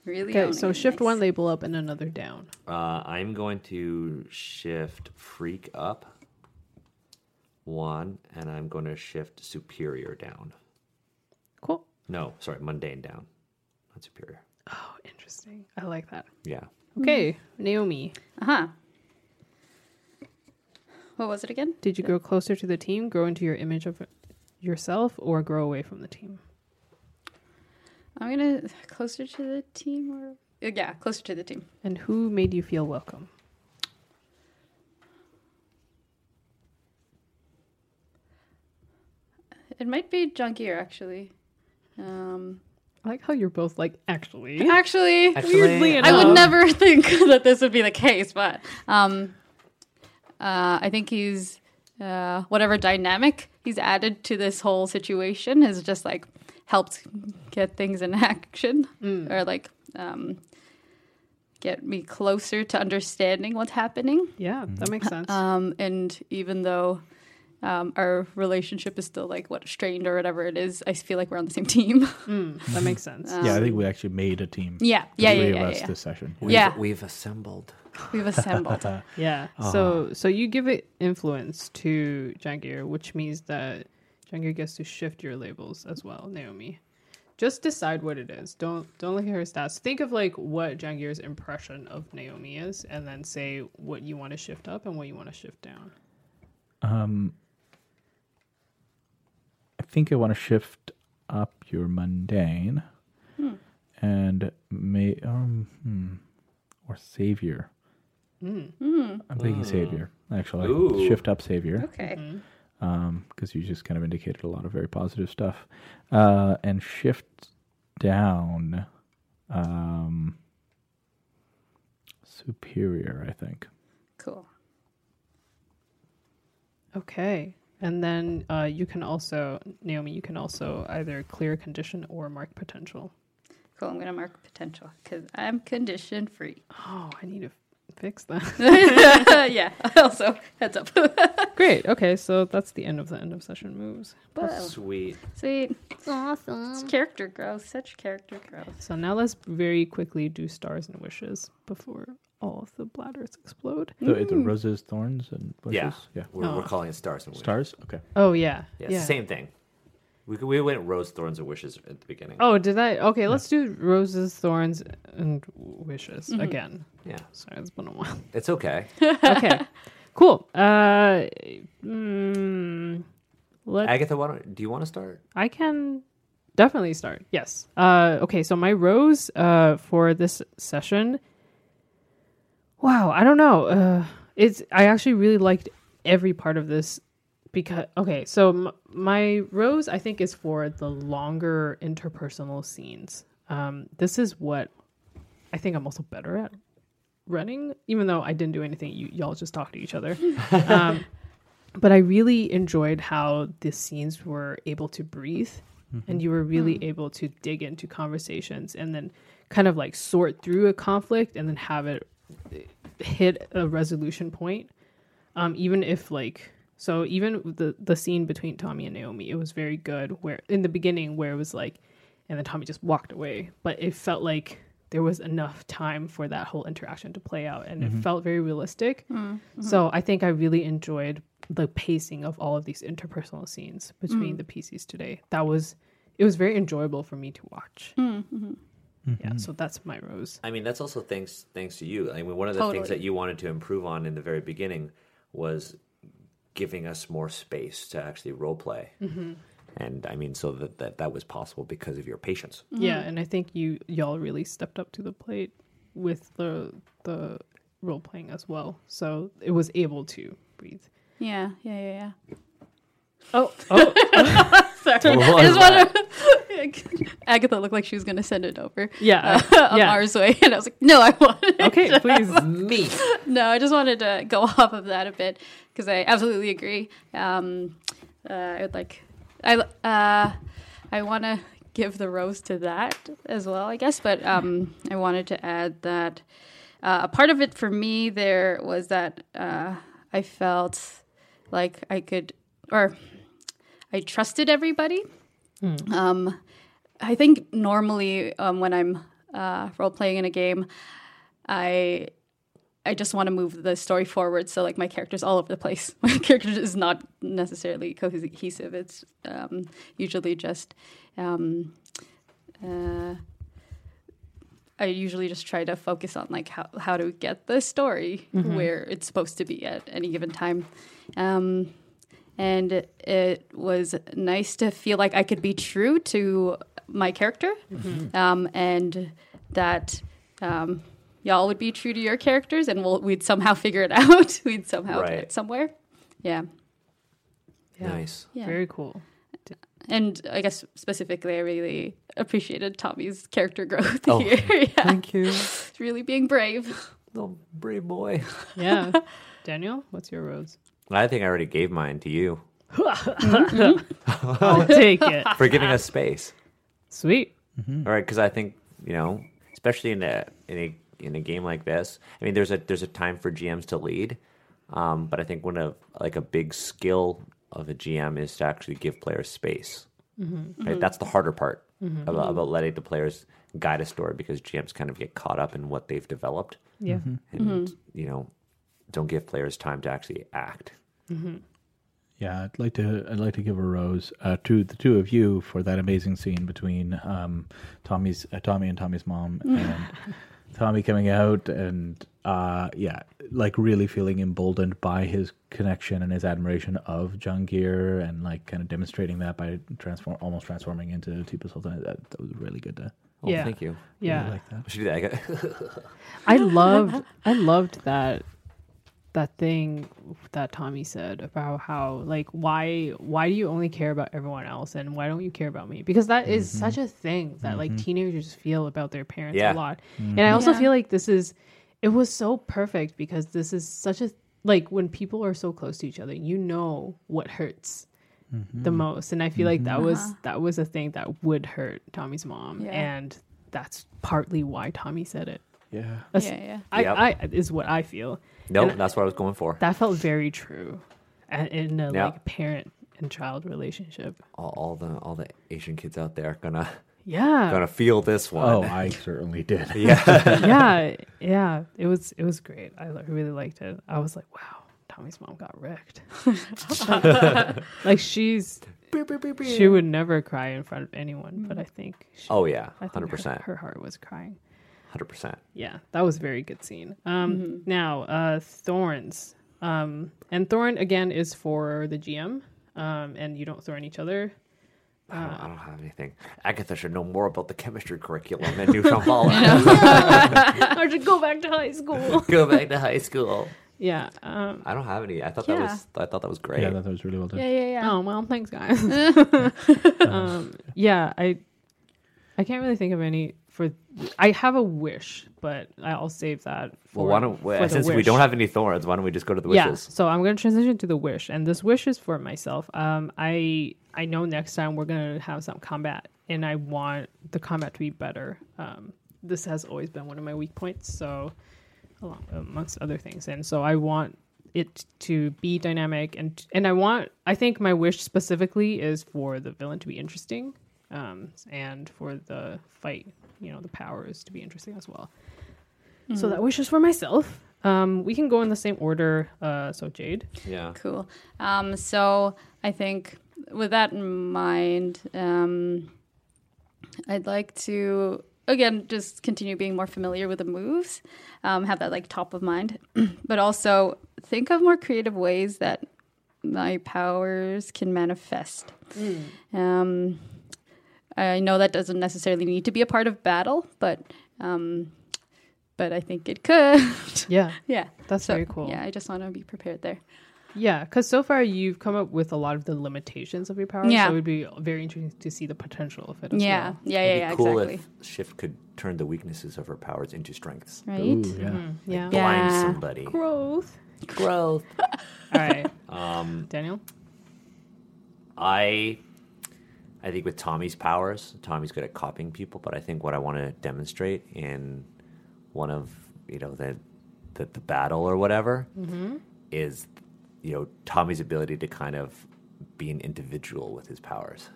really
Okay,
owning
so
it,
shift
nice.
one label up and another down.
Uh, I'm going to shift Freak up one, and I'm going to shift Superior down.
Cool.
No, sorry, Mundane down, not Superior.
Oh, interesting. I like that.
Yeah.
Okay, Naomi,
Uh-huh. What was it again?
did you grow closer to the team, grow into your image of yourself, or grow away from the team?
I'm gonna closer to the team or Uh, yeah, closer to the team.
And who made you feel welcome?
It might be Junkier actually. Um,
I like how you're both like actually. uh,
actually,
Weirdly
I would
enough.
never think that this would be the case, but um, uh, I think he's uh, whatever dynamic he's added to this whole situation has just like helped get things in action or like um, get me closer to understanding what's happening.
Yeah, that makes sense.
Um, and even though um, our relationship is still like what strained or whatever it is, I feel like we're on the same team.
Mm, that makes sense.
Yeah, I think we actually made a team.
yeah,
The
yeah, yeah,
three
yeah.
of
yeah,
us
yeah.
this session. Uh,
We've,
Yeah.
We've assembled.
We've assembled.
yeah. So so you give it influence to Jangir, which means that Jangir gets to shift your labels as well, Naomi. Just decide what it is. Don't don't look at her stats. Think of like what Jangir's impression of Naomi is, and then say what you want to shift up and what you want to shift down.
I think I want to shift up your mundane
Hmm.
and may um hmm, or savior.
Hmm.
I'm thinking savior actually.
Ooh.
Shift up savior
okay.
because you just kind of indicated a lot of very positive stuff, uh, and shift down um, superior. I think.
Cool.
Okay. And then uh, you can also Naomi, you can also either clear condition or mark potential.
Cool. I'm gonna mark potential because I'm condition free.
Oh, I need to fix that.
yeah. Also, heads up.
Great. Okay, so that's the end of the end of session moves.
Whoa.
Sweet.
Sweet. oh, Awesome. It's character growth. Such character growth.
So now let's very quickly do stars and wishes before all of the bladders explode.
So it's roses, thorns, and bushes.
Yeah.
yeah.
We're, we're calling it Stars and Wishes.
Stars. Okay.
Oh yeah.
Yeah,
yeah.
Same thing. We, we went rose thorns or wishes at the beginning.
Oh, did I? Okay, let's do roses, thorns, and wishes again.
Yeah,
Sorry, it's been a while.
it's okay.
Okay, cool. Uh, mm, let
Agatha, why don't, do you want to start?
I can definitely start. Yes. Uh, okay, so my rose uh, for this session. Wow, I don't know. Uh, it's I actually really liked every part of this because okay, so m- my rose I think is for the longer interpersonal scenes. Um, this is what I think I'm also better at running, even though I didn't do anything. You, y'all just talk to each other. um, but I really enjoyed how the scenes were able to breathe and you were really able to dig into conversations and then kind of like sort through a conflict and then have it eh, hit a resolution point. Um, even if like so even the the scene between Tommy and Naomi, it was very good where in the beginning where it was like and then Tommy just walked away. But it felt like there was enough time for that whole interaction to play out and it felt very realistic.
Mm-hmm.
So I think I really enjoyed the pacing of all of these interpersonal scenes
Mm.
between the PCs today. That was it was very enjoyable for me to watch.
Mm-hmm.
Yeah, so that's my rose.
I mean, that's also thanks thanks to you. I mean, one of the things
Totally.
that you wanted to improve on in the very beginning was giving us more space to actually role play. And I mean, so that, that that was possible because of your patience.
Mm-hmm.
Yeah, and I think you y'all really stepped up to the plate with the the role playing as well. So it was able to breathe.
Yeah, yeah, yeah,
Oh, oh,
yeah. Sorry.
Oh,
I just want to. Agatha looked like she was going to send it over
yeah,
on
Uh, yeah.
Uh, ours way. And I was like, no, I want it.
Okay, please.
Me.
No, I just wanted to go off of that a bit because I absolutely agree. Um, uh, I would like, I uh, I want to give the rose to that as well, I guess. But um, I wanted to add that uh, a part of it for me there was that uh, I felt like I could or I trusted everybody. Um, I think normally um, when I'm uh, role playing in a game, I I just want to move the story forward. So like my character's all over the place. My character is not necessarily cohesive. It's um, usually just. Um, uh, I usually just try to focus on like how, how to get the story where it's supposed to be at any given time. Um, and it was nice to feel like I could be true to my character, um, and that um, y'all would be true to your characters, and we'll, we'd somehow figure it out. we'd somehow
Right.
get somewhere. Yeah,
Yeah.
Nice.
yeah.
Very cool.
and I guess specifically, I really appreciated Tommy's character growth here. yeah,
Thank you,
it's really being brave.
little brave boy.
Yeah. Daniel, what's your rose?
I think I already gave mine to you
I'll take it.
for giving us space.
Sweet.
All right, because I think you know, especially in a in a in a game like this, I mean, there's a there's a time for GMs to lead, um, but I think one of like a big skill of a GM is to actually give players space.
Mm-hmm.
Right, that's the harder part about, about letting the players guide a story because GMs kind of get caught up in what they've developed
Yeah. Mm-hmm.
and you know don't give players time to actually act.
Yeah, I'd like to. I'd like to give a rose uh, to the two of you for that amazing scene between um, Tommy's uh, Tommy and Tommy's mom, and Tommy coming out, and uh, yeah, like really feeling emboldened by his connection and his admiration of Jungir, and like kind of demonstrating that by transform almost transforming into Tipa Sultan. That, that was really good. To
Oh,
Yeah.
thank you.
Yeah.
like that.
I should do that. I got-
I loved I loved that that thing that Tommy said about how like why why do you only care about everyone else and why don't you care about me? Because that is such a thing that like teenagers feel about their parents
Yeah.
a lot. And I also
Yeah.
feel like this is it was so perfect because this is such a like when people are so close to each other, you know what hurts the most. And I feel like that was that was a thing that would hurt Tommy's mom.
Uh-huh. Yeah.
And that's partly why Tommy said it.
Yeah,
That's-
Yeah, yeah.
I,
Yep.
I is what I feel.
nope, that's what I was going for.
That felt very true, and in a
Yeah.
like parent and child relationship.
all, all the all the Asian kids out there are gonna
Yeah,
gonna feel this one.
Oh, I certainly did.
yeah, yeah. It was it was great. I li- really liked it. I was like, wow, Tommy's mom got wrecked. like she's she would never cry in front of anyone, but I think she,
Oh yeah,
I think her-
hundred percent,
her heart was crying.
hundred percent.
Yeah, that was a very good scene. Um, Now, uh, thorns. Um, and thorn again is for the GM, um, and you don't thorn each other.
I don't- I don't have anything. Agatha should know more about the chemistry curriculum than New Shambhala.
I should go back to high school.
Go back to high school.
yeah. Um,
I don't have any. I thought that
Yeah.
was. I thought that was great.
Yeah, that, that was really well done.
Yeah, yeah, yeah.
oh well, thanks guys.
Uh-huh.
um, yeah, I I can't really think of any for. I have a wish, but I'll save that. For,
well, why don't
for the
since we don't
wish.
have any thorns, why don't we just go to the
Yeah,
wishes?
so I'm gonna transition to the wish, and this wish is for myself. Um, I I know next time we're gonna have some combat, and I want the combat to be better. Um, this has always been one of my weak points, so along amongst other things, and so I want it to be dynamic, and and I want I think my wish specifically is for the villain to be interesting, um, and for the fight, you know, the powers to be interesting as well. So that wish is for myself. Um, we can go in the same order. Uh, so Jade,
Yeah.
Cool. Um, so I think with that in mind, um, I'd like to again just continue being more familiar with the moves, um, have that like top of mind, but also think of more creative ways that my powers can manifest.
Hmm.
Um, I know that doesn't necessarily need to be a part of battle, but um, but I think it could.
yeah,
yeah,
That's very cool.
Yeah, I just want to be prepared there.
yeah, because so far you've come up with a lot of the limitations of your power.
Yeah.
so it would be very interesting to see the potential of it. As
Yeah,
well.
yeah, yeah,
It'd be
yeah
cool
exactly.
if Shift could turn the weaknesses of her powers into strengths.
Right?
Ooh, yeah.
yeah,
Yeah.
Blind somebody.
Mm, growth.
Growth.
All right,
Um,
Daniel.
I I think with Tommy's powers, Tommy's good at copying people, but I think what I want to demonstrate in one of you know the the, the battle or whatever is you know Tommy's ability to kind of be an individual with his powers.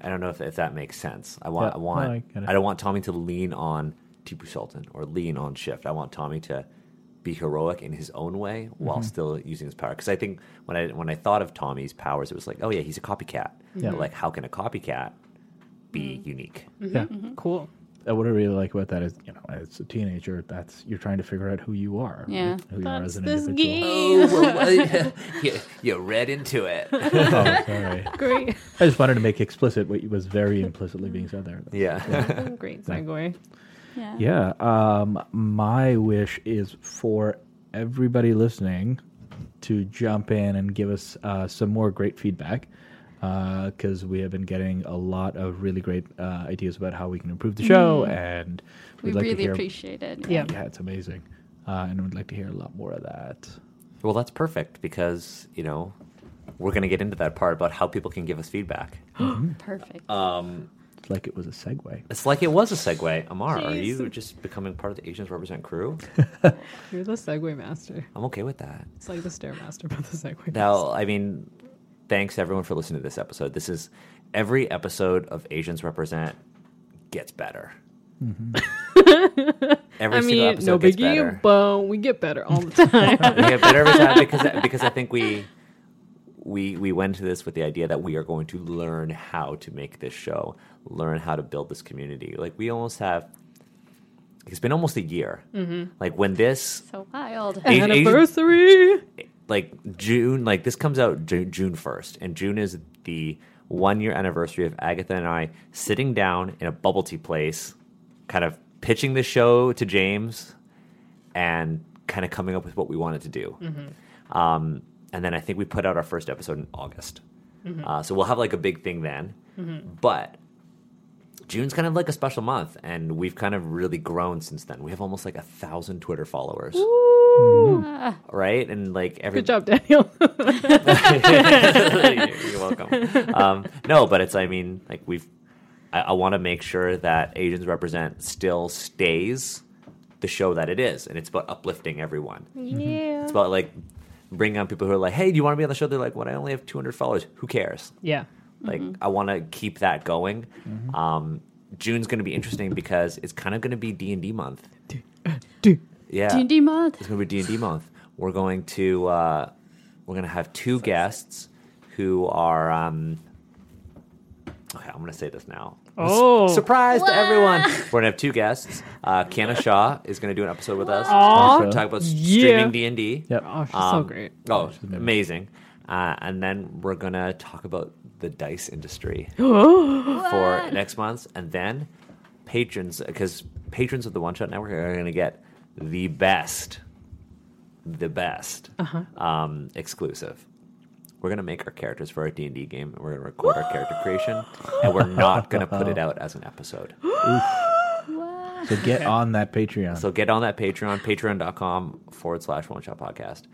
I don't know if, if that makes sense. I want I
Yeah, no, I
want
get it.
I don't want Tommy to lean on Tipu Sultan or lean on Shift. I want Tommy to be heroic in his own way
Mm-hmm.
while still using his power. Because I think when I when I thought of Tommy's powers, it was like, oh yeah, he's a copycat.
Yeah.
But, like, how can a copycat be unique?
Yeah.
Cool.
Uh, What I really like about that is, you know, as a teenager, that's you're trying to figure out who you are. right?
Yeah.
Who you are as an
this
individual.
Oh, well, well, yeah. you, you read into it.
oh, sorry.
Great,
I just wanted to make explicit what was very implicitly being said there.
yeah.
great segue.
Yeah.
Yeah. Um, my wish is for everybody listening to jump in and give us uh, some more great feedback because we have been getting a lot of really great uh, ideas about how we can improve the show, and
Mm-hmm. We
we'd like to
really
hear.
appreciate it.
Yeah.
yeah, it's amazing, uh, and we'd like to hear a lot more of that.
Well, that's perfect because you know we're going to get into that part about how people can give us feedback. Um,
Perfect.
It's like it was a segue.
It's like it was a segue. Amar, are
Jeez.
you just becoming part of the Asians Represent crew?
You're the segue master.
I'm okay with that.
It's like the stairmaster, but the segue.
Now, I mean, thanks everyone for listening to this episode. This is every episode of Asians Represent gets better. every
master. Mm-hmm. I
single
mean, no
episode gets
biggie,
better.
but we get better all the time.
we get better every time because because I think we we we went to this with the idea that we are going to learn how to make this show, learn how to build this community. Like we almost have. It's been almost a year. Like when this
so wild.
Asian-
Anniversary.
like June, like this comes out June, June 1st, and June is the one year anniversary of Agatha and I sitting down in a bubble tea place, kind of pitching the show to James and kind of coming up with what we wanted to do. Um, and then I think we put out our first episode in August. Uh, so we'll have like a big thing then. But June's kind of like a special month, and we've kind of really grown since then. We have almost like a thousand Twitter followers, right? And like every
Good job, Daniel.
You're welcome. Um, no, but it's, I mean, like we've, I, I want to make sure that Asians Represent still stays the show that it is. And it's about uplifting everyone.
yeah.
It's about like bringing on people who are like, hey, do you want to be on the show? They're like, what? I only have 200 followers. Who cares?
Yeah.
Like, I want to keep that going. Um, June's going to be interesting because it's kind of going to be D&D month.
Dude.
Yeah.
D&D month.
It's going to be D&D month. we're going to uh, we're going to have two guests who are. Um, okay, I'm going to say this now.
Oh.
Surprise to everyone! We're gonna have two guests. Uh, Kiana Shaw is gonna do an episode with us.
Aw.
We're gonna talk about
Yeah.
streaming D and D.
Yep.
Oh, she's so
Um,
great.
Oh, amazing. Uh, and then we're going to talk about the dice industry for next month. And then patrons, because patrons of the One Shot Network are going to get the best, the best
Uh-huh.
um, exclusive. We're going to make our characters for our D&D game. and We're going to record our character creation. And we're not going to put it out as an episode.
So get on that Patreon.
So get on that Patreon, patreon.com forward slash one shot podcast.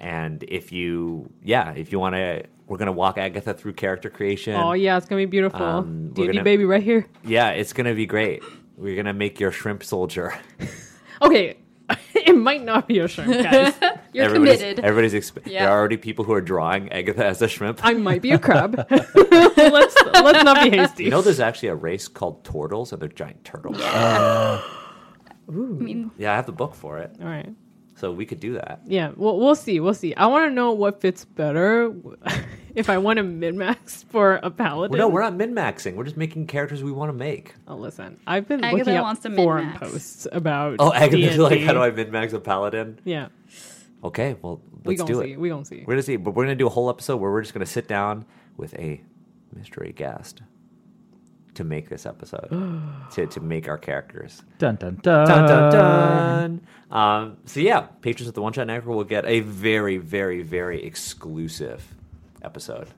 And if you, yeah, if you want to, we're going to walk Agatha through character creation.
Oh yeah, it's gonna be beautiful.
Um, we're
D&D
gonna-
baby right here.
Yeah, it's going to be great. We're going to make your shrimp soldier.
Okay, it might not be a shrimp, guys.
You're
everybody's,
committed.
Everybody's exp-
Yeah.
There are already people who are drawing Agatha as a shrimp.
I might be a crab. let's let's not be hasty.
You know, there's actually a race called turtles, and they're giant turtles.
I mean,
Yeah, I have the book for it.
All right.
So we could do that.
Yeah, we'll we'll see. We'll see. I want to know what fits better. if I want a min max for a paladin.
Well, no, we're not min maxing. We're just making characters we want to make.
Oh, listen, I've been
Agatha
looking
wants to
up forum
min-max.
posts about.
Oh, Agatha's
D&D.
like, how do I min max a paladin?
Yeah,
Okay, well,
we
let's
gonna
do
see.
it.
We gonna see.
We're gonna see, but we're gonna do a whole episode where we're just gonna sit down with a mystery guest to make this episode, to, to make our characters.
Dun dun dun
Dun dun dun. Um, so yeah, patrons at the One Shot Network will get a very, very, very exclusive episode.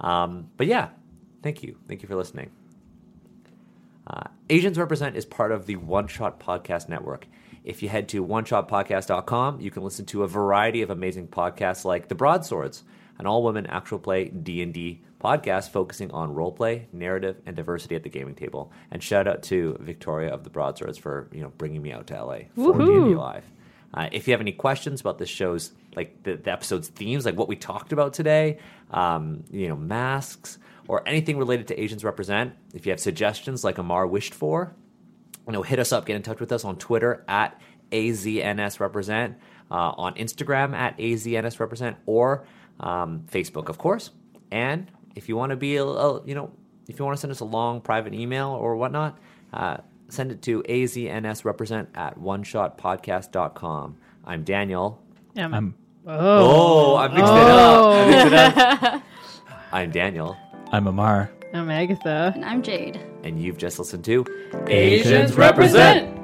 Um, but yeah, thank you, thank you for listening. Uh, Asians Represent is part of the One Shot Podcast Network. If you head to oneshotpodcast.com, you can listen to a variety of amazing podcasts like The Broadswords, an all-women actual play D&D podcast focusing on roleplay, narrative, and diversity at the gaming table. And shout out to Victoria of The Broadswords for, you know, bringing me out to LA for
Woohoo.
D&D Live. Uh, if you have any questions about the show's, like the, the episode's themes, like what we talked about today, um, you know, masks or anything related to Asians Represent, if you have suggestions like Amar wished for, you know, hit us up, get in touch with us on Twitter at AZNS Represent, uh, on Instagram at AZNS Represent, or um, Facebook, of course. And if you want to be, a, a- you know, if you want to send us a long private email or whatnot, uh, send it to aznsrepresent at oneshotpodcast.com. I'm Daniel.
Em.
Oh, I mixed it up. I mixed it up. I'm Daniel,
I'm Amar.
I'm Agatha.
and I'm Jade.
and you've just listened to
Asians represent.